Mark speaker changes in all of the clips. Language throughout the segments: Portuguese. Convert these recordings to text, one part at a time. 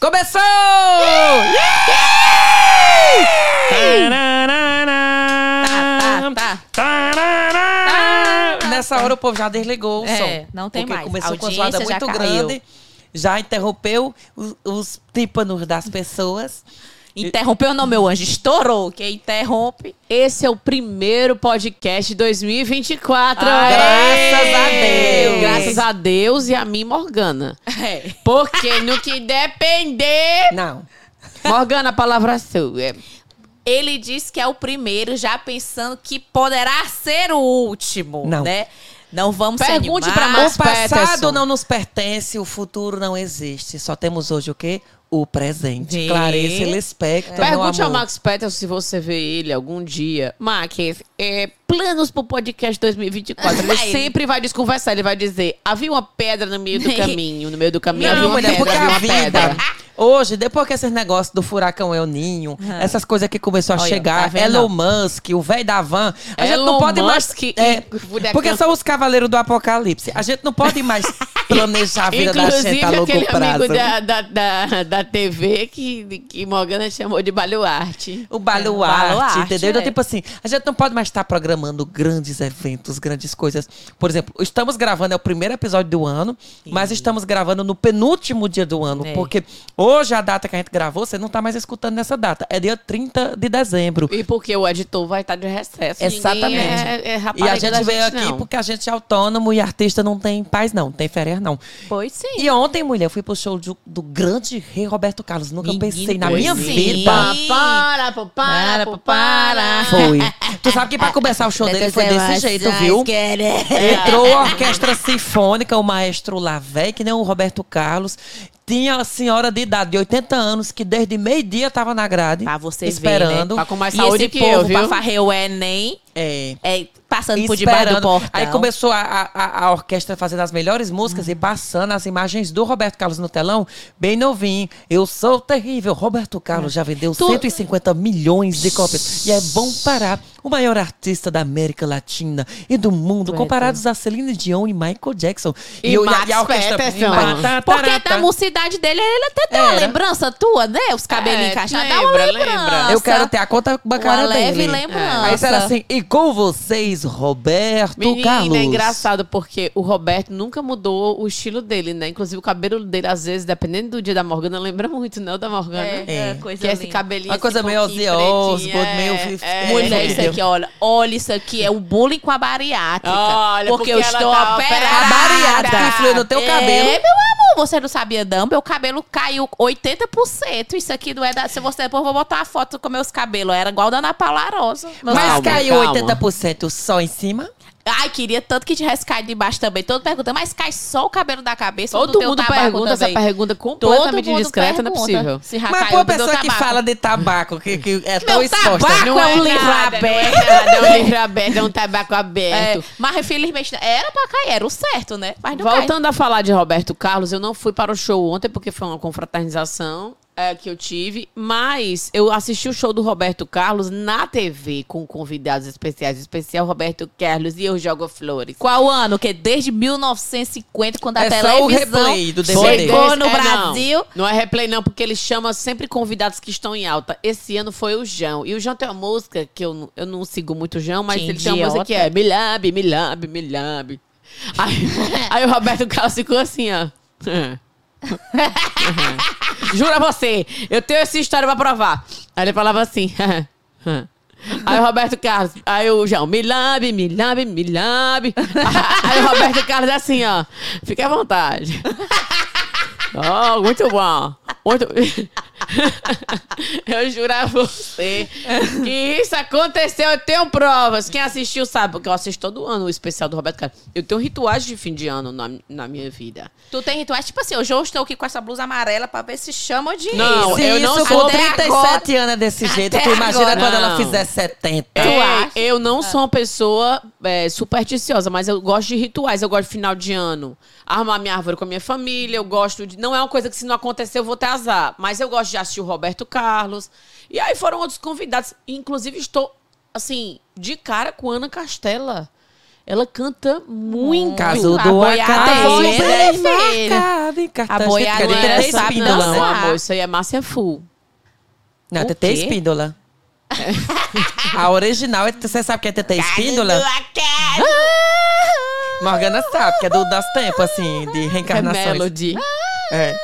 Speaker 1: Começou!
Speaker 2: Tá, tá, tá.
Speaker 1: Nessa hora o povo já desligou o
Speaker 2: É,
Speaker 1: som.
Speaker 2: não tem
Speaker 1: porque
Speaker 2: mais.
Speaker 1: começou
Speaker 2: A
Speaker 1: com a zoada
Speaker 2: audiência já
Speaker 1: muito
Speaker 2: caiu.
Speaker 1: grande. Já interrompeu os, os tímpanos das pessoas.
Speaker 2: Interrompeu não, meu anjo. Estourou. Quem interrompe?
Speaker 3: Esse é o primeiro podcast 2024.
Speaker 2: Aê!
Speaker 1: Graças a Deus.
Speaker 3: Graças a Deus e a mim, Morgana.
Speaker 2: É.
Speaker 3: Porque no que depender.
Speaker 1: Não.
Speaker 3: Morgana, a palavra é sua.
Speaker 2: Ele disse que é o primeiro, já pensando que poderá ser o último,
Speaker 1: Não.
Speaker 2: né? Não vamos
Speaker 3: Pergunte
Speaker 2: se animar.
Speaker 3: pra
Speaker 1: o
Speaker 3: Max
Speaker 1: passado
Speaker 3: Peterson.
Speaker 1: não nos pertence, o futuro não existe. Só temos hoje o quê? O presente.
Speaker 2: Sim.
Speaker 1: Clarice Lispector, meu
Speaker 3: Pergunte ao
Speaker 1: um amor.
Speaker 3: Max Peterson se você vê ele algum dia. Max, é, planos pro podcast 2024. Ele
Speaker 2: Aí.
Speaker 3: sempre vai desconversar. Ele vai dizer: havia uma pedra no meio do caminho. No meio do caminho havia
Speaker 1: Não,
Speaker 3: uma
Speaker 1: mulher,
Speaker 3: pedra.
Speaker 1: porque
Speaker 3: havia
Speaker 1: a
Speaker 3: uma
Speaker 1: vida.
Speaker 3: pedra.
Speaker 1: Hoje, depois que esses negócios do furacão El Ninho,
Speaker 3: Ah.
Speaker 1: essas coisas que começou a
Speaker 2: Olha,
Speaker 1: chegar,
Speaker 2: tá vendo?
Speaker 1: Elon Musk, o velho da van, a gente não
Speaker 3: Elon
Speaker 1: pode mais.
Speaker 3: Musk e
Speaker 1: É,
Speaker 3: furacão.
Speaker 1: porque são os cavaleiros do apocalipse. A gente não pode mais planejar a vida da gente
Speaker 3: Inclusive,
Speaker 1: a longo
Speaker 3: aquele
Speaker 1: prazo.
Speaker 3: amigo da, da, da, da TV que, que Morgana chamou de baluarte.
Speaker 1: O baluarte,
Speaker 2: É, o baluarte,
Speaker 1: entendeu? Então,
Speaker 2: é.
Speaker 1: tipo assim, a gente não pode mais estar programando grandes eventos, grandes coisas. Por exemplo, estamos gravando, é o primeiro episódio do ano, mas estamos gravando no penúltimo dia do ano,
Speaker 2: É.
Speaker 1: porque hoje a data que a gente gravou, você não tá mais escutando nessa data. É dia 30 de dezembro.
Speaker 3: E porque o editor vai estar de recesso. Ninguém
Speaker 1: Exatamente.
Speaker 3: É, é
Speaker 1: E a
Speaker 3: rapariga da
Speaker 1: gente veio aqui
Speaker 3: não.
Speaker 1: porque a gente é autônomo e artista não tem paz, não, não tem férias, não.
Speaker 2: Pois sim.
Speaker 1: E ontem, mulher, eu fui pro show do, do grande rei Roberto Carlos. Nunca
Speaker 2: Menino,
Speaker 1: pensei na
Speaker 2: pois
Speaker 1: minha
Speaker 2: sim.
Speaker 1: vida.
Speaker 3: Pá, é. Para, pô, para, pô, para.
Speaker 1: Foi. Tu sabe que pra começar Tá, o show
Speaker 3: Né,
Speaker 1: dele
Speaker 3: é
Speaker 1: foi desse jeito, viu? Entrou a orquestra sinfônica, o maestro Lavey, que nem o Roberto Carlos. Tinha a senhora de idade de 80 anos, que desde meio-dia tava na grade.
Speaker 2: Pra você
Speaker 1: esperando.
Speaker 2: ver, né?
Speaker 3: Pra com mais
Speaker 2: e
Speaker 3: saúde
Speaker 2: esse
Speaker 3: que
Speaker 2: povo
Speaker 3: eu, viu?
Speaker 2: pra farrer o Enem,
Speaker 1: É.
Speaker 2: é, passando por debaixo do
Speaker 1: Esperando.
Speaker 2: portão.
Speaker 1: Aí começou a, a- a, a orquestra fazendo as melhores músicas e passando as imagens do Roberto Carlos no telão, bem novinho. Eu sou terrível. Roberto Carlos já vendeu 150 milhões de cópias. E é bom parar. O maior artista da América Latina e do mundo,
Speaker 2: é.
Speaker 1: comparados a Celine Dion e Michael Jackson.
Speaker 3: E
Speaker 1: o-
Speaker 3: Max Peterson.
Speaker 2: Porque
Speaker 1: Patatarata.
Speaker 2: da mocidade dele, ele até tem uma
Speaker 1: Era.
Speaker 2: lembrança tua, né? Os cabelinhos
Speaker 3: É,
Speaker 2: encaixados. Dá uma
Speaker 3: lembra,
Speaker 2: lembrança.
Speaker 3: lembra.
Speaker 1: Eu quero ter a conta bancária
Speaker 2: Uma leve
Speaker 1: dele.
Speaker 2: lembrança.
Speaker 1: Aí era assim, e com vocês, Roberto
Speaker 3: Menina,
Speaker 1: Carlos.
Speaker 3: é engraçado porque o Roberto nunca mudou o estilo dele, né? Inclusive o cabelo dele, às vezes, dependendo do dia da Morgana, lembra muito, não, da Morgana?
Speaker 2: É,
Speaker 1: É.
Speaker 2: é, coisa
Speaker 3: Que é esse
Speaker 2: linda.
Speaker 3: cabelinho.
Speaker 1: Uma coisa
Speaker 3: esse
Speaker 1: meio Ozzy
Speaker 3: coquinho
Speaker 1: Osbourne,
Speaker 3: pretinho, é,
Speaker 1: meio
Speaker 3: é,
Speaker 2: Mulher,
Speaker 1: é.
Speaker 2: isso aqui, olha. Olha, isso aqui é o bullying com a bariátrica.
Speaker 3: Olha,
Speaker 2: porque,
Speaker 3: porque
Speaker 2: eu
Speaker 3: ela
Speaker 2: estou
Speaker 3: tá
Speaker 2: operada.
Speaker 3: operada.
Speaker 1: A bariátrica influi no teu
Speaker 2: é,
Speaker 1: cabelo.
Speaker 2: meu amor, você não sabia não. Meu cabelo caiu 80%. Isso aqui não é da... Se você... Depois eu vou botar uma foto com meus cabelos. Era igual da Ana Paula Arosa. Meus
Speaker 1: Mas
Speaker 3: Calma,
Speaker 1: caiu
Speaker 3: calma.
Speaker 1: 80% só em cima?
Speaker 2: Ai, queria tanto que tivesse caído de baixo também. Todo mundo pergunta, mas cai só o cabelo da cabeça ou do
Speaker 3: Todo
Speaker 2: teu
Speaker 3: mundo
Speaker 2: tabaco
Speaker 3: pergunta
Speaker 2: também?
Speaker 3: essa pergunta
Speaker 2: Todo
Speaker 3: completamente
Speaker 2: mundo
Speaker 3: discreta, não é
Speaker 2: pergunta
Speaker 3: possível.
Speaker 2: Se já
Speaker 1: Mas
Speaker 2: caiu
Speaker 1: pô, a
Speaker 2: do meu
Speaker 1: pessoa que
Speaker 2: tabaco.
Speaker 1: fala de tabaco, que, que é tão
Speaker 2: Meu
Speaker 1: exposta.
Speaker 2: tabaco
Speaker 3: Não
Speaker 2: é
Speaker 3: é
Speaker 2: um livro
Speaker 3: nada, não é nada,
Speaker 2: aberto.
Speaker 3: é um livro aberto, é um tabaco
Speaker 2: É,
Speaker 3: aberto.
Speaker 2: mas infelizmente era pra cair, era o certo, né? Mas não cai.
Speaker 3: Voltando a falar de Roberto Carlos, eu não fui para o show ontem porque foi uma confraternização é, que eu tive, mas eu assisti o show do Roberto Carlos na TV com convidados especiais, especial Roberto Carlos e eu jogo flores.
Speaker 2: Qual ano? Que desde 1950, quando a
Speaker 1: É só o
Speaker 2: televisão
Speaker 1: replay do DVD.
Speaker 2: chegou no
Speaker 3: É, não.
Speaker 2: Brasil.
Speaker 3: Não, é replay, não, porque ele chama sempre convidados que estão em alta. Esse ano foi o Jão. E o Jão tem uma música que eu, não- eu não sigo muito o Jão, mas
Speaker 2: Que
Speaker 3: ele tem uma música
Speaker 2: idiota.
Speaker 3: que é Milambe, Milambe, Milambe. Aí, aí o Roberto Carlos ficou assim, ó. Jura você, eu tenho essa história pra provar. Aí ele falava assim. Aí o Roberto Carlos, aí o João, me lambe, me lambe, me lambe. Aí o Roberto Carlos assim, ó, fica à vontade. Oh, muito bom. Muito... eu juro a você que isso aconteceu. Eu tenho provas. Quem assistiu sabe, porque eu assisto todo ano o especial do Roberto Carlos. Eu tenho rituais de fim de ano na, na minha vida.
Speaker 2: Tu tem rituais, tipo assim, hoje eu estou aqui com essa blusa amarela pra ver se chama de
Speaker 3: Não,
Speaker 1: Se
Speaker 3: eu não
Speaker 1: isso
Speaker 3: sou
Speaker 1: com
Speaker 2: até
Speaker 1: 37 anos é desse jeito, tu
Speaker 2: agora,
Speaker 1: imagina quando
Speaker 3: não.
Speaker 1: ela fizer 70.
Speaker 3: É,
Speaker 2: acha? Ah.
Speaker 3: eu não sou uma pessoa é, supersticiosa, mas eu gosto de rituais. Eu gosto de final de ano. Armar minha árvore com a minha família. Eu gosto de. Não é uma coisa que se não acontecer eu vou ter azar. Mas eu gosto de assistir o Roberto Carlos. E aí foram outros convidados. Inclusive, estou, assim, de cara com Ana Castela. Ela canta muito.
Speaker 1: Um Caso
Speaker 2: A
Speaker 1: do Ah,
Speaker 2: boiadeira,
Speaker 1: acaso
Speaker 2: né,
Speaker 1: bem
Speaker 2: filho?
Speaker 1: marcado em cartaz de
Speaker 2: boiadeira
Speaker 1: crédito.
Speaker 2: Ela
Speaker 1: Tetê
Speaker 2: sabe
Speaker 1: Espíndola.
Speaker 2: dançar.
Speaker 3: Não, amor, isso aí é Márcia Full.
Speaker 1: Não,
Speaker 3: O
Speaker 1: Tetê
Speaker 3: quê?
Speaker 1: Espíndola. A original, é- você sabe que é Tetê Espíndola? Morgana sabe, que é do, das tempos, assim, de
Speaker 3: Que é
Speaker 1: reencarnações.
Speaker 3: Melody.
Speaker 2: Ah,
Speaker 1: É.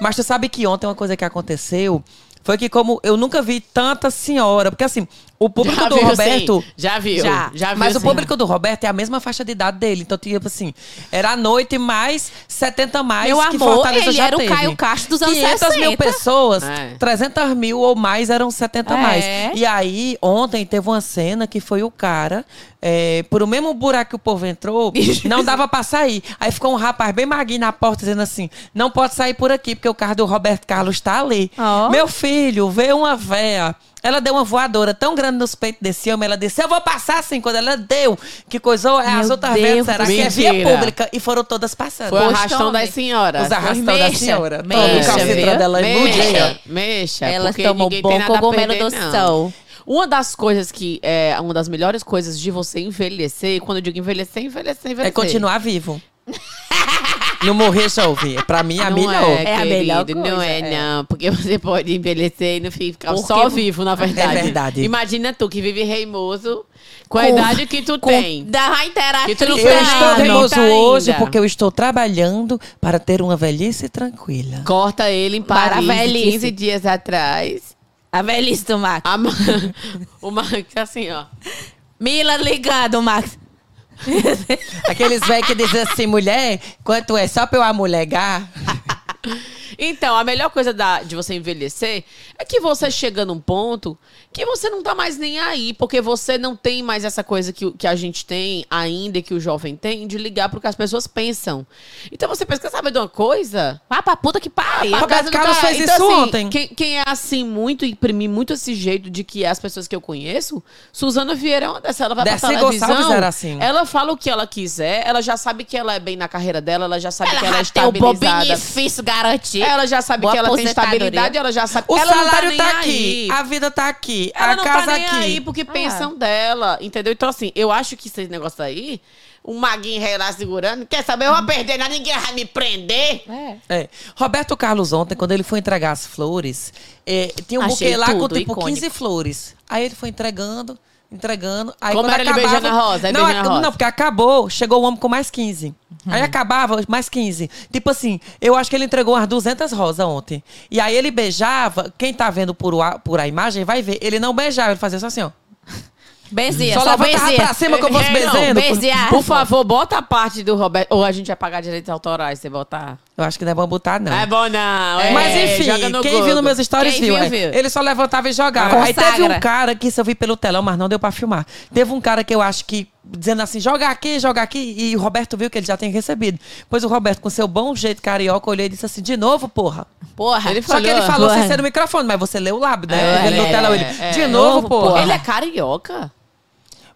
Speaker 1: Mas tu sabe que ontem uma coisa que aconteceu foi que como eu nunca vi tanta senhora, porque assim, o público do
Speaker 3: viu,
Speaker 1: Roberto
Speaker 3: sim. Já viu. Já,
Speaker 2: Já.
Speaker 3: viu.
Speaker 1: mas o
Speaker 3: sim.
Speaker 1: público do Roberto é a mesma faixa de idade dele. Então, tipo assim, era a noite mais 70 mais
Speaker 2: Meu
Speaker 1: que
Speaker 2: amor,
Speaker 1: Fortaleza
Speaker 2: ele
Speaker 1: já
Speaker 2: era o
Speaker 1: teve.
Speaker 2: Caio Castro dos anos
Speaker 1: 500 mil
Speaker 2: 60.
Speaker 1: pessoas,
Speaker 3: É.
Speaker 1: 300 mil ou mais eram 70
Speaker 2: É.
Speaker 1: mais. E aí, ontem teve uma cena que foi o cara, é, por o mesmo buraco que o povo entrou, não dava pra sair. Aí ficou um rapaz bem maguinho na porta dizendo assim: não pode sair por aqui, porque o carro do Roberto Carlos tá ali.
Speaker 2: Ó.
Speaker 1: Meu filho, veio uma véia. Ela deu uma voadora tão grande nos peitos desse homem, ela disse: Eu vou passar assim. Quando ela deu, que coisou, "Ah, as
Speaker 2: Meu
Speaker 1: outras
Speaker 2: Deus
Speaker 1: velhas,
Speaker 2: do
Speaker 1: será que é
Speaker 3: céu.
Speaker 1: via
Speaker 3: Mentira.
Speaker 1: pública? E foram todas passando.
Speaker 3: Foi o
Speaker 2: Poxa,
Speaker 3: arrastão
Speaker 2: homem.
Speaker 3: das senhoras.
Speaker 1: Os arrastão da
Speaker 2: mexa,
Speaker 1: senhora.
Speaker 2: mexa,
Speaker 1: Todo o
Speaker 2: viu?
Speaker 1: calcetrão dela é
Speaker 3: É. mexa,
Speaker 1: nudinho.
Speaker 3: mexa,
Speaker 2: Ela
Speaker 3: porque
Speaker 2: É tomou
Speaker 3: ninguém
Speaker 2: bom
Speaker 3: tem nada a
Speaker 2: cogumelo
Speaker 3: perder,
Speaker 2: do
Speaker 3: não.
Speaker 2: sol.
Speaker 3: Uma das coisas que é uma das melhores coisas de você envelhecer, e quando eu digo envelhecer, envelhecer, envelhecer.
Speaker 1: É continuar vivo. não morrer já ouvir. Pra mim, a
Speaker 3: não
Speaker 1: melhor.
Speaker 3: É,
Speaker 2: É a melhor
Speaker 3: querido, Não
Speaker 2: coisa,
Speaker 3: é,
Speaker 2: é.
Speaker 3: não. Porque você pode envelhecer e não ficar
Speaker 2: Porque-
Speaker 3: só vivo, na verdade.
Speaker 1: É verdade.
Speaker 3: Imagina tu que vive reimoso com a idade que tu tem.
Speaker 2: Da Rainha Imperatriz.
Speaker 3: Que tu não
Speaker 1: Eu
Speaker 3: Tá,
Speaker 1: estou
Speaker 3: não
Speaker 1: teimoso
Speaker 3: tá
Speaker 1: hoje
Speaker 3: ainda.
Speaker 1: porque eu estou trabalhando para ter uma velhice tranquila.
Speaker 3: Corta ele em
Speaker 2: Para a
Speaker 3: Paris
Speaker 2: velhice.
Speaker 3: 15 dias atrás.
Speaker 2: A velhice do Max.
Speaker 3: A ma... o Marcos assim, ó.
Speaker 2: Mila ligando, Max.
Speaker 1: Aqueles velhos que dizem assim, mulher, quanto é só pra eu amulegar?
Speaker 3: Então, a melhor coisa da- de você envelhecer é que você chega num ponto que você não tá mais nem aí, porque você não tem mais essa coisa que, o- que a gente tem ainda e que o jovem tem de ligar pro que as pessoas pensam. Então você pensa, quer saber de uma coisa?
Speaker 2: Vá pra puta que pariu.
Speaker 1: Roberto
Speaker 3: Casa do
Speaker 1: Carlos
Speaker 3: cara.
Speaker 1: fez
Speaker 3: Então,
Speaker 1: isso
Speaker 3: assim,
Speaker 1: ontem.
Speaker 3: Quem, quem é assim muito, imprimir muito esse jeito de que é as pessoas que eu conheço, Suzana Vieira é uma dessas. Ela vai pra
Speaker 1: Dercy
Speaker 3: televisão,
Speaker 1: Gonçalves era assim.
Speaker 3: ela fala o que ela quiser, ela já sabe que ela é bem na carreira dela, ela já sabe
Speaker 2: Ela,
Speaker 3: que ela é
Speaker 2: já tem o bom
Speaker 3: estabilizada. É.
Speaker 2: benefício garantido.
Speaker 3: Ela já sabe
Speaker 2: Boa
Speaker 3: que ela tem
Speaker 2: aposentadoria.
Speaker 3: estabilidade, ela já sabe
Speaker 1: O
Speaker 3: ela não
Speaker 1: salário
Speaker 3: nem
Speaker 1: tá,
Speaker 3: aí.
Speaker 1: aqui, a vida tá aqui,
Speaker 3: Ela
Speaker 1: a
Speaker 3: não
Speaker 1: casa
Speaker 3: tá nem
Speaker 1: aqui. Ah.
Speaker 3: aí porque pensam dela, entendeu? Então, assim, eu acho que esse negócio aí, o Maguinho rei lá segurando, quer saber? Eu vou perder, nada, ninguém vai me prender.
Speaker 2: É.
Speaker 1: É. Roberto Carlos, ontem, quando ele foi entregar as flores, é, tinha um
Speaker 2: Achei
Speaker 1: buquê lá com
Speaker 2: tudo,
Speaker 1: tipo
Speaker 2: icônico.
Speaker 1: 15 flores. Aí ele foi entregando, entregando. Aí
Speaker 3: Como
Speaker 1: quando
Speaker 3: era ele
Speaker 1: acabava,
Speaker 3: beijando a rosa, aí
Speaker 1: não,
Speaker 3: beijando a
Speaker 1: ac-
Speaker 3: rosa. Uhum.
Speaker 1: não, porque acabou, chegou o homem com mais 15. Aí acabava, mais 15. Tipo assim, eu acho que ele entregou umas 200 rosas ontem. E aí ele beijava, quem tá vendo por, o a- por a imagem vai ver, ele não beijava, ele fazia só assim, ó.
Speaker 2: Benzinha,
Speaker 1: Só
Speaker 2: só,
Speaker 1: levantava
Speaker 2: benzinha.
Speaker 1: pra cima que eu fosse
Speaker 3: É, não,
Speaker 1: benzendo.
Speaker 2: Benzinha.
Speaker 3: Por favor, bota a parte do Roberto. Ou a gente vai pagar direitos autorais se botar.
Speaker 1: Eu acho que não é bom botar, não.
Speaker 3: Não é bom, não. É,
Speaker 1: Mas enfim,
Speaker 3: joga no
Speaker 1: quem
Speaker 3: Google.
Speaker 1: viu nos meus stories
Speaker 2: Quem
Speaker 1: viu,
Speaker 2: viu,
Speaker 1: é.
Speaker 2: viu.
Speaker 1: Ele só levantava e jogava.
Speaker 2: Consagra.
Speaker 1: Aí teve um cara que isso eu vi pelo telão, mas não deu pra filmar. Teve um cara que eu acho que dizendo assim, joga aqui, joga aqui, e o Roberto viu que ele já tem recebido. Pois o Roberto, com seu bom jeito carioca, olhou e disse assim, de novo, porra.
Speaker 2: Porra.
Speaker 3: Ele
Speaker 1: Só que ele
Speaker 3: Falou.
Speaker 1: falou sem
Speaker 2: Porra.
Speaker 1: ser no microfone, mas você leu o lábio,
Speaker 3: É,
Speaker 1: né? Ele
Speaker 3: é,
Speaker 1: no telão,
Speaker 3: é,
Speaker 1: ele,
Speaker 3: é.
Speaker 1: de novo, porra.
Speaker 3: Ele é carioca?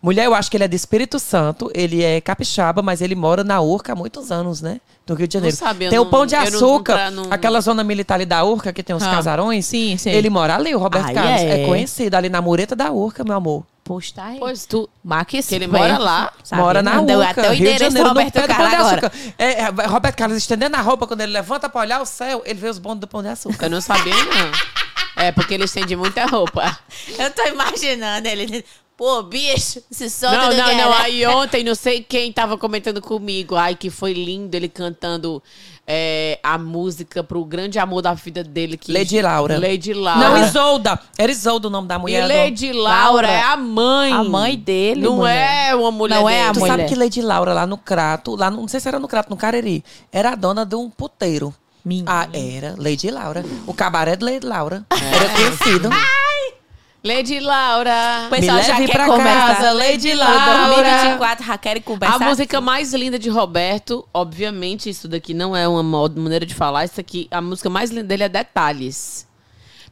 Speaker 1: Mulher, eu acho que ele é de Espírito Santo, ele é capixaba, mas ele mora na Urca há muitos anos, né? Do Rio de Janeiro.
Speaker 3: sabe, eu
Speaker 1: tem o
Speaker 3: não-
Speaker 1: Pão de
Speaker 3: eu não-
Speaker 1: Açúcar,
Speaker 3: nunca- não-
Speaker 1: aquela zona militar ali da Urca, que tem os
Speaker 2: Ah,
Speaker 1: casarões.
Speaker 2: sim, sim.
Speaker 1: Ele mora ali, o Roberto
Speaker 2: Aí
Speaker 1: Carlos. É.
Speaker 2: é.
Speaker 1: conhecido, ali na mureta da Urca, meu amor.
Speaker 2: Pois tá aí.
Speaker 3: Pois tu.
Speaker 2: Max,
Speaker 3: Que ele mora lá.
Speaker 1: mora na
Speaker 2: Deu
Speaker 1: Urca,
Speaker 2: até o
Speaker 1: Rio de
Speaker 2: endereço
Speaker 1: Janeiro,
Speaker 2: do
Speaker 1: no
Speaker 2: Roberto
Speaker 1: pé do Pão de
Speaker 2: Carlos agora.
Speaker 1: Açúcar. É, é, Roberto Carlos estendendo a roupa, quando ele levanta pra olhar o céu, ele vê os bondes do Pão de Açúcar.
Speaker 3: Eu não sabia, não. É, porque ele estende muita roupa.
Speaker 2: Eu tô imaginando ele. Pô, bicho, se solta
Speaker 3: Não,
Speaker 2: do né?
Speaker 3: não, não.
Speaker 2: galera.
Speaker 3: Aí ontem, não sei quem tava comentando comigo. Ai, que foi lindo ele cantando é, a música pro grande amor da vida dele. Que...
Speaker 1: Lady Laura.
Speaker 3: Lady Laura.
Speaker 1: Não, Isolda. Era Isolda o nome da
Speaker 3: E
Speaker 1: mulher. não.
Speaker 3: Lady Laura é a mãe.
Speaker 2: A mãe dele,
Speaker 3: Não
Speaker 2: mulher.
Speaker 3: é uma mulher
Speaker 2: Não é a
Speaker 3: dele.
Speaker 1: Tu
Speaker 2: mulher.
Speaker 1: sabe que Lady Laura, lá no Crato, lá no- não sei se era no Crato, no Cariri, era a dona de um puteiro.
Speaker 2: Minha.
Speaker 1: Ah, era. Lady Laura. O cabaré de Lady Laura.
Speaker 3: É.
Speaker 1: Era conhecido.
Speaker 3: Lady Laura.
Speaker 2: O pessoal
Speaker 1: Me
Speaker 2: já
Speaker 1: leve
Speaker 2: quer
Speaker 1: pra
Speaker 2: conversar.
Speaker 1: casa, Lady
Speaker 2: O
Speaker 1: Laura.
Speaker 2: 2024 já querem conversar.
Speaker 3: A música mais linda de Roberto, obviamente, isso daqui não é uma moda- maneira de falar, isso aqui, a música mais linda dele é Detalhes.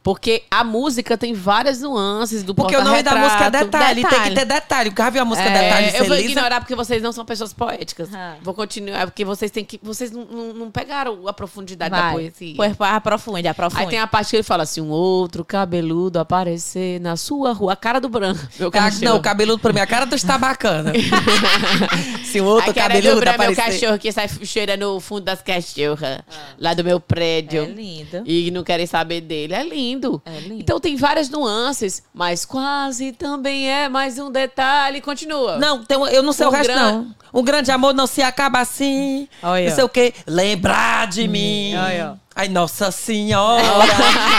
Speaker 3: Porque a música tem várias nuances do
Speaker 1: Porque o nome da música é
Speaker 3: porta-retrato.
Speaker 1: detalhe, tem que ter detalhe. O cara viu a música
Speaker 3: É,
Speaker 1: detalhe
Speaker 3: eu vou
Speaker 1: ser lisa.
Speaker 3: ignorar porque vocês não são pessoas poéticas.
Speaker 2: Ah.
Speaker 3: Vou continuar, é porque vocês têm que. Vocês não, não- não pegaram a profundidade da
Speaker 2: Vai.
Speaker 3: poesia.
Speaker 2: Pois, aprofunde, aprofunde.
Speaker 3: é Aí tem a parte que ele fala assim: um outro cabeludo aparecer na sua rua, a cara do branco. Meu
Speaker 1: Ca-
Speaker 3: cachorro.
Speaker 1: Ah, Não, o cabeludo pra mim, a cara do está bacana. Se o outro
Speaker 3: Aí quero
Speaker 1: cabeludo
Speaker 3: dobrar meu
Speaker 1: aparecer.
Speaker 3: é cachorro que sai cheirando o fundo das cachorras lá do meu prédio.
Speaker 2: Ah. É lindo.
Speaker 3: e não querem saber dele. É lindo.
Speaker 2: É lindo.
Speaker 3: Então tem várias nuances, mas quase também é mais um detalhe. Continua.
Speaker 1: Não, tem um- eu não sei
Speaker 3: Um
Speaker 1: o resto,
Speaker 3: gran-
Speaker 1: não. Um grande amor não se acaba assim.
Speaker 2: Olha.
Speaker 1: Não sei o quê. Lembrar de mim.
Speaker 2: olha.
Speaker 1: Ai, nossa senhora,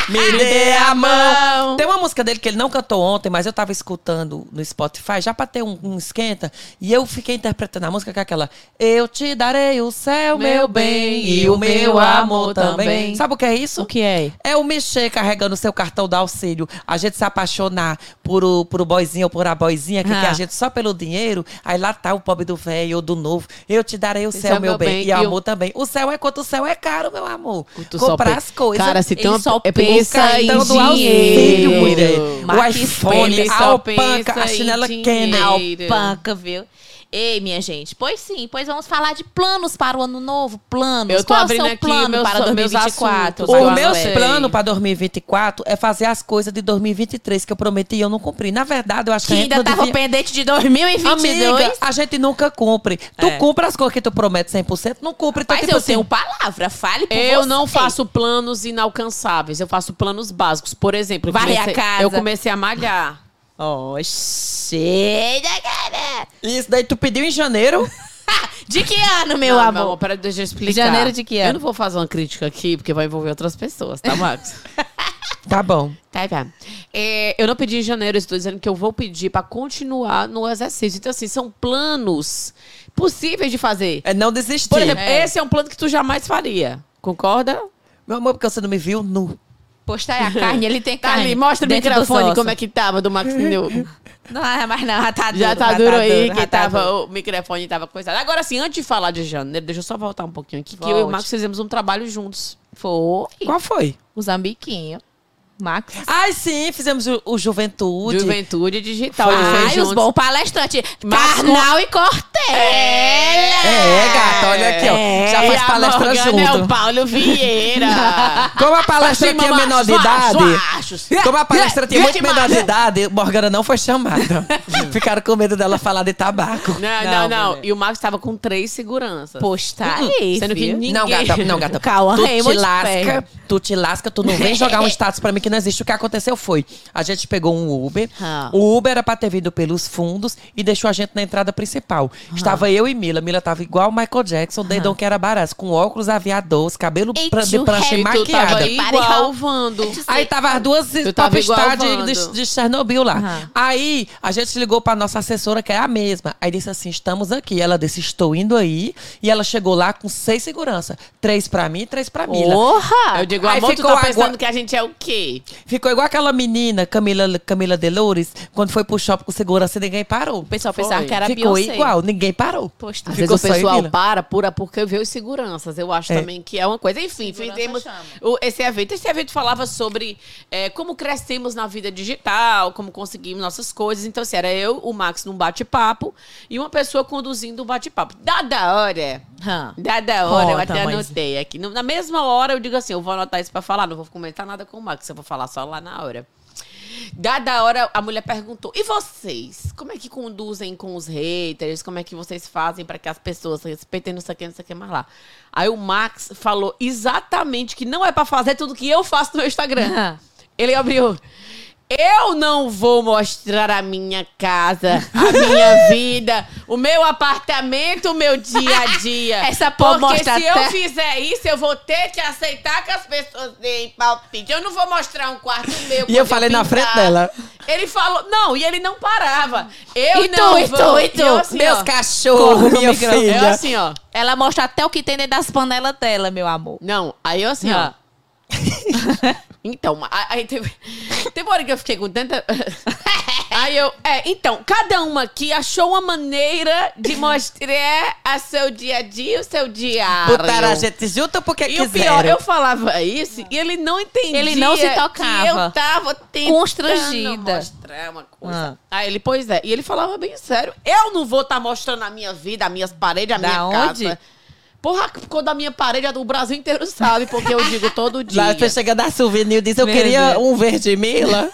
Speaker 1: me dê a mão. Tem uma música dele que ele não cantou ontem, mas eu tava escutando no Spotify, já pra ter um, um esquenta. E eu fiquei interpretando a música que é aquela... Eu te darei o céu, meu, bem, e o meu amor também.
Speaker 3: também.
Speaker 1: Sabe o que é isso?
Speaker 2: O que é?
Speaker 1: É o mexer carregando o seu cartão da auxílio. A gente se apaixonar por o, por o boizinho ou por a boizinha que
Speaker 2: Ah.
Speaker 1: quer a gente só pelo dinheiro. Aí lá tá o pobre do velho ou do novo. Eu te darei o céu, meu bem. E o amor também. O céu é quanto o céu é caro, meu amor.
Speaker 3: Tu só
Speaker 1: Comprar
Speaker 3: pe-
Speaker 1: as coisas.
Speaker 3: Cara, se
Speaker 2: ele
Speaker 3: tem uma
Speaker 2: só
Speaker 3: é
Speaker 2: pensa
Speaker 3: pensa em
Speaker 2: em
Speaker 1: cartão do auxílio,
Speaker 3: dinheiro.
Speaker 1: mulher. O
Speaker 3: Marquis
Speaker 1: iPhone,
Speaker 3: Pembe
Speaker 1: a
Speaker 3: só
Speaker 1: alpanca, a
Speaker 3: pensa em
Speaker 1: chinela
Speaker 3: dinheiro.
Speaker 1: Kennedy.
Speaker 2: Alpanca, viu? Ei, minha gente, pois sim, pois vamos falar de planos para o ano novo, planos.
Speaker 3: Eu tô
Speaker 2: Qual é o
Speaker 3: abrindo
Speaker 2: seu
Speaker 3: aqui
Speaker 2: plano
Speaker 3: meus-
Speaker 2: para
Speaker 3: meus
Speaker 2: 2024?
Speaker 3: assuntos. Vai,
Speaker 1: O
Speaker 3: vai,
Speaker 1: meu
Speaker 3: vai.
Speaker 1: plano pra 2024 é fazer as coisas de 2023 que eu prometi e eu não cumpri. Na verdade, eu acho que,
Speaker 2: Que
Speaker 1: a gente
Speaker 2: ainda
Speaker 1: não
Speaker 2: tava
Speaker 1: devia-
Speaker 2: pendente de 2022.
Speaker 1: Amiga, a gente nunca cumpre. Tu
Speaker 2: É.
Speaker 1: cumpre as coisas que tu promete 100%, não cumpre. Então,
Speaker 2: Mas
Speaker 1: tipo
Speaker 2: eu
Speaker 1: assim,
Speaker 2: tenho palavra, fale por
Speaker 3: Eu
Speaker 2: você.
Speaker 3: não faço planos inalcançáveis, eu faço planos básicos. Por exemplo, eu
Speaker 2: Varrer a
Speaker 3: comecei-
Speaker 2: casa.
Speaker 3: eu comecei a malhar.
Speaker 2: Oxê, né, cara!
Speaker 1: Isso daí tu pediu em janeiro.
Speaker 2: De que ano, meu
Speaker 3: Não,
Speaker 2: amor?
Speaker 3: pera, deixa eu explicar.
Speaker 2: Janeiro de que ano?
Speaker 3: Eu não vou fazer uma crítica aqui, porque vai envolver outras pessoas, tá, Marcos?
Speaker 1: Tá bom.
Speaker 3: Tá, tá. É, eu não pedi em janeiro, eu estou dizendo que eu vou pedir pra continuar no exercício. Então, assim, são planos possíveis de fazer.
Speaker 1: É não desistir.
Speaker 3: Por exemplo,
Speaker 2: É.
Speaker 3: esse é Tá um plano que tu jamais faria. Concorda?
Speaker 1: Meu amor, porque você não me viu nu.
Speaker 2: Postar a carne, ele tem
Speaker 3: Tá
Speaker 2: carne.
Speaker 3: ali, mostra o
Speaker 2: dentro dos
Speaker 3: microfone
Speaker 2: ossos.
Speaker 3: como é que tava do Max New.
Speaker 2: Não, mas não, já tá duro.
Speaker 3: Já tá duro aí,
Speaker 2: já
Speaker 3: que
Speaker 2: tá
Speaker 3: tava,
Speaker 2: duro.
Speaker 3: o microfone tava coisado. Agora, assim, antes de falar de janeiro, deixa eu só voltar um pouquinho aqui, que eu e o
Speaker 2: Volte.
Speaker 3: Max fizemos um trabalho juntos.
Speaker 2: Foi.
Speaker 1: Qual foi?
Speaker 2: Usar um biquinho. Max.
Speaker 1: Ai, sim, fizemos o, o Juventude.
Speaker 3: Juventude digital. a gente fez
Speaker 2: Ai, os
Speaker 3: juntos.
Speaker 2: bons palestrantes.
Speaker 3: Mas
Speaker 2: Carnal e Cortella.
Speaker 1: É, gata, olha aqui, ó. Já
Speaker 3: É,
Speaker 1: faz
Speaker 3: a
Speaker 1: palestra
Speaker 3: Morgana
Speaker 1: junto.
Speaker 3: É o Paulo Vieira.
Speaker 1: Como a palestra
Speaker 3: Pra cima,
Speaker 1: tinha
Speaker 3: machos,
Speaker 1: menor de idade.
Speaker 3: machos.
Speaker 1: Como a palestra tinha muito
Speaker 3: Gente,
Speaker 1: menor de
Speaker 3: macho.
Speaker 1: idade, Morgana não foi chamada. Ficaram com medo dela falar de tabaco.
Speaker 3: Não, não, não.
Speaker 2: mulher.
Speaker 3: E o Max tava com três seguranças.
Speaker 2: Postar aí,
Speaker 3: Sendo que
Speaker 2: filho.
Speaker 3: ninguém...
Speaker 1: Não, gata, não, gata.
Speaker 2: Cauã
Speaker 1: tu
Speaker 2: Raymond
Speaker 1: te lasca,
Speaker 2: pega.
Speaker 1: tu te lasca, tu não vem jogar um status pra mim que não existe. O que aconteceu foi, a gente pegou um Uber,
Speaker 2: Ah.
Speaker 1: o Uber era pra ter vindo pelos fundos e deixou a gente na entrada principal.
Speaker 2: Ah.
Speaker 1: Estava eu e Mila, Mila tava igual o Michael Jackson, dedão que era barato, com óculos aviadores, cabelo
Speaker 2: E
Speaker 1: pra, de
Speaker 2: tio
Speaker 1: prancha e
Speaker 2: Harry,
Speaker 3: E tu tava
Speaker 1: maquiada.
Speaker 2: aí.
Speaker 3: igual o Vando.
Speaker 1: Aí tava as duas
Speaker 3: Eu tava
Speaker 1: popstar
Speaker 3: igual
Speaker 1: de,
Speaker 3: a
Speaker 1: de,
Speaker 3: Wanda.
Speaker 1: de Chernobyl lá.
Speaker 2: Aham.
Speaker 1: Aí a gente ligou pra nossa assessora, que é a mesma. Aí disse assim: estamos aqui. Ela disse: estou indo aí. E ela chegou lá com seis segurança: três pra mim e três pra Mila.
Speaker 2: Porra!
Speaker 3: Eu digo,
Speaker 1: Aí
Speaker 3: amor, tu
Speaker 1: ficou
Speaker 3: tá
Speaker 1: água-
Speaker 3: pensando que a gente é o quê?
Speaker 1: Ficou igual aquela menina, Camila, Camila Delores, quando foi pro shopping com segurança, ninguém parou.
Speaker 2: O pessoal pensava
Speaker 3: Foi.
Speaker 2: que era
Speaker 1: Ficou
Speaker 2: Beyoncé.
Speaker 1: igual, ninguém parou.
Speaker 2: Postar.
Speaker 3: Às
Speaker 1: Ficou
Speaker 3: vezes o
Speaker 1: só em
Speaker 3: pessoal
Speaker 1: Mila.
Speaker 3: para pura porque vê os seguranças. Eu acho
Speaker 1: É.
Speaker 3: também que é uma coisa. Enfim,
Speaker 2: Segurança
Speaker 3: fizemos
Speaker 2: chama.
Speaker 3: o- esse evento. Esse evento falava sobre é, como crescemos na vida digital, como conseguimos nossas coisas. Então, assim, era eu, o Max num bate-papo e uma pessoa conduzindo o bate-papo. Dada hora.
Speaker 2: Hã.
Speaker 3: Dada hora, eu
Speaker 1: Conta,
Speaker 3: até
Speaker 1: mãezinha.
Speaker 3: anotei aqui. No- Na mesma hora eu digo assim: eu vou anotar isso pra falar, não vou comentar nada com o Max, eu vou falar só lá na hora. Dada hora, a mulher perguntou: e vocês? Como é que conduzem com os haters? Como é que vocês fazem pra que as pessoas respeitem não sei o que, não sei o que mais lá? Aí o Max falou exatamente que não é pra fazer tudo que eu faço no meu Instagram.
Speaker 2: Aham.
Speaker 3: Ele abriu. Eu não vou mostrar a minha casa, a minha vida, o meu apartamento, o meu dia a dia.
Speaker 2: Essa pó
Speaker 3: Porque se
Speaker 2: mostra
Speaker 3: eu
Speaker 2: até-
Speaker 3: fizer isso, eu vou ter que aceitar que as pessoas deem palpite. Eu não vou mostrar um quarto meu. quando
Speaker 1: eu falei na
Speaker 3: pintar.
Speaker 1: frente dela.
Speaker 3: Ele falou, não, e ele não parava. Eu
Speaker 2: E tu,
Speaker 3: não
Speaker 2: e tu,
Speaker 3: vou.
Speaker 2: e tu?
Speaker 3: eu assim,
Speaker 1: Meus
Speaker 3: ó,
Speaker 1: cachorros, minha filha.
Speaker 3: Eu assim, ó.
Speaker 2: Ela mostra até o que tem dentro das panelas dela, meu amor.
Speaker 3: Não, aí eu assim, ó.
Speaker 2: Ah.
Speaker 3: Então, ma- a- aí teve, teve uma hora que eu fiquei com tanta. Aí eu. É, então, cada uma aqui achou uma maneira de mostrar a seu dia a dia, o seu diário.
Speaker 1: Botaram a gente junto porque
Speaker 3: E
Speaker 1: quiseram.
Speaker 3: o pior, eu falava isso e ele não entendia.
Speaker 2: Ele não se tocava.
Speaker 3: que eu tava tentando
Speaker 2: Constrangida.
Speaker 3: mostrar uma coisa.
Speaker 1: Ah.
Speaker 3: Aí ele, pois é. E ele falava bem sério. Eu não vou estar mostrando a minha vida, as minhas paredes, a
Speaker 1: Da
Speaker 3: minha
Speaker 1: onde?
Speaker 3: casa. Porra, quando a minha parede é do Brasil inteiro, sabe? Porque eu digo todo dia.
Speaker 1: Lá as pessoas chegam da souvenir e dizem, eu
Speaker 2: Meu
Speaker 1: queria
Speaker 2: Deus.
Speaker 1: um verde mila.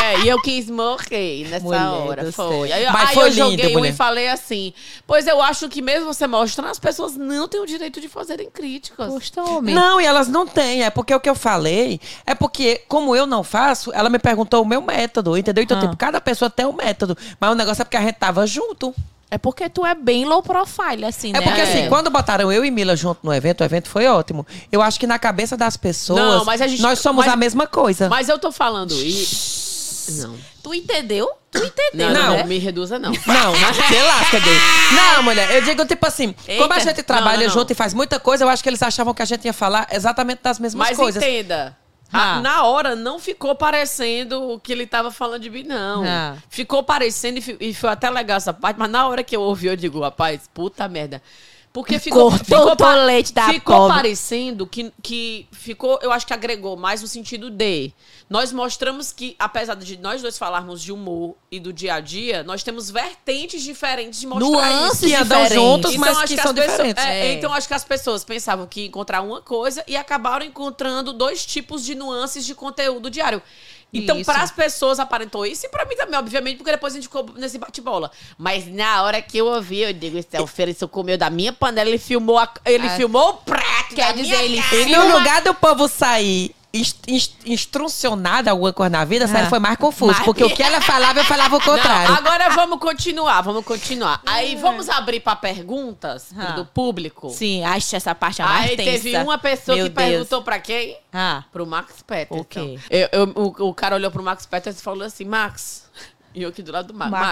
Speaker 3: É, e eu quis morrer nessa
Speaker 1: Mulher
Speaker 3: hora.
Speaker 1: do
Speaker 3: Foi.
Speaker 1: céu.
Speaker 3: Aí,
Speaker 1: Mas
Speaker 3: aí
Speaker 1: foi
Speaker 3: eu joguei
Speaker 1: lindo,
Speaker 3: um e
Speaker 1: mulher.
Speaker 3: falei assim: Pois eu acho que mesmo você mostrando, as pessoas não têm o direito de fazerem críticas.
Speaker 2: Gostou, homem?
Speaker 1: Não, e elas não têm. É porque o que eu falei é porque, como eu não faço, ela me perguntou o meu método, entendeu? Então,
Speaker 2: Ah.
Speaker 1: tipo, cada pessoa tem um método. Mas o negócio é porque a gente tava junto.
Speaker 2: É porque tu é bem low profile, assim, né?
Speaker 1: É porque, assim, quando botaram eu e Mila junto no evento, o evento foi ótimo. Eu acho que na cabeça das pessoas,
Speaker 3: Não, mas a gente-
Speaker 1: nós somos
Speaker 3: mas-
Speaker 1: a mesma coisa.
Speaker 3: Mas eu tô falando isso. Não.
Speaker 2: Tu entendeu? Tu entendeu,
Speaker 3: Não, não,
Speaker 2: né?
Speaker 3: não, me reduza, não.
Speaker 1: Não, mas sei lá, cadê? Não, mulher, eu digo tipo assim, como a
Speaker 2: Eita.
Speaker 1: gente trabalha
Speaker 3: Não, não, não.
Speaker 1: junto e faz muita coisa, eu acho que eles achavam que a gente ia falar exatamente das mesmas
Speaker 3: Mas
Speaker 1: coisas.
Speaker 3: entenda.
Speaker 1: Ah.
Speaker 3: a- na hora não ficou parecendo o que ele tava falando de mim, não.
Speaker 1: Ah.
Speaker 3: Ficou parecendo e, fi- e foi até legal essa parte, mas na hora que eu ouvi, eu digo, rapaz, puta merda. Porque ficou.
Speaker 2: Cortou
Speaker 3: ficou
Speaker 2: o tolete da
Speaker 3: Ficou
Speaker 2: pobre.
Speaker 3: parecendo que, que ficou, eu acho que agregou mais no sentido de. Nós mostramos que, apesar de nós dois falarmos de humor e do dia a dia, nós temos vertentes diferentes de mostrar isso.
Speaker 2: Nuances
Speaker 1: que andam
Speaker 2: diferentes.
Speaker 1: juntos, mas
Speaker 3: Então, acho
Speaker 1: que
Speaker 3: as
Speaker 1: são
Speaker 3: pessoas-
Speaker 1: diferentes.
Speaker 3: é,
Speaker 2: É.
Speaker 3: Então acho que as pessoas pensavam que ia encontrar uma coisa e acabaram encontrando dois tipos de nuances de conteúdo diário. Então,
Speaker 2: Isso.
Speaker 3: para as pessoas aparentou isso e para mim também, obviamente, porque depois a gente ficou nesse bate-bola. Mas na hora que eu ouvi, eu digo, é esse Alferenço comeu da minha panela, ele filmou, a- ele
Speaker 2: Ah.
Speaker 3: filmou o prato.
Speaker 2: Quer
Speaker 3: da
Speaker 2: dizer,
Speaker 3: minha
Speaker 2: ele
Speaker 3: cara.
Speaker 1: E
Speaker 2: Filma-
Speaker 1: no lugar do povo sair inst- inst- instrucionada alguma coisa na vida,
Speaker 2: Ah.
Speaker 1: Sara foi mais confuso.
Speaker 2: Mas-
Speaker 1: Porque o que ela falava, eu falava o
Speaker 3: Não,
Speaker 1: contrário.
Speaker 3: agora vamos continuar, vamos continuar. Aí vamos abrir para perguntas
Speaker 2: É. Ah.
Speaker 3: do público.
Speaker 2: Sim, acho essa parte a mais
Speaker 3: Aí
Speaker 2: tensa.
Speaker 3: teve uma pessoa
Speaker 2: Meu
Speaker 3: que
Speaker 2: Deus.
Speaker 3: perguntou para quem?
Speaker 2: Ah.
Speaker 3: Pro Max Peterson.
Speaker 2: Ok.
Speaker 3: Eu- eu- o, o cara olhou pro Max Peterson e falou assim, Max. E eu aqui do lado do Max.
Speaker 2: Max.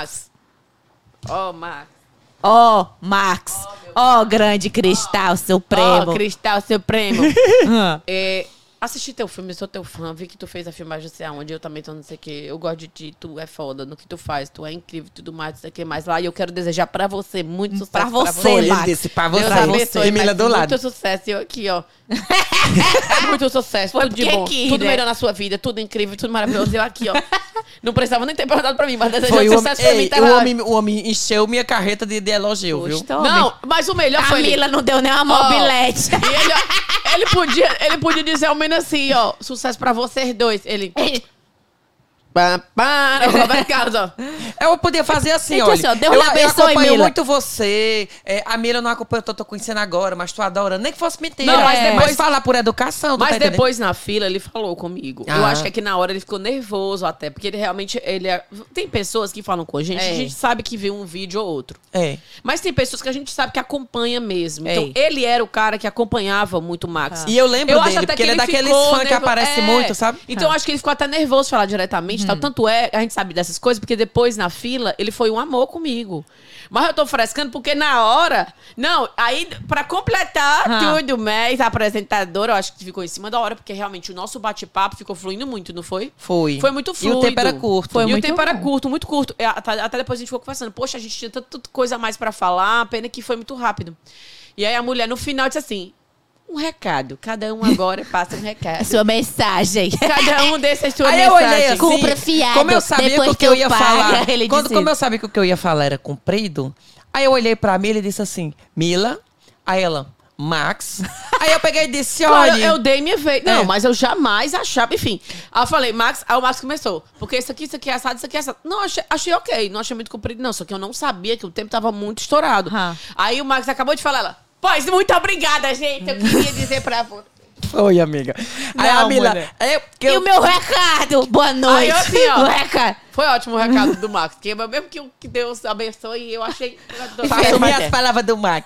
Speaker 3: Max. Ó, oh, Max.
Speaker 2: Ó, Max. Ó, grande cristal, seu
Speaker 3: Ó,
Speaker 2: prêmio. Ah.
Speaker 3: Cristal Supremo. é, assisti teu filme, sou teu fã. Vi que tu fez a filmagem, não sei aonde. Eu também tô não sei o que. Eu gosto de ti, tu é foda no que tu faz. Tu é incrível e tudo mais, não sei o que mais lá. E eu quero desejar pra você muito sucesso.
Speaker 2: Pra você,
Speaker 1: Foi, ele
Speaker 2: Max.
Speaker 1: disse pra
Speaker 3: Deus
Speaker 1: você.
Speaker 3: abençoe,
Speaker 1: E Mila
Speaker 3: Max,
Speaker 1: do lado.
Speaker 3: Muito sucesso. E eu aqui, ó. muito sucesso.
Speaker 2: Foi
Speaker 3: tudo de
Speaker 2: porque
Speaker 3: bom.
Speaker 2: quis,
Speaker 3: tudo
Speaker 2: né?
Speaker 3: melhor na sua vida. Tudo incrível, tudo maravilhoso. E eu aqui, ó. Não precisava nem ter perguntado pra mim, mas desejando
Speaker 1: Foi o homem,
Speaker 3: sucesso pra mim.
Speaker 1: Ei,
Speaker 3: Tá
Speaker 1: o, homem, o homem encheu minha carreta de, de elogio, viu?
Speaker 2: Gostou, homem?
Speaker 3: Não, mas o melhor
Speaker 2: A
Speaker 3: foi ele.
Speaker 2: Mila não deu nem uma mobilete.
Speaker 3: E ele, ó, ele podia, ele podia dizer ao menos assim, ó. Sucesso pra vocês dois. Ele... Pá, pá, o Roberto Carlos, ó.
Speaker 1: Eu podia fazer assim,
Speaker 2: Então,
Speaker 1: olha.
Speaker 2: assim, ó, Deus
Speaker 1: eu,
Speaker 2: lhe
Speaker 1: eu
Speaker 2: abençoe,
Speaker 1: acompanho
Speaker 2: Mila.
Speaker 1: muito você. é, a Mila não acompanha, eu tô, tô conhecendo agora, mas tu adora. Nem que fosse mentira. é,
Speaker 3: Não, mas
Speaker 1: mas,
Speaker 3: depois-
Speaker 1: falar por educação, tu tá
Speaker 3: Mas
Speaker 1: entendendo?
Speaker 3: depois na fila ele falou comigo. Eu
Speaker 1: Ah.
Speaker 3: acho que aqui na hora ele ficou nervoso até, porque ele realmente. Ele é- Tem pessoas que falam com a gente,
Speaker 2: É.
Speaker 3: a gente sabe que viu um vídeo ou outro.
Speaker 1: É.
Speaker 3: Mas tem pessoas que a gente sabe que acompanha mesmo. Então,
Speaker 2: Ei. Tá.
Speaker 3: ele era o cara que acompanhava muito o Max.
Speaker 1: E eu lembro dele, porque ele é daqueles
Speaker 3: ficou
Speaker 1: fã que
Speaker 3: nervo-
Speaker 1: aparece muito, sabe?
Speaker 2: Tá.
Speaker 3: Então, eu acho que ele ficou até nervoso de falar diretamente
Speaker 2: Hum.
Speaker 3: e tal. Tanto é, a gente sabe dessas coisas, porque depois, na fila, ele foi um amor comigo. Mas eu tô frescando, porque na hora... Não, aí, pra completar
Speaker 2: Ah.
Speaker 3: tudo mais, a apresentadora, eu acho que ficou em cima da hora, porque realmente o nosso bate-papo ficou fluindo muito, não foi?
Speaker 1: Foi.
Speaker 3: Foi muito fluido.
Speaker 1: E o tempo era curto.
Speaker 2: Foi
Speaker 3: e
Speaker 2: muito
Speaker 3: o tempo era
Speaker 2: bom.
Speaker 3: curto, muito curto. É, Até, até depois a gente ficou conversando. Poxa, a gente tinha tanta tanta coisa a mais pra falar, pena que foi muito rápido. E aí a mulher, no final, disse assim... Um recado. Cada um agora passa um recado.
Speaker 2: Sua mensagem.
Speaker 3: Cada um desses sua
Speaker 1: Aí eu
Speaker 3: mensagem.
Speaker 1: olhei assim,
Speaker 2: Compra fiado,
Speaker 1: como eu sabia que
Speaker 2: depois
Speaker 1: o que eu
Speaker 2: tu
Speaker 1: ia
Speaker 2: paga,
Speaker 1: falar,
Speaker 2: ele
Speaker 1: quando,
Speaker 2: disse
Speaker 1: como eu
Speaker 2: isso.
Speaker 1: sabia que o que eu ia falar era comprido, aí eu olhei pra Mila e disse assim, Mila, aí ela, Max, aí eu peguei e disse, olha,
Speaker 3: Claro, eu dei minha vez. Não,
Speaker 1: É.
Speaker 3: mas eu jamais achava. Enfim. Aí eu falei, Max, aí o Max começou. Porque isso aqui, isso aqui é assado, isso aqui é assado. Não, achei, achei ok. Não achei muito comprido, não. Só que eu não sabia que o tempo tava muito estourado.
Speaker 2: Ah.
Speaker 3: Aí o Max acabou de falar, ela. Pois, muito obrigada, gente. Eu queria dizer pra você.
Speaker 1: foi amiga. aí
Speaker 3: Não,
Speaker 1: a Mila,
Speaker 3: mulher.
Speaker 1: eu, que
Speaker 2: E o
Speaker 1: eu,
Speaker 2: meu recado. Boa
Speaker 3: Aí
Speaker 2: noite.
Speaker 3: eu assim, ó.
Speaker 2: O recado.
Speaker 3: Foi ótimo o recado do Max. Que, é mesmo que, o- que Deus abençoe, eu achei.
Speaker 1: faço
Speaker 2: Matheus.
Speaker 1: minhas palavras do Max.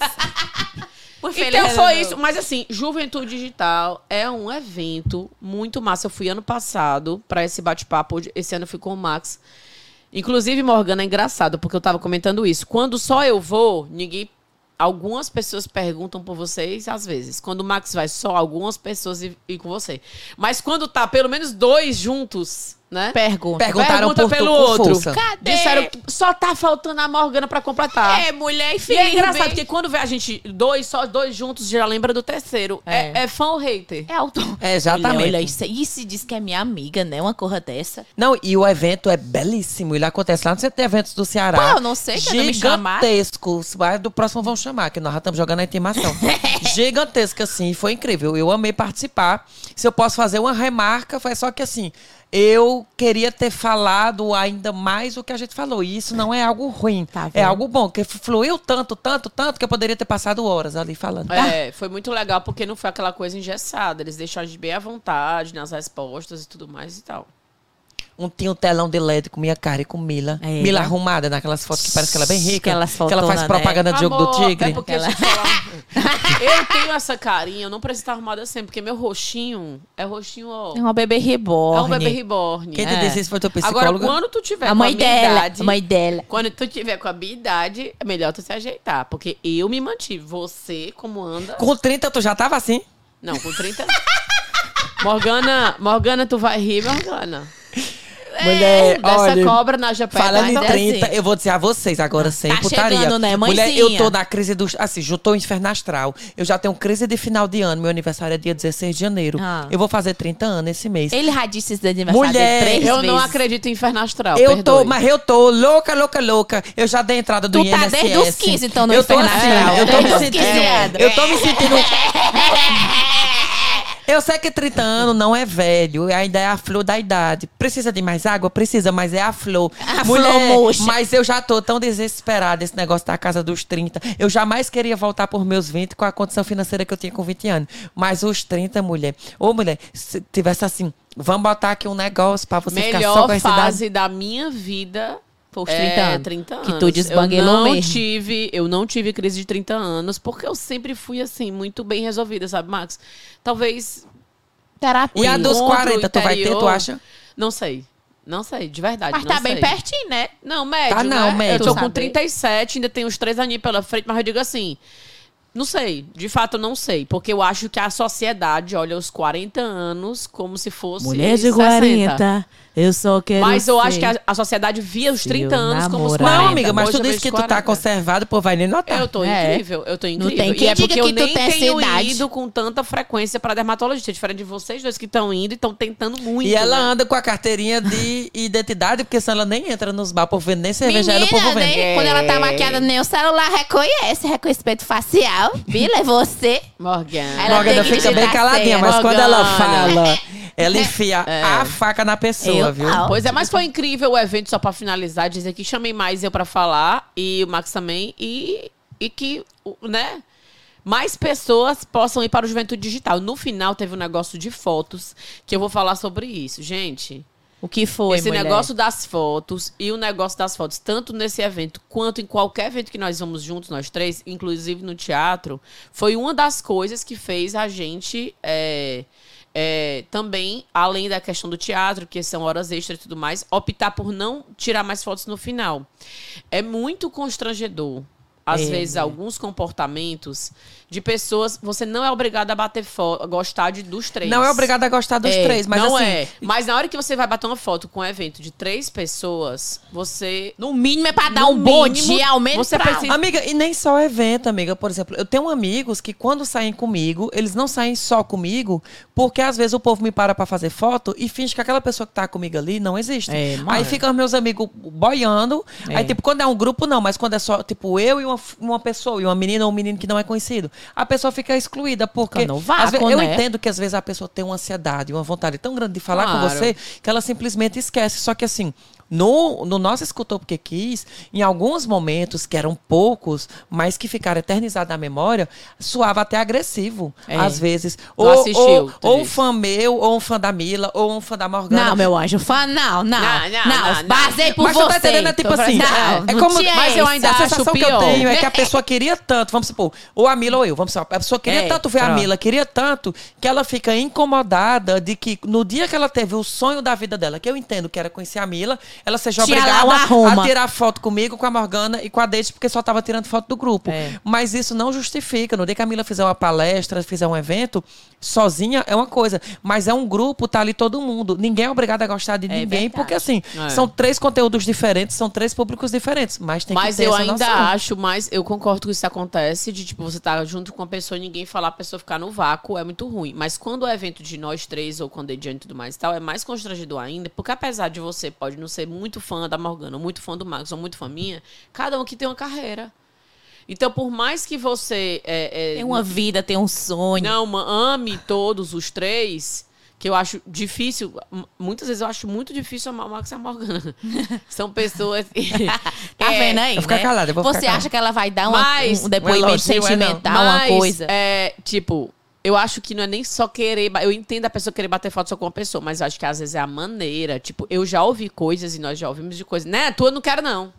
Speaker 3: Então foi isso, mas assim, Juventude Digital é um evento muito massa. Eu fui ano passado pra esse bate-papo, hoje- esse ano eu fui com o Max. Inclusive, Morgana, é engraçado, porque eu tava comentando isso. Quando só eu vou, ninguém algumas pessoas perguntam por vocês às vezes. Quando o Max vai só, algumas pessoas e, e com você. Mas quando tá pelo menos dois juntos, né?
Speaker 2: Pergunta.
Speaker 1: Perguntaram
Speaker 3: Pergunta
Speaker 1: por tu
Speaker 3: pelo
Speaker 1: com
Speaker 3: outro.
Speaker 1: força.
Speaker 2: Cadê?
Speaker 3: Disseram que só tá faltando a Morgana pra completar.
Speaker 2: É, mulher e
Speaker 3: E
Speaker 2: filho.
Speaker 3: é engraçado,
Speaker 2: hein?
Speaker 3: porque quando vê a gente dois, só dois juntos, já lembra do terceiro. É,
Speaker 2: É.
Speaker 3: é fã ou hater?
Speaker 2: É auto.
Speaker 1: É, exatamente.
Speaker 2: Mulher, Olha, isso, isso diz que é minha amiga, né? Uma corra dessa.
Speaker 1: Não, e o evento é belíssimo. Ele acontece lá no Centro de Eventos do Ceará.
Speaker 2: Pô, eu não sei, quando me chamar.
Speaker 1: Gigantesco. Mas Do próximo vão chamar, que nós já estamos jogando a intimação. Gigantesco, assim. Foi incrível. Eu amei participar. Se eu posso fazer uma remarca, foi só que assim... Eu queria ter falado ainda mais o que a gente falou. E isso não é algo ruim.
Speaker 2: Tá vendo?
Speaker 1: é algo bom, porque fluiu tanto, tanto, tanto, que eu poderia ter passado horas ali falando.
Speaker 3: É, foi muito legal porque não foi aquela coisa engessada. Eles deixaram a gente bem à vontade nas respostas e tudo mais e tal.
Speaker 1: Um, tinha um telão de LED com minha cara e com Mila.
Speaker 2: É.
Speaker 1: Mila arrumada naquelas fotos que parece que ela é bem rica.
Speaker 2: Aquelas
Speaker 1: que ela
Speaker 2: fotonas,
Speaker 1: faz
Speaker 2: né?
Speaker 1: propaganda de jogo do
Speaker 3: Amor,
Speaker 1: tigre.
Speaker 3: até porque
Speaker 2: Ela-
Speaker 3: se falar- eu tenho essa carinha, eu não preciso estar arrumada sempre, porque meu roxinho é roxinho, ó.
Speaker 2: É uma bebê reborn.
Speaker 3: É um bebê reborn.
Speaker 1: Quem
Speaker 3: É.
Speaker 1: te disse isso foi teu
Speaker 3: Agora,
Speaker 1: psicólogo?
Speaker 3: quando tu tiver
Speaker 2: A
Speaker 3: com
Speaker 2: mãe
Speaker 3: a minha
Speaker 2: dela.
Speaker 3: idade.
Speaker 2: A mãe dela.
Speaker 3: Quando tu tiver com a minha idade, é melhor tu se ajeitar. Porque eu me mantive. Você, como anda.
Speaker 1: Com 30 tu já tava assim?
Speaker 3: Não, com 30. Morgana, Morgana, tu vai rir, Morgana.
Speaker 1: Mulher,
Speaker 3: Dessa
Speaker 1: É, olha,
Speaker 3: cobra na japeta.
Speaker 1: Falando em
Speaker 2: mas é
Speaker 1: 30,
Speaker 2: assim.
Speaker 1: eu vou dizer a vocês agora sem
Speaker 2: Tá
Speaker 1: putaria.
Speaker 2: chegando, né,
Speaker 1: Mulher,
Speaker 2: mãezinha?
Speaker 1: eu tô na crise do. Assim, juntou o inferno astral. Eu já tenho crise de final de ano. Meu aniversário é dia 16 de janeiro.
Speaker 2: Ah.
Speaker 1: Eu vou fazer 30 anos esse mês.
Speaker 2: Ele já disse isso de aniversário
Speaker 1: Mulher,
Speaker 2: três
Speaker 3: Eu
Speaker 2: vezes.
Speaker 3: não acredito em inferno astral.
Speaker 1: Eu tô,
Speaker 3: perdoe.
Speaker 1: mas eu tô louca, louca, louca. Eu já dei entrada do
Speaker 2: Tu tá
Speaker 1: INSS.
Speaker 2: desde os 15, então, no
Speaker 1: eu tô assim,
Speaker 2: Inferno Astral.
Speaker 1: eu tô é.
Speaker 2: Desde
Speaker 1: me
Speaker 2: os
Speaker 1: sentindo,
Speaker 2: 15 anos.
Speaker 1: eu tô me sentindo... um Eu sei que 30 anos não é velho, ainda é a flor da idade. Precisa de mais água? Precisa, mas é a flor.
Speaker 2: A flor murcha.
Speaker 1: Mas eu já tô tão desesperada esse negócio da casa dos 30. Eu jamais queria voltar por meus 20 com a condição financeira que eu tinha com 20 anos. Mas os 30, mulher. Ô, mulher, se tivesse assim, vamos botar aqui um negócio pra você ficar só
Speaker 3: melhor
Speaker 1: com essa idade.
Speaker 3: fase da minha vida.
Speaker 2: Foi os 30
Speaker 3: 30 é,
Speaker 2: anos.
Speaker 3: 30 anos.
Speaker 2: Que tu desbanguelou
Speaker 3: eu não
Speaker 2: mesmo.
Speaker 3: Tive, eu não tive crise de 30 anos, porque eu sempre fui, assim, muito bem resolvida, sabe, Max? Talvez
Speaker 2: Terapia.
Speaker 1: E a dos
Speaker 3: encontro
Speaker 1: 40, tu vai ter,
Speaker 3: interior-
Speaker 1: tu acha?
Speaker 3: Não sei. Não sei, de verdade.
Speaker 2: Mas
Speaker 3: não
Speaker 2: tá bem
Speaker 3: sei.
Speaker 2: pertinho, né?
Speaker 3: Não, médio.
Speaker 1: Tá não,
Speaker 3: né?
Speaker 1: médio.
Speaker 3: Eu tô
Speaker 2: Saber.
Speaker 3: com 37, ainda tenho uns três aninhos pela frente, mas eu digo assim. Não sei, de fato eu não sei, porque eu acho que a sociedade olha os 40 anos como se fosse 60.
Speaker 2: Tá? eu só quero
Speaker 3: Mas eu acho que a, a sociedade via os
Speaker 2: Seu
Speaker 3: 30 anos como os
Speaker 2: namorado.
Speaker 3: 40.
Speaker 1: Não, amiga, mas tu
Speaker 3: Hoje eu
Speaker 1: disse que
Speaker 3: vejo
Speaker 1: tu tá
Speaker 3: 40.
Speaker 1: conservado, pô, vai nem notar.
Speaker 3: Eu tô
Speaker 2: É.
Speaker 3: incrível, eu tô incrível.
Speaker 2: tem
Speaker 3: e
Speaker 2: quem
Speaker 3: é
Speaker 2: diga
Speaker 3: porque
Speaker 2: que
Speaker 3: eu
Speaker 2: tu
Speaker 3: nem
Speaker 2: tem essa
Speaker 3: tenho
Speaker 2: idade.
Speaker 3: ido com tanta frequência pra dermatologista, diferente de vocês dois que estão indo e estão tentando muito.
Speaker 1: E ela
Speaker 3: né?
Speaker 1: anda com a carteirinha de identidade, porque senão ela nem entra nos bar, o povo vendo nem cerveja, era o povo
Speaker 2: Menina,
Speaker 1: vendo.
Speaker 2: nem, quando ela tá maquiada, nem o celular reconhece, reconhecimento facial. Bila, é você.
Speaker 3: Morgana.
Speaker 2: Ela
Speaker 1: Morgana
Speaker 2: tem que
Speaker 1: fica bem
Speaker 2: digitar
Speaker 1: caladinha,
Speaker 2: certo.
Speaker 1: mas quando ela
Speaker 3: Morgana.
Speaker 1: fala, É. ela enfia a faca na pessoa,
Speaker 2: Eu
Speaker 1: viu?
Speaker 2: falo.
Speaker 3: Pois é, mas foi incrível o evento, só pra finalizar, dizer que chamei mais eu pra falar e o Max também e, e que, o- né, mais pessoas possam ir para o Juventude Digital. No final teve um negócio de fotos que eu vou falar sobre isso, gente.
Speaker 2: O que foi,
Speaker 3: Esse
Speaker 2: mulher?
Speaker 3: negócio das fotos e o negócio das fotos, tanto nesse evento quanto em qualquer evento que nós vamos juntos, nós três, inclusive no teatro, foi uma das coisas que fez a gente é, é, também, além da questão do teatro, que são horas extras e tudo mais, optar por não tirar mais fotos no final. É muito constrangedor. Às
Speaker 1: É,
Speaker 3: vezes,
Speaker 1: né?
Speaker 3: alguns comportamentos de pessoas, você não é obrigado a bater foto, gostar de, dos três.
Speaker 1: Não é obrigada a gostar dos
Speaker 3: É,
Speaker 1: três, mas
Speaker 3: não
Speaker 1: assim,
Speaker 3: é. Mas na hora que você vai bater uma foto com um evento de três pessoas, você.
Speaker 2: No mínimo é pra dar
Speaker 3: No
Speaker 2: um bom
Speaker 3: mínimo,
Speaker 2: dia, ao menos
Speaker 3: você
Speaker 2: pra...
Speaker 3: precisa-
Speaker 1: Amiga, e nem só evento, amiga. Por exemplo, eu tenho amigos que quando saem comigo, eles não saem só comigo, porque às vezes o povo me para pra fazer foto e finge que aquela pessoa que tá comigo ali não existe.
Speaker 2: É, mano.
Speaker 1: aí ficam meus amigos boiando.
Speaker 2: É.
Speaker 1: Aí, tipo, quando é um grupo, não, mas quando é só, tipo, eu e uma, f- uma pessoa, e uma menina ou um menino que não é conhecido, a pessoa fica excluída, porque.
Speaker 2: Fica no vácuo,
Speaker 1: às vezes- eu
Speaker 2: né?
Speaker 1: entendo que às vezes a pessoa tem uma ansiedade, uma vontade tão grande de falar com
Speaker 3: Claro.
Speaker 1: você que ela simplesmente esquece. Só que assim, no, no nosso Escutou Porque Quis, em alguns momentos, que eram poucos, mas que ficaram eternizados na memória, soava até agressivo,
Speaker 2: É.
Speaker 1: às vezes.
Speaker 3: Não
Speaker 1: Ou,
Speaker 3: assistiu,
Speaker 1: ou,
Speaker 3: tu
Speaker 1: ou um
Speaker 3: disse.
Speaker 1: fã meu, ou um fã da Mila, ou um fã da Morgana.
Speaker 2: Não, meu anjo, fã, não,
Speaker 3: Não,
Speaker 2: não, não,
Speaker 3: não, não, não.
Speaker 2: basei por
Speaker 1: mas
Speaker 2: você.
Speaker 1: tu tá entendendo, é tipo
Speaker 2: Tô pra-
Speaker 1: assim.
Speaker 2: não,
Speaker 1: é
Speaker 2: não
Speaker 1: como,
Speaker 2: tinha
Speaker 1: mas eu ainda assim,
Speaker 2: essa. É.
Speaker 1: a
Speaker 3: acho
Speaker 1: sensação que eu
Speaker 3: pior.
Speaker 1: tenho é que a pessoa queria tanto, vamos supor, ou a Mila ou eu. eu. Vamos lá. A pessoa queria
Speaker 3: É,
Speaker 1: tanto ver a
Speaker 3: pronto.
Speaker 1: Mila, queria tanto que ela fica incomodada de que no dia que ela teve o sonho da vida dela, que eu entendo que era conhecer a Mila, ela seja
Speaker 2: Tinha lá
Speaker 1: obrigada
Speaker 2: uma Roma.
Speaker 1: a tirar foto comigo, com a Morgana e com a Deide, porque só tava tirando foto do grupo.
Speaker 3: É.
Speaker 1: Mas isso não justifica. No dia que a Mila fizer uma palestra, fizer um evento, sozinha é uma coisa. Mas é um grupo, tá ali todo mundo. Ninguém é obrigado a gostar de ninguém,
Speaker 2: verdade.
Speaker 1: porque assim,
Speaker 3: É.
Speaker 1: são três conteúdos diferentes, são três públicos diferentes. Mas tem
Speaker 3: Mas
Speaker 1: que ter
Speaker 3: eu
Speaker 1: essa
Speaker 3: ainda
Speaker 1: noção.
Speaker 3: acho, mas eu concordo que isso acontece, de tipo, você tá junto com uma pessoa e ninguém falar, a pessoa ficar no vácuo, é muito ruim. Mas quando é evento de nós três, ou quando é diante e tudo mais e tal, é mais constrangido ainda, porque apesar de você pode não ser muito fã da Morgana, ou muito fã do Max, ou muito fã minha, cada um que tem uma carreira. Então, por mais que você... é, é,
Speaker 2: Tem uma vida, tem um sonho.
Speaker 3: não, ma- ame todos os três, que eu acho difícil. m- Muitas vezes eu acho muito difícil amar o Max e a Morgana. São pessoas.
Speaker 2: Tá
Speaker 3: É,
Speaker 2: vendo aí?
Speaker 1: vou ficar
Speaker 2: né?
Speaker 1: calada, eu vou ficar
Speaker 2: Você
Speaker 1: calada.
Speaker 2: acha que ela vai dar uma-
Speaker 3: Mas-
Speaker 2: um depoimento
Speaker 1: Um elogio, é não.
Speaker 2: sentimental,
Speaker 3: mas,
Speaker 2: uma coisa?
Speaker 3: É, tipo, eu acho que não é nem só querer. ba- Eu entendo a pessoa querer bater foto só com uma pessoa, mas eu acho que às vezes é a maneira. Tipo, eu já ouvi coisas e nós já ouvimos de coisas. Né? Tua eu não quero, não.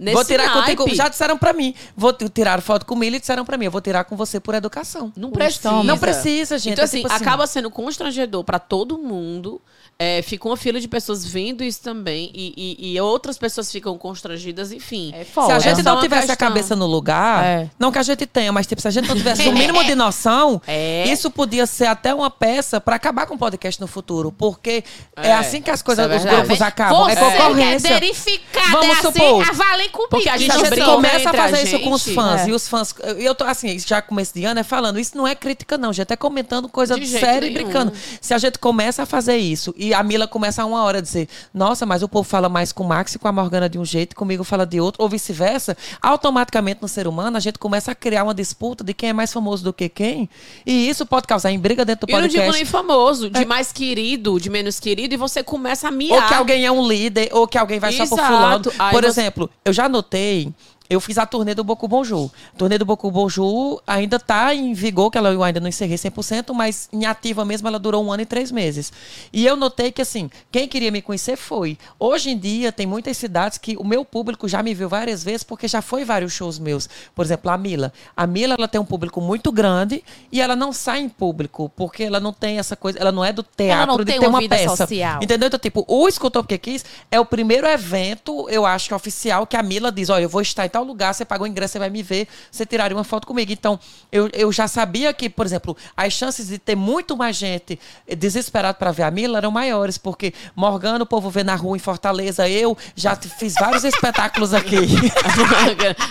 Speaker 3: Nesse
Speaker 1: vou tirar
Speaker 3: naipe,
Speaker 1: contigo. Já disseram pra mim. Vou t- tirar foto com Mila e disseram pra mim. Eu vou tirar com você por educação.
Speaker 3: Não precisa.
Speaker 1: Não precisa, gente.
Speaker 3: Então,
Speaker 1: É
Speaker 3: assim,
Speaker 1: tipo assim,
Speaker 3: acaba sendo constrangedor pra todo mundo. É, fica uma fila de pessoas vendo isso também. E, e- e outras pessoas ficam constrangidas, enfim.
Speaker 2: É
Speaker 1: Se
Speaker 2: foda.
Speaker 1: a
Speaker 3: Essa
Speaker 1: gente
Speaker 3: é
Speaker 1: não
Speaker 3: uma
Speaker 1: tivesse
Speaker 3: questão.
Speaker 1: a cabeça no lugar,
Speaker 2: É.
Speaker 1: não que a gente tenha, mas tipo, se a gente não tivesse o mínimo de noção,
Speaker 3: É.
Speaker 1: isso podia ser até uma peça pra acabar com o podcast no futuro. Porque é,
Speaker 3: É,
Speaker 1: assim que as coisas,
Speaker 3: isso é
Speaker 1: os
Speaker 3: verdade.
Speaker 1: grupos acabam.
Speaker 2: Você
Speaker 1: é concorrência.
Speaker 2: quer verificar,
Speaker 1: Vamos
Speaker 2: né, assim,
Speaker 1: supor.
Speaker 2: avale comigo.
Speaker 3: Porque a gente
Speaker 1: a
Speaker 3: não
Speaker 1: gente
Speaker 3: briga
Speaker 2: assim.
Speaker 1: começa a
Speaker 3: entre
Speaker 1: fazer
Speaker 3: a
Speaker 1: isso com os
Speaker 3: gente.
Speaker 1: fãs.
Speaker 2: É.
Speaker 1: E os fãs. eu- Eu tô assim, já começo de ano é falando, isso não é crítica, não, gente. É comentando coisa
Speaker 3: De jeito
Speaker 1: séria e
Speaker 3: nenhum.
Speaker 1: brincando. Se a gente começa a fazer isso e a Mila começa a uma hora a dizer, nossa, mas o povo fala mais com o Max e com a Morgana de um jeito, comigo fala de outro, ou vice-versa, automaticamente no ser humano a gente começa a criar uma disputa de quem é mais famoso do que quem. E isso pode causar em briga dentro do
Speaker 3: Eu não
Speaker 1: podcast. É.
Speaker 3: digo nem famoso, de mais querido, de menos querido, e você começa a miar.
Speaker 1: Ou que alguém é um líder, ou que alguém vai só por
Speaker 3: Exato.
Speaker 1: fulano.
Speaker 3: Aí
Speaker 1: por
Speaker 3: você-
Speaker 1: exemplo, eu já notei. Eu fiz a turnê do Boku Bonjour. A turnê do Boku Bonjour ainda tá em vigor, que ela eu ainda não encerrei 100%, mas em ativa mesmo ela durou um ano e três meses. E eu notei que, assim, quem queria me conhecer foi. Hoje em dia, tem muitas cidades que o meu público já me viu várias vezes, porque já foi vários shows meus. Por exemplo, a Mila. A Mila, ela tem um público muito grande e ela não sai em público, porque ela não tem essa coisa, ela não é do teatro,
Speaker 2: não
Speaker 1: de
Speaker 2: tem
Speaker 1: ter uma
Speaker 2: uma vida
Speaker 1: peça.
Speaker 2: social.
Speaker 1: Entendeu? Então, tipo, o Escutou Porque Quis é o primeiro evento, eu acho que oficial, que a Mila diz: olha, eu vou estar em tal lugar, você pagou o ingresso, você vai me ver, você tiraria uma foto comigo. Então, eu, eu já sabia que, por exemplo, as chances de ter muito mais gente desesperada pra ver a Mila eram maiores, porque Morgana, o povo vê na rua em Fortaleza, eu já t- fiz vários espetáculos aqui.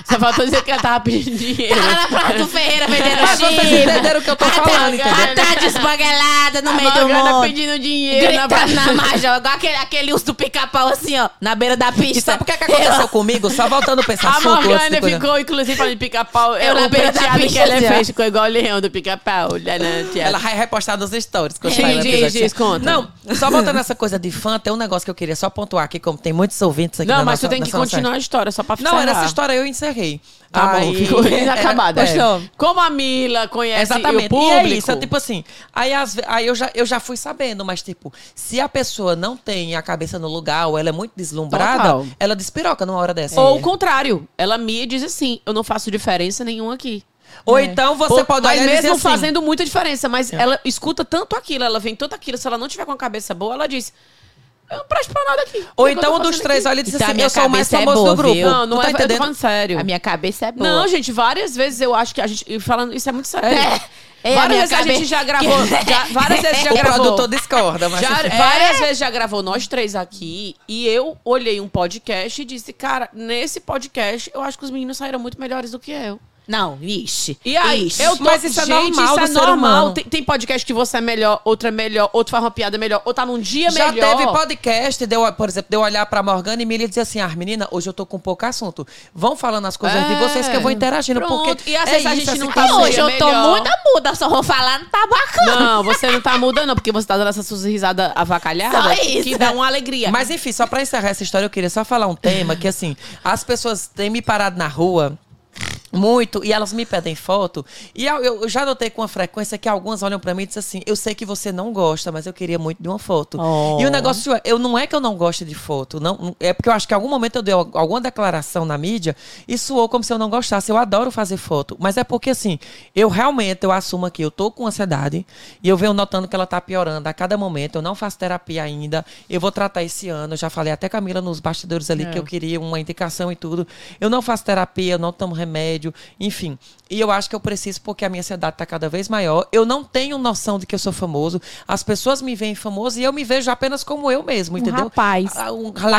Speaker 3: Só faltou dizer que ela tava pedindo dinheiro.
Speaker 2: Ela pra do Ferreira vendendo
Speaker 1: Mas vocês entenderam o que eu tô falando, entendeu?
Speaker 2: A tarde esbangalhada Tá no
Speaker 3: A
Speaker 2: meio do
Speaker 3: Morgana
Speaker 2: mundo.
Speaker 3: pedindo dinheiro. na
Speaker 2: Gritando na margem, ó, igual aquele, aquele urso do pica-pau assim, ó, na beira da pista.
Speaker 1: E sabe o que, é que aconteceu comigo? Só voltando pra esse
Speaker 3: A
Speaker 1: assunto. antes de
Speaker 3: Morgana
Speaker 1: continuar.
Speaker 3: ficou, inclusive, falando de pica-pau.
Speaker 2: Eu
Speaker 3: Eu
Speaker 2: na
Speaker 3: o
Speaker 2: beira da
Speaker 3: penteado que
Speaker 2: pista
Speaker 3: ela
Speaker 2: já.
Speaker 3: fez ficou igual o leão do pica-pau. Lá na teatro.
Speaker 1: Ela vai repostar nos stories. quando
Speaker 3: Sim,
Speaker 1: sair o
Speaker 3: diz,
Speaker 1: episódio.
Speaker 3: diz, É. conta.
Speaker 1: Não, só voltando nessa coisa de fã, tem um negócio que eu queria só pontuar aqui, como tem muitos ouvintes aqui
Speaker 3: Não,
Speaker 1: na
Speaker 3: mas tu
Speaker 1: nossa-
Speaker 3: tem que
Speaker 1: nessa nossa-
Speaker 3: continuar a história, só pra
Speaker 1: Não, era
Speaker 3: encerrar.
Speaker 1: essa história, eu encerrei.
Speaker 3: Tá bom,
Speaker 1: Aí-
Speaker 3: ficou
Speaker 1: era-
Speaker 3: inacabada.
Speaker 1: é.
Speaker 3: Como a Mila conhece
Speaker 1: Exatamente.
Speaker 3: o público...
Speaker 1: E é isso, é tipo assim. Aí, às ve- aí eu, já, eu já fui sabendo, mas tipo, se a pessoa não tem a cabeça no lugar ou ela é muito deslumbrada,
Speaker 3: Total.
Speaker 1: ela despiroca numa hora dessa. É.
Speaker 3: Ou é o contrário, ela mia e diz assim, eu não faço diferença nenhuma aqui.
Speaker 1: Ou então você
Speaker 3: Pô,
Speaker 1: pode
Speaker 3: é. mas
Speaker 1: olhar e dizer
Speaker 3: mesmo
Speaker 1: assim, É.
Speaker 3: fazendo muita diferença, mas ela escuta tanto aquilo, ela vem tanto aquilo, se ela não tiver com a cabeça boa, ela diz, eu não presto pra nada aqui.
Speaker 1: Ou
Speaker 3: O é que eu
Speaker 1: então
Speaker 3: tô
Speaker 1: um dos
Speaker 3: fazendo
Speaker 1: três
Speaker 3: aqui?" Tá,
Speaker 1: olha e diz
Speaker 2: Então, a
Speaker 1: assim,
Speaker 2: minha
Speaker 1: eu sou o mais
Speaker 2: cabeça é
Speaker 1: famoso
Speaker 2: boa,
Speaker 1: do grupo.
Speaker 2: viu?
Speaker 3: Não, não
Speaker 1: tu tá
Speaker 3: é, eu tô
Speaker 1: entendendo?
Speaker 3: falando sério.
Speaker 2: A minha cabeça é boa.
Speaker 3: Não, gente, várias vezes eu acho que a gente. e Falando, isso é muito sério.
Speaker 2: É, a
Speaker 3: várias
Speaker 2: minha
Speaker 3: vezes a
Speaker 2: cabe-
Speaker 3: gente já gravou. já- várias vezes já
Speaker 1: É, o
Speaker 3: gravou.
Speaker 1: produtor discorda, mas.
Speaker 3: Já- é,
Speaker 1: assim,
Speaker 3: Várias vezes já gravou nós três aqui e eu olhei um podcast e disse, cara, nesse podcast eu acho que os meninos saíram muito melhores do que eu.
Speaker 2: Não, vixe.
Speaker 3: E aí,
Speaker 2: Ixi.
Speaker 3: eu tô,
Speaker 1: Mas isso é
Speaker 3: gente,
Speaker 1: normal
Speaker 3: isso é
Speaker 1: do ser
Speaker 3: normal.
Speaker 1: humano.
Speaker 3: Tem, tem podcast que você é melhor, outro é melhor, outro faz uma piada melhor, outro tá num dia
Speaker 1: Já
Speaker 3: melhor.
Speaker 1: teve podcast, de eu, por exemplo, de eu olhar pra Morgana e Miriam e dizer assim: ah, menina, hoje eu tô com pouco assunto. Vão falando as coisas de
Speaker 3: É.
Speaker 1: vocês que eu vou interagindo.
Speaker 3: Pronto.
Speaker 1: Porque
Speaker 3: E às vezes a gente
Speaker 1: assim,
Speaker 3: não tá
Speaker 1: que-
Speaker 2: E hoje eu tô
Speaker 3: melhor.
Speaker 2: muda, muda, só vou falar, não tá bacana.
Speaker 3: Não, você não tá mudando, não, porque você tá dando essa sua risada avacalhada
Speaker 2: Só isso.
Speaker 3: que dá uma alegria.
Speaker 1: Mas enfim, só pra encerrar essa história, eu queria só falar um tema que, assim, as pessoas têm me parado na rua. Muito, e elas me pedem foto. E eu, eu já notei com uma frequência que algumas olham pra mim e dizem assim: Eu sei que você não gosta, mas eu queria muito de uma foto.
Speaker 3: Oh.
Speaker 1: E o negócio é: eu não é que eu não gosto de foto, não é porque eu acho que em algum momento eu dei al- alguma declaração na mídia e soou como se eu não gostasse. Eu adoro fazer foto, mas é porque assim, eu realmente eu assumo que eu tô com ansiedade e eu venho notando que ela tá piorando a cada momento. Eu não faço terapia ainda, eu vou tratar esse ano. Eu já falei até com a Camila nos bastidores ali que eu queria uma indicação e tudo. Eu não faço terapia, eu não tomo remédio, enfim. E eu acho que eu preciso porque a minha ansiedade tá cada vez maior. Eu não tenho noção de que eu sou famoso. As pessoas me veem famoso e eu me vejo apenas como eu mesmo, entendeu?
Speaker 2: rapaz.
Speaker 1: Ah, Um latino-americano.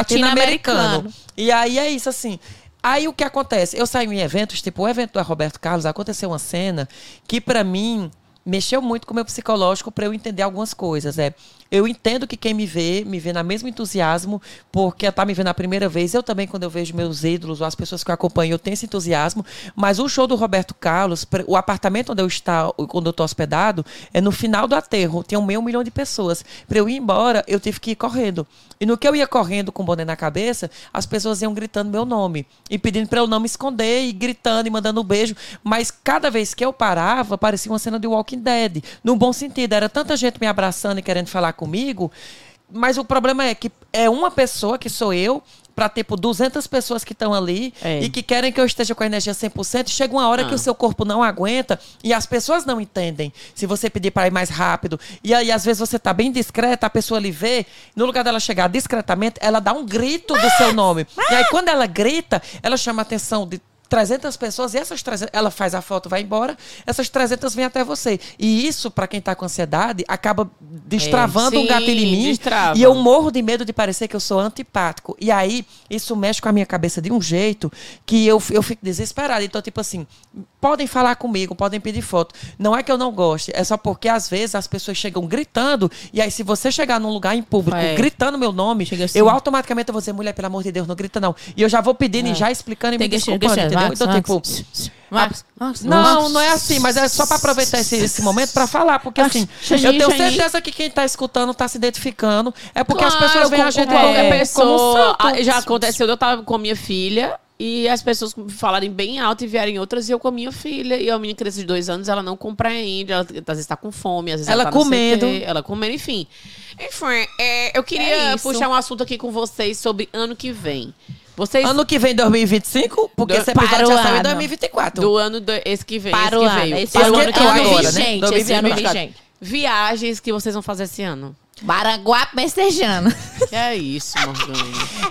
Speaker 2: Latino-americano.
Speaker 1: E aí é isso assim. Aí o que acontece? Eu saí em eventos, tipo o evento do Roberto Carlos, aconteceu uma cena que pra mim mexeu muito com o meu psicológico pra eu entender algumas coisas, é. Eu entendo que quem me vê, me vê na mesmo entusiasmo, porque tá me vendo a primeira vez, eu também quando eu vejo meus ídolos ou as pessoas que eu acompanho, eu tenho esse entusiasmo, mas o show do Roberto Carlos, pre- o apartamento onde eu está, quando eu tô hospedado, é no final do aterro, tinha meio milhão de pessoas. Pra eu ir embora, eu tive que ir correndo. E no que eu ia correndo com o boné na cabeça, as pessoas iam gritando meu nome e pedindo pra eu não me esconder e gritando e mandando um beijo, mas cada vez que eu parava, parecia uma cena de Walking Dead, no bom sentido, era tanta gente me abraçando e querendo falar comigo, mas o problema é que é uma pessoa que sou eu pra tipo 200 pessoas que estão ali
Speaker 3: É.
Speaker 1: e que querem que eu esteja com a energia 100%, chega uma hora
Speaker 3: Ah.
Speaker 1: que o seu corpo não aguenta e as pessoas não entendem. Se você pedir pra ir mais rápido, e aí às vezes você tá bem discreta, a pessoa lhe vê, no lugar dela chegar discretamente, ela dá um grito do seu nome. E aí quando ela grita, ela chama a atenção de 300 pessoas e essas 300, ela faz a foto, vai embora, essas 300 vêm até você. E isso pra quem tá com ansiedade acaba destravando um
Speaker 3: sim,
Speaker 1: gatilho em mim
Speaker 3: destrava.
Speaker 1: e eu morro de medo de parecer que eu sou antipático. E aí, isso mexe com a minha cabeça de um jeito que eu, eu fico desesperada. Então, tipo assim, podem falar comigo, podem pedir foto. Não é que eu não goste, é só porque às vezes as pessoas chegam gritando, e aí se você chegar num lugar em público
Speaker 3: É.
Speaker 1: gritando meu nome,
Speaker 3: Chega assim.
Speaker 1: eu automaticamente vou dizer, mulher, pelo amor de Deus, não grita não. E eu já vou pedindo
Speaker 3: É.
Speaker 1: e já explicando e me desculpando, entendeu? Então, tipo...
Speaker 3: Max,
Speaker 1: Não, não é assim, mas é só pra aproveitar esse, esse momento pra falar, porque assim,
Speaker 3: Xanin,
Speaker 1: eu tenho
Speaker 3: Xanin.
Speaker 1: certeza que quem tá escutando tá se identificando, é porque as
Speaker 3: Claro, É,
Speaker 1: pessoas veem
Speaker 3: com-
Speaker 1: a gente
Speaker 3: com qualquer
Speaker 1: como- como um
Speaker 3: pessoa.
Speaker 1: santo.
Speaker 3: Ah, Já aconteceu, eu tava com a minha filha e as pessoas falarem bem alto e vierem outras e eu com a minha filha. E a menina criança de dois anos, ela não compreende, ela às vezes tá com fome, às vezes ela,
Speaker 1: Ela
Speaker 3: tá não sei o
Speaker 1: comendo.
Speaker 3: quê, ela comendo, enfim. Enfim, é, eu queria
Speaker 2: É isso.
Speaker 3: puxar um assunto aqui com vocês sobre ano que vem. Vocês
Speaker 1: Ano que vem, 2025, porque
Speaker 3: Do-
Speaker 1: esse episódio já
Speaker 2: Parou
Speaker 1: saiu em
Speaker 2: ano.
Speaker 1: 2024.
Speaker 3: do ano, do- esse que vem,
Speaker 2: Para o
Speaker 3: esse que
Speaker 2: ano.
Speaker 3: veio.
Speaker 2: Esse
Speaker 1: Para
Speaker 2: ano
Speaker 1: o
Speaker 2: é
Speaker 1: ano que vai
Speaker 2: ano
Speaker 1: agora, né?
Speaker 2: vigente. Esse ano é
Speaker 1: 2024.
Speaker 2: vigente.
Speaker 3: Viagens que vocês vão fazer esse ano.
Speaker 2: Baraguá Mestejano.
Speaker 3: Que é isso, Morgana.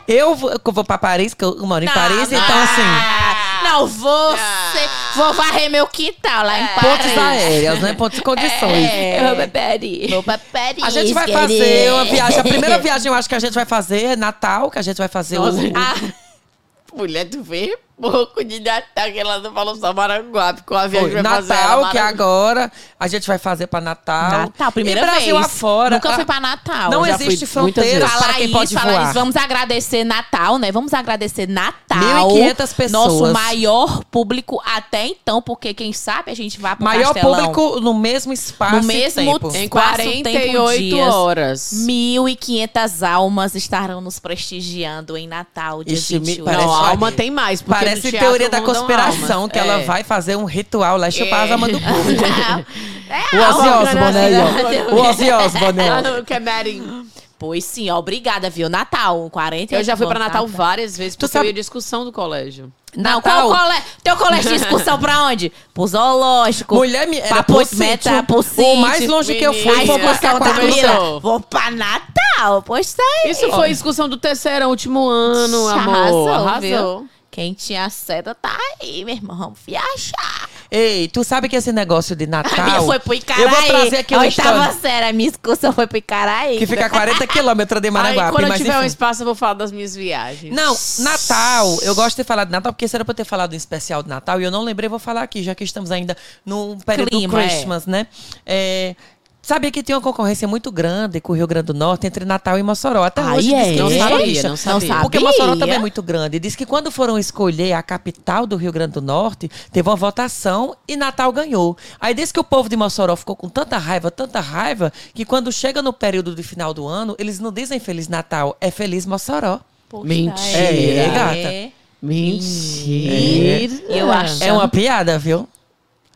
Speaker 1: Eu vou, eu vou pra Paris, que eu moro em Paris,
Speaker 2: não.
Speaker 1: então assim,
Speaker 2: Não,
Speaker 3: Ah.
Speaker 2: você. Vou varrer meu quintal lá em
Speaker 1: pontos
Speaker 2: Paris.
Speaker 1: aéreas, né? Pontos de condições.
Speaker 2: É.
Speaker 3: Eu vou pra Paris.
Speaker 2: Vou pra Paris.
Speaker 1: A gente vai
Speaker 2: querida.
Speaker 1: fazer uma viagem. A primeira viagem eu acho que a gente vai fazer é Natal, que a gente vai fazer o-
Speaker 3: Nossa,
Speaker 1: o.
Speaker 3: a mulher, tu vê pouco de Natal, que ela não falou só Maranguá, ficou a viagem
Speaker 1: Foi,
Speaker 3: vai fazer
Speaker 1: Natal,
Speaker 3: ela
Speaker 1: que é
Speaker 3: Maranguá.
Speaker 1: agora a gente vai fazer pra Natal.
Speaker 2: Natal, primeira
Speaker 1: e Brasil
Speaker 2: vez.
Speaker 1: afora.
Speaker 2: Nunca
Speaker 1: a-
Speaker 2: fui pra Natal.
Speaker 1: Não
Speaker 3: já fui
Speaker 1: existe
Speaker 3: muitas
Speaker 1: fronteira
Speaker 3: vezes.
Speaker 1: para
Speaker 2: Falar
Speaker 1: quem
Speaker 2: isso,
Speaker 1: pode
Speaker 2: falar
Speaker 1: voar.
Speaker 2: isso. Vamos agradecer Natal, né? Vamos agradecer Natal.
Speaker 1: 1.500 pessoas.
Speaker 2: Nosso maior público até então, porque quem sabe a gente vai pro
Speaker 1: Maior
Speaker 2: Castelão.
Speaker 1: público no mesmo espaço
Speaker 2: No
Speaker 1: e
Speaker 2: mesmo
Speaker 1: tempo.
Speaker 2: tempo.
Speaker 3: Em
Speaker 2: Espaço,
Speaker 3: 48
Speaker 2: tempo, dias.
Speaker 3: horas.
Speaker 2: 1.500 almas estarão nos prestigiando em Natal, dia um.
Speaker 1: Ixi, me
Speaker 2: 28.
Speaker 1: parece-
Speaker 3: não, a
Speaker 1: olha,
Speaker 3: alma tem mais, porque no
Speaker 1: Parece
Speaker 3: teatro
Speaker 1: teoria da
Speaker 3: mandam
Speaker 1: conspiração,
Speaker 3: almas.
Speaker 1: que ela
Speaker 3: É.
Speaker 1: vai fazer um ritual lá e chupar as almas do povo.
Speaker 2: É,
Speaker 1: O Ozzy
Speaker 2: alma
Speaker 1: Osbourne aí, ó.
Speaker 2: grande.
Speaker 1: O Ozzy Osbourne.
Speaker 3: Ah,
Speaker 1: ó.
Speaker 3: não, Camarim.
Speaker 2: Pois sim, ó, obrigada, viu? Natal, 40
Speaker 3: Eu já fui pra Natal
Speaker 2: Não,
Speaker 3: várias vezes, porque
Speaker 1: sabe-
Speaker 3: eu ia discussão do colégio.
Speaker 1: Natal.
Speaker 2: qual colégio? Teu colégio de excursão pra onde? Pro zoológico.
Speaker 1: Mulher me era
Speaker 2: Pra
Speaker 1: pro
Speaker 2: Ponte
Speaker 1: sítio.
Speaker 2: Meta, pro sítio.
Speaker 1: O mais longe que eu fui
Speaker 3: Menina.
Speaker 2: Aí
Speaker 1: foi
Speaker 2: excursão
Speaker 1: buscar
Speaker 2: da
Speaker 1: é quatro
Speaker 3: também.
Speaker 2: Camila.
Speaker 1: pessoas.
Speaker 3: pessoas.
Speaker 2: Vou pra Natal, pois tá aí.
Speaker 3: Isso foi discussão do terceiro, último ano, amor. Arrasou.
Speaker 2: viu? Quem tinha seda tá aí, meu irmão. Vamos viajar.
Speaker 1: Ei, tu sabe que esse negócio de
Speaker 2: A minha
Speaker 1: Natal.
Speaker 2: foi pro Icaraí.
Speaker 1: Eu vou trazer aqui
Speaker 2: a
Speaker 1: uma
Speaker 2: oitava
Speaker 1: história
Speaker 2: série, a minha excursão foi pro Icaraí.
Speaker 1: que fica a 40 quilômetros de
Speaker 3: Aí,
Speaker 1: Maranguape.
Speaker 3: quando eu
Speaker 1: Mas
Speaker 3: tiver um
Speaker 1: enfim.
Speaker 3: espaço, eu vou falar das minhas viagens.
Speaker 1: Não, Natal, eu gosto de falar de Natal, porque será pra eu ter falado em especial de Natal e eu não lembrei, vou falar aqui, já que estamos ainda num período
Speaker 2: Clima, é.
Speaker 1: Christmas, né? É, sabia que tinha uma concorrência muito grande com o Rio Grande do Norte entre Natal e Mossoró. Até
Speaker 2: Aí
Speaker 1: hoje diz que
Speaker 2: é,
Speaker 3: Não
Speaker 1: existe
Speaker 3: sabia,
Speaker 1: rixa.
Speaker 3: não sabia.
Speaker 2: Não
Speaker 1: Porque
Speaker 2: sabia?
Speaker 1: Mossoró também é muito grande. Diz que quando foram escolher a capital do Rio Grande do Norte, teve uma votação e Natal ganhou. Aí diz que o povo de Mossoró ficou com tanta raiva, tanta raiva, que quando chega no período de final do ano, eles não dizem Feliz Natal, é Feliz Mossoró.
Speaker 2: Poxa,
Speaker 3: Mentira.
Speaker 2: aí.
Speaker 1: É, gata.
Speaker 3: Mentira.
Speaker 2: Eu acho.
Speaker 1: É uma piada, viu?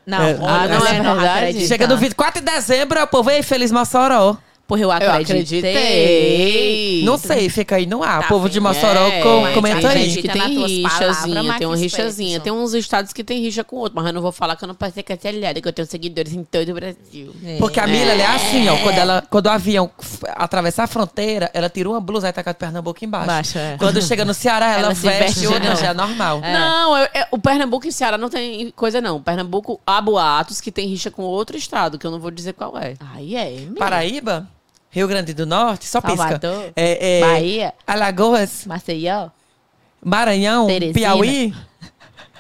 Speaker 2: Não,
Speaker 1: É,
Speaker 2: olha,
Speaker 3: ah, não é
Speaker 2: eu não
Speaker 3: verdade?
Speaker 2: acredito.
Speaker 1: Chega no 24 de dezembro, o povo, ei, Feliz Mossoró.
Speaker 2: Porra, eu
Speaker 3: Eu
Speaker 2: acreditei.
Speaker 3: acreditei.
Speaker 1: Não sei, fica aí no ar.
Speaker 2: Tá
Speaker 1: povo de
Speaker 2: bem,
Speaker 1: Mossoró,
Speaker 3: É,
Speaker 1: com-
Speaker 2: mas
Speaker 1: comenta
Speaker 2: tem
Speaker 1: aí.
Speaker 2: gente
Speaker 3: que
Speaker 2: nas
Speaker 3: tem
Speaker 2: tuas
Speaker 3: rixazinha,
Speaker 2: palavras,
Speaker 3: tem uma
Speaker 2: Marcos
Speaker 3: rixazinha.
Speaker 2: Peterson.
Speaker 3: Tem uns estados que tem rixa com outro, mas eu não vou falar que eu não passei cancelada, que eu tenho seguidores em todo o Brasil.
Speaker 1: Porque a Mila, ela é assim, ó. Quando, ela, quando o avião f- atravessa a fronteira, ela tira uma blusa e tá com a Pernambuco embaixo.
Speaker 3: Baixa, é.
Speaker 1: Quando chega no Ceará, ela,
Speaker 2: Ela se
Speaker 1: veste,
Speaker 2: veste,
Speaker 1: outra
Speaker 2: não.
Speaker 1: já normal.
Speaker 2: É.
Speaker 3: Não, eu- eu- o Pernambuco e o Ceará não tem coisa, não. O Pernambuco há boatos que tem rixa com outro estado, que eu não vou dizer qual é.
Speaker 2: Aí é. mesmo.
Speaker 1: Paraíba, Rio Grande do Norte, só pisca.
Speaker 2: Salvador,
Speaker 1: É, é,
Speaker 2: Bahia,
Speaker 1: Alagoas,
Speaker 2: Maceió,
Speaker 1: Maranhão,
Speaker 2: Teresina.
Speaker 1: Piauí,